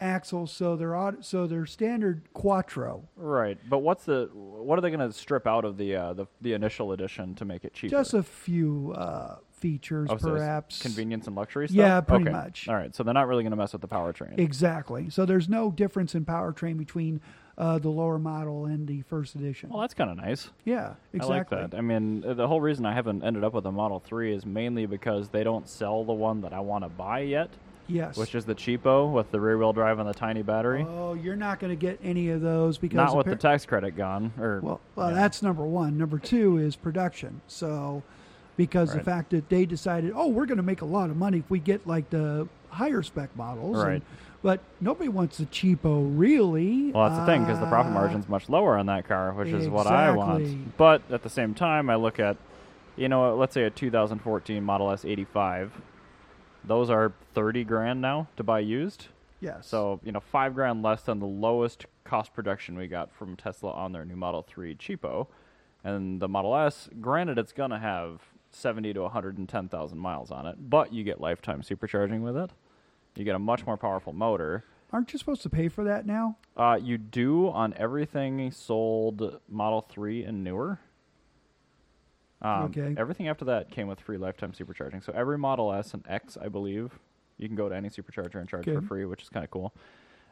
Speaker 3: axle, so they're aut- so they're standard quattro.
Speaker 1: Right, but what's the what are they going to strip out of the uh, the the initial edition to make it cheaper?
Speaker 3: Just a few uh, features,
Speaker 1: Oh, so it's
Speaker 3: perhaps.
Speaker 1: convenience and luxury stuff.
Speaker 3: Yeah, pretty
Speaker 1: Okay.
Speaker 3: much.
Speaker 1: All right, so they're not really going to mess with the powertrain.
Speaker 3: Exactly. So there's no difference in powertrain between uh, the lower model and the first edition.
Speaker 1: well, that's kind of nice.
Speaker 3: yeah, exactly.
Speaker 1: I like that. I mean, uh, the whole reason I haven't ended up with a Model 3 is mainly because they don't sell the one that I want to buy yet,
Speaker 3: Yes.
Speaker 1: which is the cheapo with the rear wheel drive and the tiny battery.
Speaker 3: oh, you're not going to get any of those because
Speaker 1: Not with the
Speaker 3: appar-
Speaker 1: tax credit gone. Or
Speaker 3: Well, well, that's number one. Number two is production. So, because the
Speaker 1: Right.
Speaker 3: fact that they decided, oh, we're going to make a lot of money if we get like the higher spec models, and-
Speaker 1: Right.
Speaker 3: but nobody wants the cheapo, really.
Speaker 1: Well, that's the thing because the profit
Speaker 3: Uh,
Speaker 1: margin's much lower on that car, which is what I
Speaker 3: Exactly.
Speaker 1: want. But at the same time, I look at, you know, let's say a 2014 Model S 85. Those are 30 grand now to buy used.
Speaker 3: Yes.
Speaker 1: So, you know, five grand less than the lowest cost production we got from Tesla on their new Model 3 cheapo. And the Model S, granted, it's going to have 70 to 110,000 miles on it, but you get lifetime supercharging with it. You get a much more powerful motor.
Speaker 3: aren't you supposed to pay for that now?
Speaker 1: Uh, you do on everything sold Model 3 and newer. Um,
Speaker 3: Okay.
Speaker 1: Everything after that came with free lifetime supercharging. So every Model S and X, I believe, you can go to any supercharger and charge
Speaker 3: Okay.
Speaker 1: for free, which is kind of cool.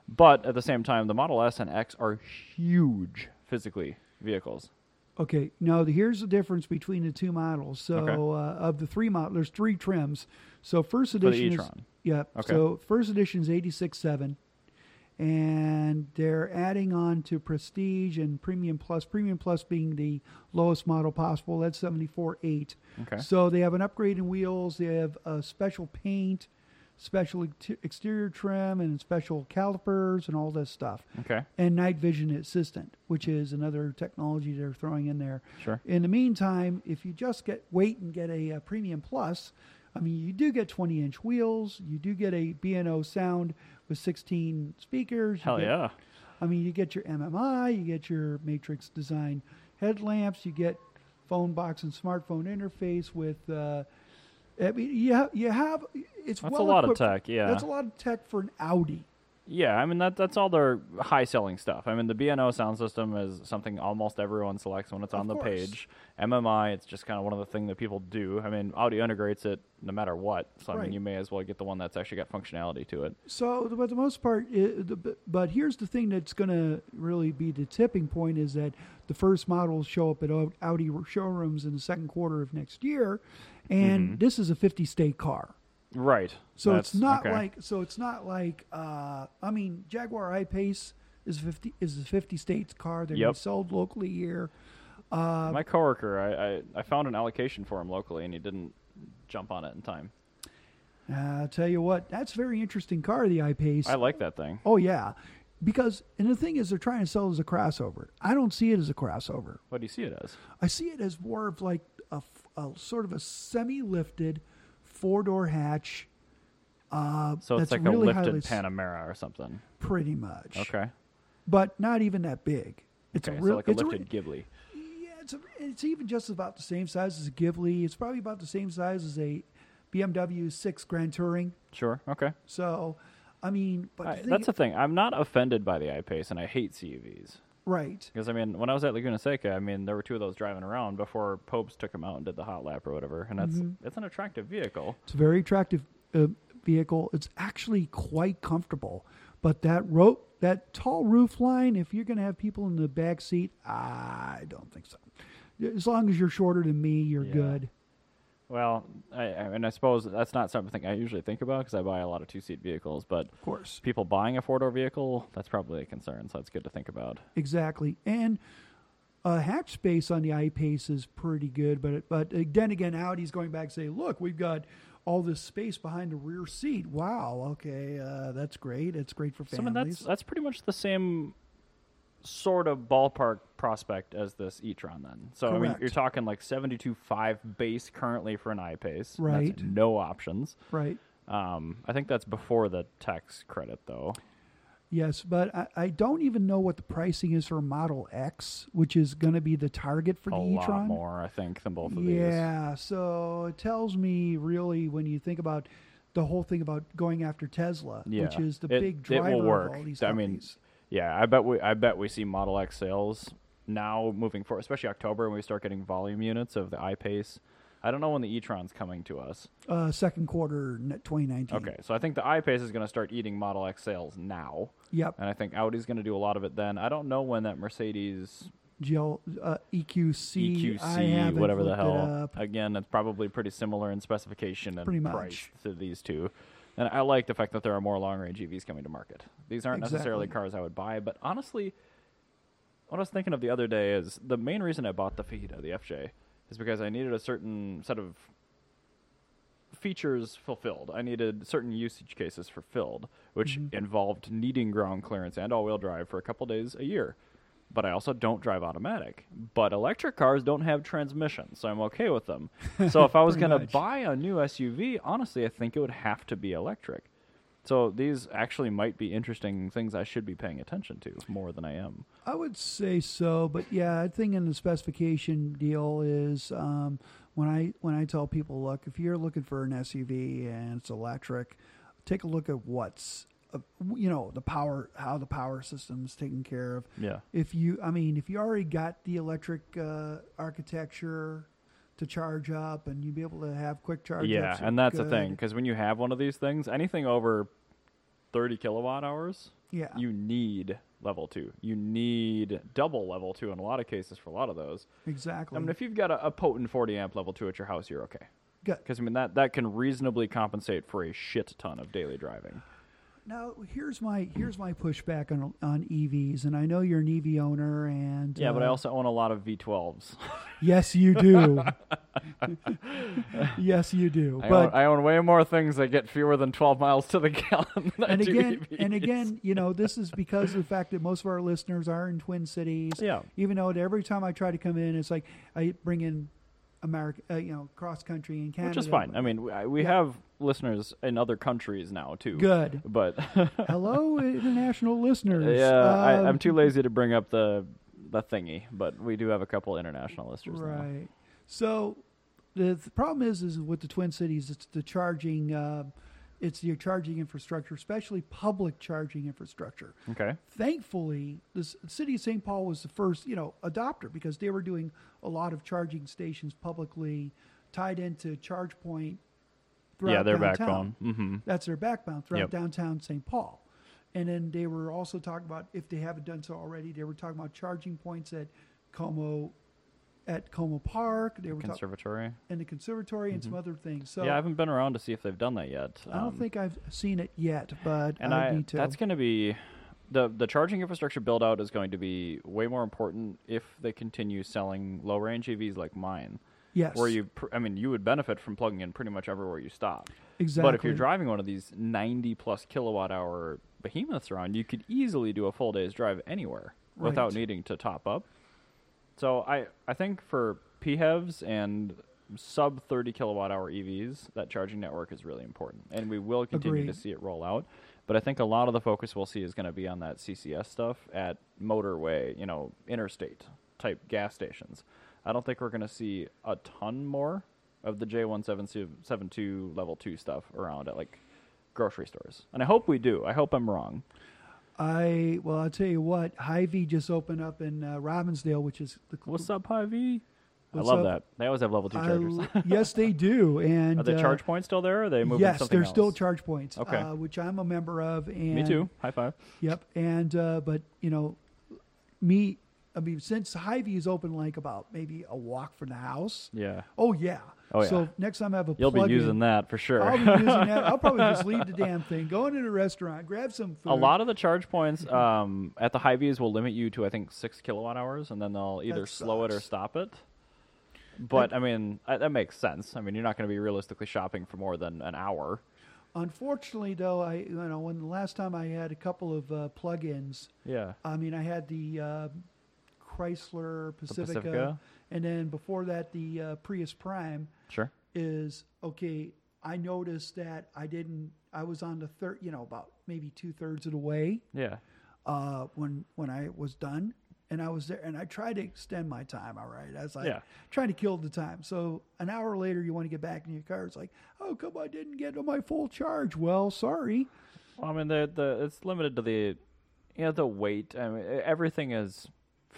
Speaker 1: But at the same time, the Model S and X are huge physically vehicles.
Speaker 3: Okay. No, the, here's the difference between the two models. So,
Speaker 1: Okay.
Speaker 3: uh, of the three models, there's three trims. So, first
Speaker 1: the
Speaker 3: edition is
Speaker 1: e-tron.
Speaker 3: yeah.
Speaker 1: Okay.
Speaker 3: So, first edition is eighty six seven, and they're adding on to Prestige and Premium Plus. Premium Plus being the lowest model possible. That's seventy four eight.
Speaker 1: Okay.
Speaker 3: So they have an upgrade in wheels. They have uh, special paint, special ex- exterior trim, and special calipers and all this stuff
Speaker 1: Okay.
Speaker 3: and night vision assistant, which is another technology they're throwing in there.
Speaker 1: Sure.
Speaker 3: In the meantime, if you just get wait and get a, uh premium plus, I mean, you do get 20 inch wheels, you do get a B&O sound with 16 speakers. you
Speaker 1: Hell
Speaker 3: get-
Speaker 1: yeah.
Speaker 3: I mean, you get your MMI, you get your Matrix design headlamps, you get phone box and smartphone interface with. Uh, I mean, you have, you have it's
Speaker 1: That's a
Speaker 3: well
Speaker 1: lot of
Speaker 3: equipped-
Speaker 1: tech, yeah.
Speaker 3: that's a lot of tech for an Audi.
Speaker 1: Yeah, I mean that that's all their high selling stuff. I mean the BNO sound system is something almost everyone selects when it's
Speaker 3: Of
Speaker 1: on the
Speaker 3: course.
Speaker 1: page. MMI, it's just kind of one of the things that people do. I mean Audi integrates it no matter what, so I
Speaker 3: Right.
Speaker 1: mean you may as well get the one that's actually got functionality to it.
Speaker 3: So, but the most part, i- the- but- but here's the thing that's going to really be the tipping point is that the first models show up at Au- Audi showrooms in the second quarter of next year, and this is a 50 state car.
Speaker 1: Right.
Speaker 3: So it's
Speaker 1: Mm-hmm. That's-
Speaker 3: not
Speaker 1: okay.
Speaker 3: like so it's not like uh, I mean Jaguar I Pace is a 50 is a 50 states car. They're
Speaker 1: Yep.
Speaker 3: sold locally here. uh,
Speaker 1: my coworker. I, I I found an allocation for him locally, and he didn't jump on it in time.
Speaker 3: Uh, I'll tell you what, that's a very interesting car, the I-Pace.
Speaker 1: I like that thing.
Speaker 3: oh, yeah. Because, and the thing is, they're trying to sell it as a crossover. I don't see it as a crossover.
Speaker 1: What do you see it as?
Speaker 3: I see it as more of like a, f- a sort of a semi-lifted four-door hatch, uh,
Speaker 1: So it's
Speaker 3: That's
Speaker 1: like
Speaker 3: really
Speaker 1: a lifted
Speaker 3: highly s-
Speaker 1: Panamera or something.
Speaker 3: pretty much.
Speaker 1: Okay.
Speaker 3: But not even that big. It's
Speaker 1: Okay.
Speaker 3: a real,
Speaker 1: so like a
Speaker 3: it's
Speaker 1: lifted
Speaker 3: re-
Speaker 1: Ghibli.
Speaker 3: Yeah, it's a, it's even just about the same size as a Ghibli. It's probably about the same size as a BMW 6 Grand Touring.
Speaker 1: Sure. Okay.
Speaker 3: So, I mean, but
Speaker 1: I-
Speaker 3: the thing-
Speaker 1: that's the thing. I'm not offended by the I-Pace, and I hate CUVs.
Speaker 3: right.
Speaker 1: Because I mean, when I was at Laguna Seca, I mean, there were two of those driving around before Popes took them out and did the hot lap or whatever, and that's
Speaker 3: Mm-hmm.
Speaker 1: it's an attractive vehicle.
Speaker 3: It's a very attractive uh, vehicle. It's actually quite comfortable. But that rope, that tall roof line, if you're going to have people in the back seat, I don't think so. As long as you're shorter than me, you're
Speaker 1: Yeah.
Speaker 3: good.
Speaker 1: Well, I, I mean, I suppose that's not something I usually think about because I buy a lot of two-seat vehicles, but
Speaker 3: Of course.
Speaker 1: people buying a four-door vehicle, that's probably a concern. So it's good to think about.
Speaker 3: Exactly. And uh, hatch space on the I-Pace is pretty good, but but then again, Audi's going back and say, look, we've got all this space behind the rear seat. Wow. Okay, uh, that's great. It's great for
Speaker 1: So I mean,
Speaker 3: families.
Speaker 1: that's that's pretty much the same sort of ballpark prospect as this e-tron then. So I mean,
Speaker 3: Correct.
Speaker 1: you're talking like 72.5 base currently for an I-Pace. That's
Speaker 3: Right.
Speaker 1: no options.
Speaker 3: right.
Speaker 1: Um, I think that's before the tax credit though.
Speaker 3: Yes, but I, I don't even know what the pricing is for Model X, which is going to be the target for
Speaker 1: a
Speaker 3: the
Speaker 1: lot
Speaker 3: e-tron.
Speaker 1: more, I think, than both of these.
Speaker 3: Yeah, so it tells me really when you think about the whole thing about going after Tesla, which is the
Speaker 1: It-
Speaker 3: big
Speaker 1: it
Speaker 3: driver
Speaker 1: will work.
Speaker 3: of all these
Speaker 1: I mean,
Speaker 3: companies.
Speaker 1: yeah, I bet we, I bet we see Model X sales now moving forward, especially October when we start getting volume units of the I-Pace. I don't know when the e-tron's coming to us.
Speaker 3: uh, second quarter n- 2019.
Speaker 1: Okay, so I think the I-Pace is going to start eating Model X sales now,
Speaker 3: Yep.
Speaker 1: and I think Audi's going to do a lot of it then. I don't know when that Mercedes
Speaker 3: GL, uh, EQC. I
Speaker 1: EQC,
Speaker 3: haven't
Speaker 1: E whatever the
Speaker 3: looked it
Speaker 1: hell.
Speaker 3: up.
Speaker 1: Again, it's probably pretty similar in specification and
Speaker 3: Pretty much.
Speaker 1: price to these two. And I like the fact that there are more long range EVs coming to market. These aren't necessarily
Speaker 3: Exactly.
Speaker 1: cars I would buy, but honestly, what I was thinking of the other day is the main reason I bought the Fajita, the FJ, is because I needed a certain set of features fulfilled. I needed certain usage cases fulfilled, which
Speaker 3: Mm-hmm.
Speaker 1: involved needing ground clearance and all wheel drive for a couple days a year. But I also don't drive automatic. But electric cars don't have transmission, so I'm okay with them. So if I was
Speaker 3: Pretty
Speaker 1: going to
Speaker 3: much.
Speaker 1: buy a new SUV, honestly, I think it would have to be electric. So these actually might be interesting things I should be paying attention to more than I am.
Speaker 3: I would say so, but yeah, I think in the specification deal is um, when I when I tell people, look, if you're looking for an SUV and it's electric, take a look at what's uh, you know the power how the power system's taken care of.
Speaker 1: Yeah.
Speaker 3: If you, I mean, if you already got the electric uh, architecture to charge up and you be able to have quick charge.
Speaker 1: Yeah,
Speaker 3: ups are
Speaker 1: and that's the thing
Speaker 3: good.
Speaker 1: because when you have one of these things, anything over thirty kilowatt hours,
Speaker 3: Yeah.
Speaker 1: you need level two. You need double level two in a lot of cases for a lot of those.
Speaker 3: Exactly.
Speaker 1: I mean, if you've got a, a potent forty amp level two at your house, you're okay.
Speaker 3: Good.
Speaker 1: Because I mean that that can reasonably compensate for a shit ton of daily driving.
Speaker 3: Now here's my here's my pushback on on EVs, and I know you're an EV owner, and
Speaker 1: Yeah, but I
Speaker 3: uh,
Speaker 1: also own a lot of V12s.
Speaker 3: yes, you do. yes, you do.
Speaker 1: I, own,
Speaker 3: but
Speaker 1: I own way more things that get fewer than twelve miles to the gallon. Than
Speaker 3: and
Speaker 1: I do E
Speaker 3: again, and
Speaker 1: EVs.
Speaker 3: again, you know, this is because of the fact that most of our listeners are in Twin Cities.
Speaker 1: Yeah.
Speaker 3: Even though every time I try to come in, it's like I bring in America, uh, you know, cross country and Canada,
Speaker 1: which is fine. I mean, we, I- we
Speaker 3: Yeah.
Speaker 1: have listeners in other countries now too.
Speaker 3: Good.
Speaker 1: but
Speaker 3: Hello, international listeners.
Speaker 1: yeah, I,
Speaker 3: Um,
Speaker 1: I'm too lazy to bring up the the thingy. But we do have a couple international listeners now.
Speaker 3: Right. So the, the problem is, is with the Twin Cities, it's the charging, uh, it's your charging infrastructure, especially public charging infrastructure.
Speaker 1: Okay,
Speaker 3: Thankfully, the s- city of St. Paul was the first, you know, adopter because they were doing a lot of charging stations publicly tied into ChargePoint. Throughout
Speaker 1: yeah, their
Speaker 3: downtown.
Speaker 1: backbone. Mm-hmm.
Speaker 3: That's their backbone throughout
Speaker 1: Yep.
Speaker 3: downtown St. Paul. And then they were also talking about, if they haven't done so already, they were talking about charging points at Como, at Como Park. They were talking
Speaker 1: Conservatory.
Speaker 3: and the conservatory and some other things. So
Speaker 1: Mm-hmm. yeah, I haven't been around to see if they've done that yet.
Speaker 3: I don't
Speaker 1: Um,
Speaker 3: think I've seen it yet, but
Speaker 1: and
Speaker 3: I,
Speaker 1: I,
Speaker 3: need to.
Speaker 1: that's going to be the the charging infrastructure build out is going to be way more important if they continue selling low range EVs E like mine.
Speaker 3: Yes.
Speaker 1: Where you, pr- I mean, you would benefit from plugging in pretty much everywhere you stop. But if
Speaker 3: Exactly.
Speaker 1: you're driving one of these 90 plus kilowatt hour behemoths around, you could easily do a full day's drive anywhere without
Speaker 3: Right.
Speaker 1: needing to top up. So I, I think for PHEVs and sub 30 kilowatt hour EVs, that charging network is really important. And we will continue to
Speaker 3: Agreed.
Speaker 1: see it roll out. But I think a lot of the focus we'll see is going to be on that CCS stuff at motorway, you know, interstate type gas stations. I don't think we're going to see a ton more of the J1772 level 2 stuff around at like grocery stores. And I hope we do. I hope I'm wrong.
Speaker 3: I well, I'll tell you what. Hy-Vee just opened up in uh, Robbinsdale, which is the
Speaker 1: What's up, Hy-Vee? I
Speaker 3: What's
Speaker 1: love
Speaker 3: up?
Speaker 1: that. They always have level 2
Speaker 3: I
Speaker 1: chargers.
Speaker 3: l- yes, they do. And
Speaker 1: Are the
Speaker 3: uh,
Speaker 1: charge points still there? Or are they moving
Speaker 3: Yes,
Speaker 1: something
Speaker 3: they're still
Speaker 1: else?
Speaker 3: charge points.
Speaker 1: Okay.
Speaker 3: uh, which I'm a member of. And
Speaker 1: Me too. High five.
Speaker 3: Yep. And uh, but you know, me. I mean, since Hy-Vee is open, like about maybe a walk from the house.
Speaker 1: Yeah.
Speaker 3: Oh yeah.
Speaker 1: Oh, yeah.
Speaker 3: So next time I have a
Speaker 1: You'll be
Speaker 3: plug-in,
Speaker 1: using that for sure.
Speaker 3: I'll be using that. I'll probably just leave the damn thing, go into the restaurant, grab some food.
Speaker 1: A lot of the charge points um, at the high V's will limit you to I think six kilowatt hours, and then they'll either
Speaker 3: That
Speaker 1: slow it or
Speaker 3: sucks.
Speaker 1: stop it. But I mean, I, that makes sense. I mean, you're not going to be realistically shopping for more than an hour.
Speaker 3: Unfortunately, though, I you know when the last time I had a couple of uh, plug-ins,
Speaker 1: Yeah.
Speaker 3: I mean I had the uh, Chrysler Pacifica,
Speaker 1: Pacifica?
Speaker 3: and then before that the uh, Prius Prime.
Speaker 1: Sure.
Speaker 3: Is okay. I noticed that I didn't. I was on the third, you know, about maybe two thirds of the way
Speaker 1: Yeah.
Speaker 3: uh, when when I was done, and I was there, and I tried to extend my time. All right, I was like
Speaker 1: Yeah.
Speaker 3: trying to kill the time. So an hour later, you want to get back in your car. It's like, oh come, I didn't get to my full charge. Well, sorry.
Speaker 1: Well, I mean, the the it's limited to the you know the weight. I mean, e- everything is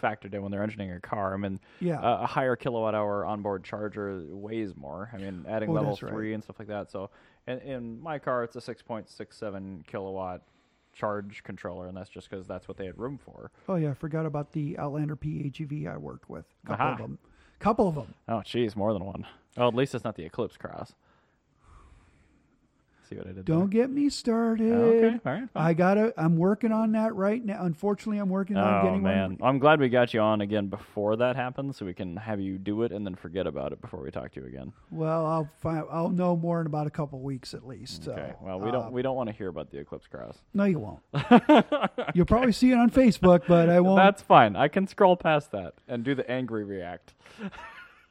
Speaker 1: factored in when they're engineering a car. I mean,
Speaker 3: Yeah.
Speaker 1: a, a higher kilowatt hour onboard charger weighs more. I mean, adding
Speaker 3: Oh,
Speaker 1: level
Speaker 3: that's right.
Speaker 1: three and stuff like that. So, in, in my car, it's a six point six seven kilowatt charge controller, and that's just because that's what they had room for.
Speaker 3: Oh yeah, I forgot about the Outlander PHEV I worked with. Couple
Speaker 1: Aha.
Speaker 3: of them. Couple of them.
Speaker 1: Oh, geez, more than one. Well, at least it's not the Eclipse Cross. See what I did?
Speaker 3: Don't get me started.
Speaker 1: There? Okay. All right.
Speaker 3: I gotta. I'm working on that right now. Unfortunately, I'm working on
Speaker 1: Oh
Speaker 3: getting
Speaker 1: man,
Speaker 3: one.
Speaker 1: I'm glad we got you on again before that happens, so we can have you do it and then forget about it before we talk to you again.
Speaker 3: Well, I'll find. I'll know more in about a couple weeks at least. So,
Speaker 1: okay. Well, we
Speaker 3: uh,
Speaker 1: don't we don't want to hear about the Eclipse Cross.
Speaker 3: No, you won't. You'll probably see it on Facebook, but I won't.
Speaker 1: That's fine. I can scroll past that and do the angry react,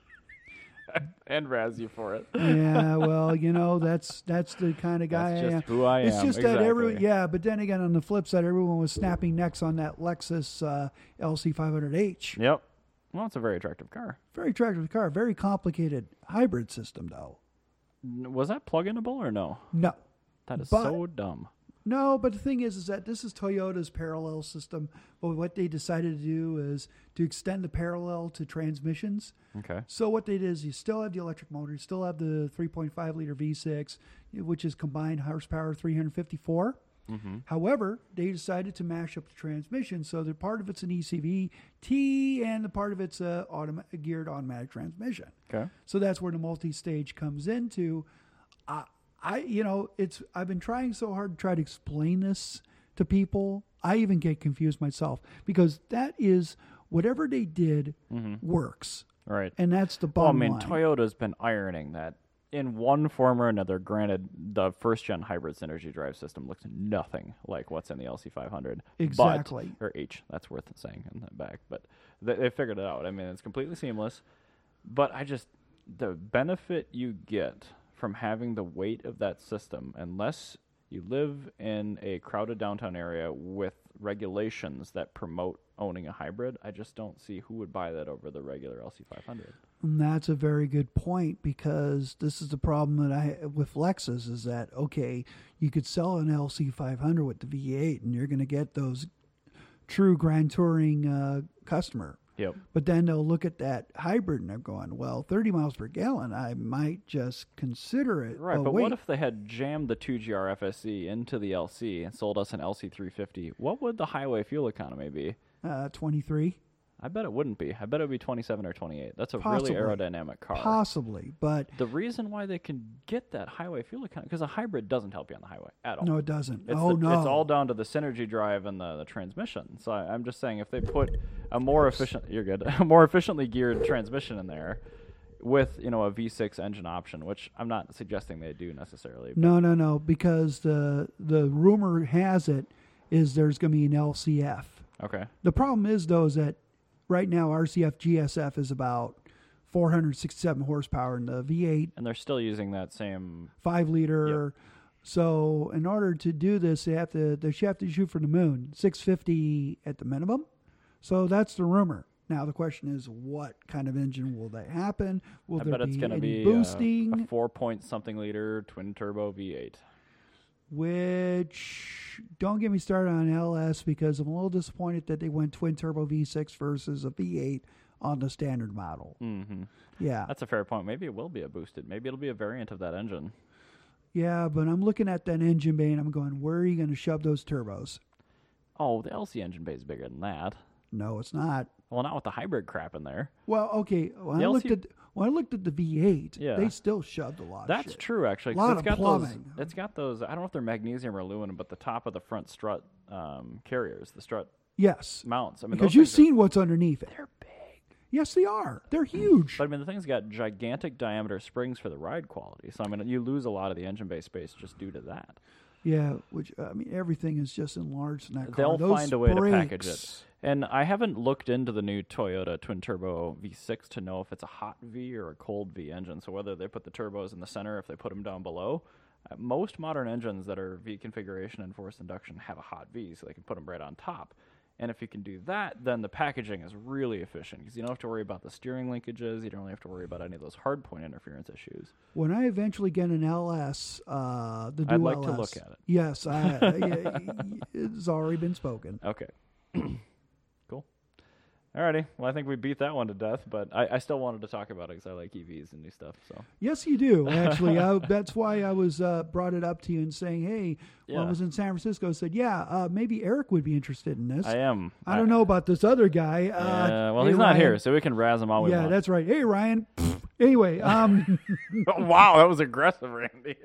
Speaker 1: and razz you for it.
Speaker 3: yeah, well, you know, that's that's the kind of guy
Speaker 1: That's
Speaker 3: I
Speaker 1: just
Speaker 3: am.
Speaker 1: who I
Speaker 3: it's
Speaker 1: am,
Speaker 3: just that every
Speaker 1: exactly.
Speaker 3: yeah, but then again, on the flip side, everyone was snapping necks on that Lexus uh, LC500H.
Speaker 1: Yep. Well, it's a very attractive car.
Speaker 3: Very attractive car, very complicated hybrid system though.
Speaker 1: N- Was that plug-inable or no?
Speaker 3: No,
Speaker 1: That is
Speaker 3: But-
Speaker 1: so dumb.
Speaker 3: no, but the thing is, is that this is Toyota's parallel system. But what they decided to do is to extend the parallel to transmissions.
Speaker 1: Okay.
Speaker 3: So what they did is you still have the electric motor, you still have the 3.5 liter V6, which is combined horsepower 354. However, they decided to mash up the transmission, so the part of it's an ECV T, and the part of it's a automa- a geared automatic transmission.
Speaker 1: Okay.
Speaker 3: So that's where the multi-stage comes into. I, I, you know, it's I've been trying so hard to try to explain this to people. I even get confused myself because that is whatever they did works.
Speaker 1: All right.
Speaker 3: And that's the
Speaker 1: Well, I
Speaker 3: bottom
Speaker 1: mean,
Speaker 3: line.
Speaker 1: Toyota's been ironing that in one form or another. Granted, the first gen hybrid synergy drive system looks nothing like what's in the LC500.
Speaker 3: Exactly.
Speaker 1: But, or H, that's worth saying in the back. But they, they figured it out. I mean, it's completely seamless. But I just, the benefit you get from having the weight of that system, unless you live in a crowded downtown area with regulations that promote owning a hybrid, I just don't see who would buy that over the regular LC500.
Speaker 3: and that's a very good point because this is the problem that I with Lexus is that okay, you could sell an LC 500 with the V8 and you're going to get those true grand touring uh, customer.
Speaker 1: Yep.
Speaker 3: But then they'll look at that hybrid and they're going, well, 30 miles per gallon, I might just consider it.
Speaker 1: Right,
Speaker 3: Oh,
Speaker 1: but
Speaker 3: wait.
Speaker 1: what if they had jammed the 2GR FSC E into the LC and sold us an LC350? What would the highway fuel economy be?
Speaker 3: uh, 23?
Speaker 1: I bet it wouldn't be. I bet it would be 27 or 28. That's a
Speaker 3: Possibly.
Speaker 1: really aerodynamic car.
Speaker 3: Possibly, but
Speaker 1: the reason why they can get that highway fuel economy, because a hybrid doesn't help you on the highway at all.
Speaker 3: no, it doesn't.
Speaker 1: It's
Speaker 3: oh,
Speaker 1: the-
Speaker 3: no.
Speaker 1: It's all down to the synergy drive and the, the transmission. So I, I'm just saying, if they put a more efficient, you're good, a more efficiently geared transmission in there, with you know a V6 engine option, which I'm not suggesting they do necessarily. but-
Speaker 3: No, no, no, because the the rumor has it is there's going to be an LCF.
Speaker 1: Okay.
Speaker 3: The problem is though is that right now RCF GSF is about 467 horsepower and the V8
Speaker 1: And they're still using that same.
Speaker 3: 5 liter. So in order to do this, they have to they should have to shoot for the moon, 650 at the minimum. So that's the rumor. Now the question is, what kind of engine will that happen? Will
Speaker 1: I
Speaker 3: there
Speaker 1: bet it's
Speaker 3: be
Speaker 1: going to
Speaker 3: any
Speaker 1: be uh, a-
Speaker 3: boosting?
Speaker 1: a four point something liter twin turbo V8.
Speaker 3: which don't get me started on LS because I'm a little disappointed that they went twin turbo V6 versus a V8 on the standard model.
Speaker 1: hmm
Speaker 3: Yeah.
Speaker 1: That's a fair point. Maybe it will be a boosted. Maybe it'll be a variant of that engine.
Speaker 3: Yeah, but I'm looking at that engine bay and I'm going, where are you going to shove those turbos?
Speaker 1: Oh, the LC engine bay is bigger than that.
Speaker 3: No, it's not.
Speaker 1: Well, not with the hybrid crap in there.
Speaker 3: Well, okay. When
Speaker 1: The
Speaker 3: I looked
Speaker 1: LC
Speaker 3: at when I looked at the V8,
Speaker 1: Yeah.
Speaker 3: they still shoved a lot. of
Speaker 1: That's
Speaker 3: Oh, shit.
Speaker 1: true, actually. 'cause
Speaker 3: Lot
Speaker 1: it's
Speaker 3: of
Speaker 1: got
Speaker 3: plumbing.
Speaker 1: Those, it's got those. I don't know if they're magnesium or aluminum, but the top of the front strut um, carriers, the strut
Speaker 3: Yes,
Speaker 1: mounts. I mean,
Speaker 3: because
Speaker 1: those
Speaker 3: you've
Speaker 1: things are-
Speaker 3: seen what's underneath it. They're big. Yes, they are. They're huge.
Speaker 1: But I mean, the thing's got gigantic diameter springs for the ride quality. So I mean, you lose a lot of the engine bay space just due to that.
Speaker 3: yeah, which I mean, everything is just enlarged in that car.
Speaker 1: They'll
Speaker 3: Those
Speaker 1: find a way to package
Speaker 3: brakes.
Speaker 1: it. And I haven't looked into the new Toyota twin turbo V6 to know if it's a hot V or a cold V engine. So whether they put the turbos in the center, if they put them down below. Uh, Most modern engines that are V configuration and forced induction have a hot V, so they can put them right on top. And if you can do that, then the packaging is really efficient because you don't have to worry about the steering linkages. You don't really have to worry about any of those hardpoint interference issues.
Speaker 3: When I eventually get an LS, uh, the
Speaker 1: I'd
Speaker 3: Dual
Speaker 1: like to
Speaker 3: LS.
Speaker 1: look at it.
Speaker 3: Yes, I, I- it's already been spoken.
Speaker 1: Okay. cool. Alrighty. Well, I think we beat that one to death, but I, I still wanted to talk about it because I like EVs and new stuff. So
Speaker 3: Yes, you do actually. I, that's why I was uh, brought it up to you and saying, "Hey, when I
Speaker 1: Yeah.
Speaker 3: was in San Francisco, said, yeah, uh, maybe Eric would be interested in this.
Speaker 1: I
Speaker 3: I,
Speaker 1: am.
Speaker 3: don't know about this other guy.
Speaker 1: Uh,
Speaker 3: Uh,
Speaker 1: well,
Speaker 3: hey,
Speaker 1: he's not
Speaker 3: Ryan.
Speaker 1: here, so we can razz him all we
Speaker 3: yeah,
Speaker 1: want.
Speaker 3: that's right. Hey, Ryan. anyway, um,
Speaker 1: wow, that was aggressive, Randy.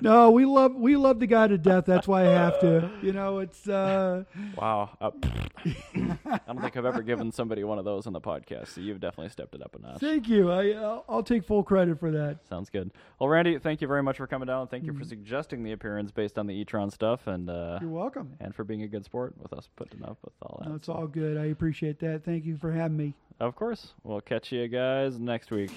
Speaker 3: no, we love we love the guy to death. That's why I have to. You know, it's uh,
Speaker 1: wow. Uh, I don't think I've ever given somebody one of those on the podcast, so you've definitely stepped it up a notch.
Speaker 3: thank you. I I'll, I'll take full credit for that.
Speaker 1: Sounds good. Well, Randy, thank you very much for coming down. Thank you for suggesting the appearance based on the e-tron stuff, and uh,
Speaker 3: Mm-hmm. You're welcome.
Speaker 1: and for being a good sport with us putting up with all that.
Speaker 3: No, it's all good. I appreciate that. Thank you for having me.
Speaker 1: Of course. We'll catch you guys next week.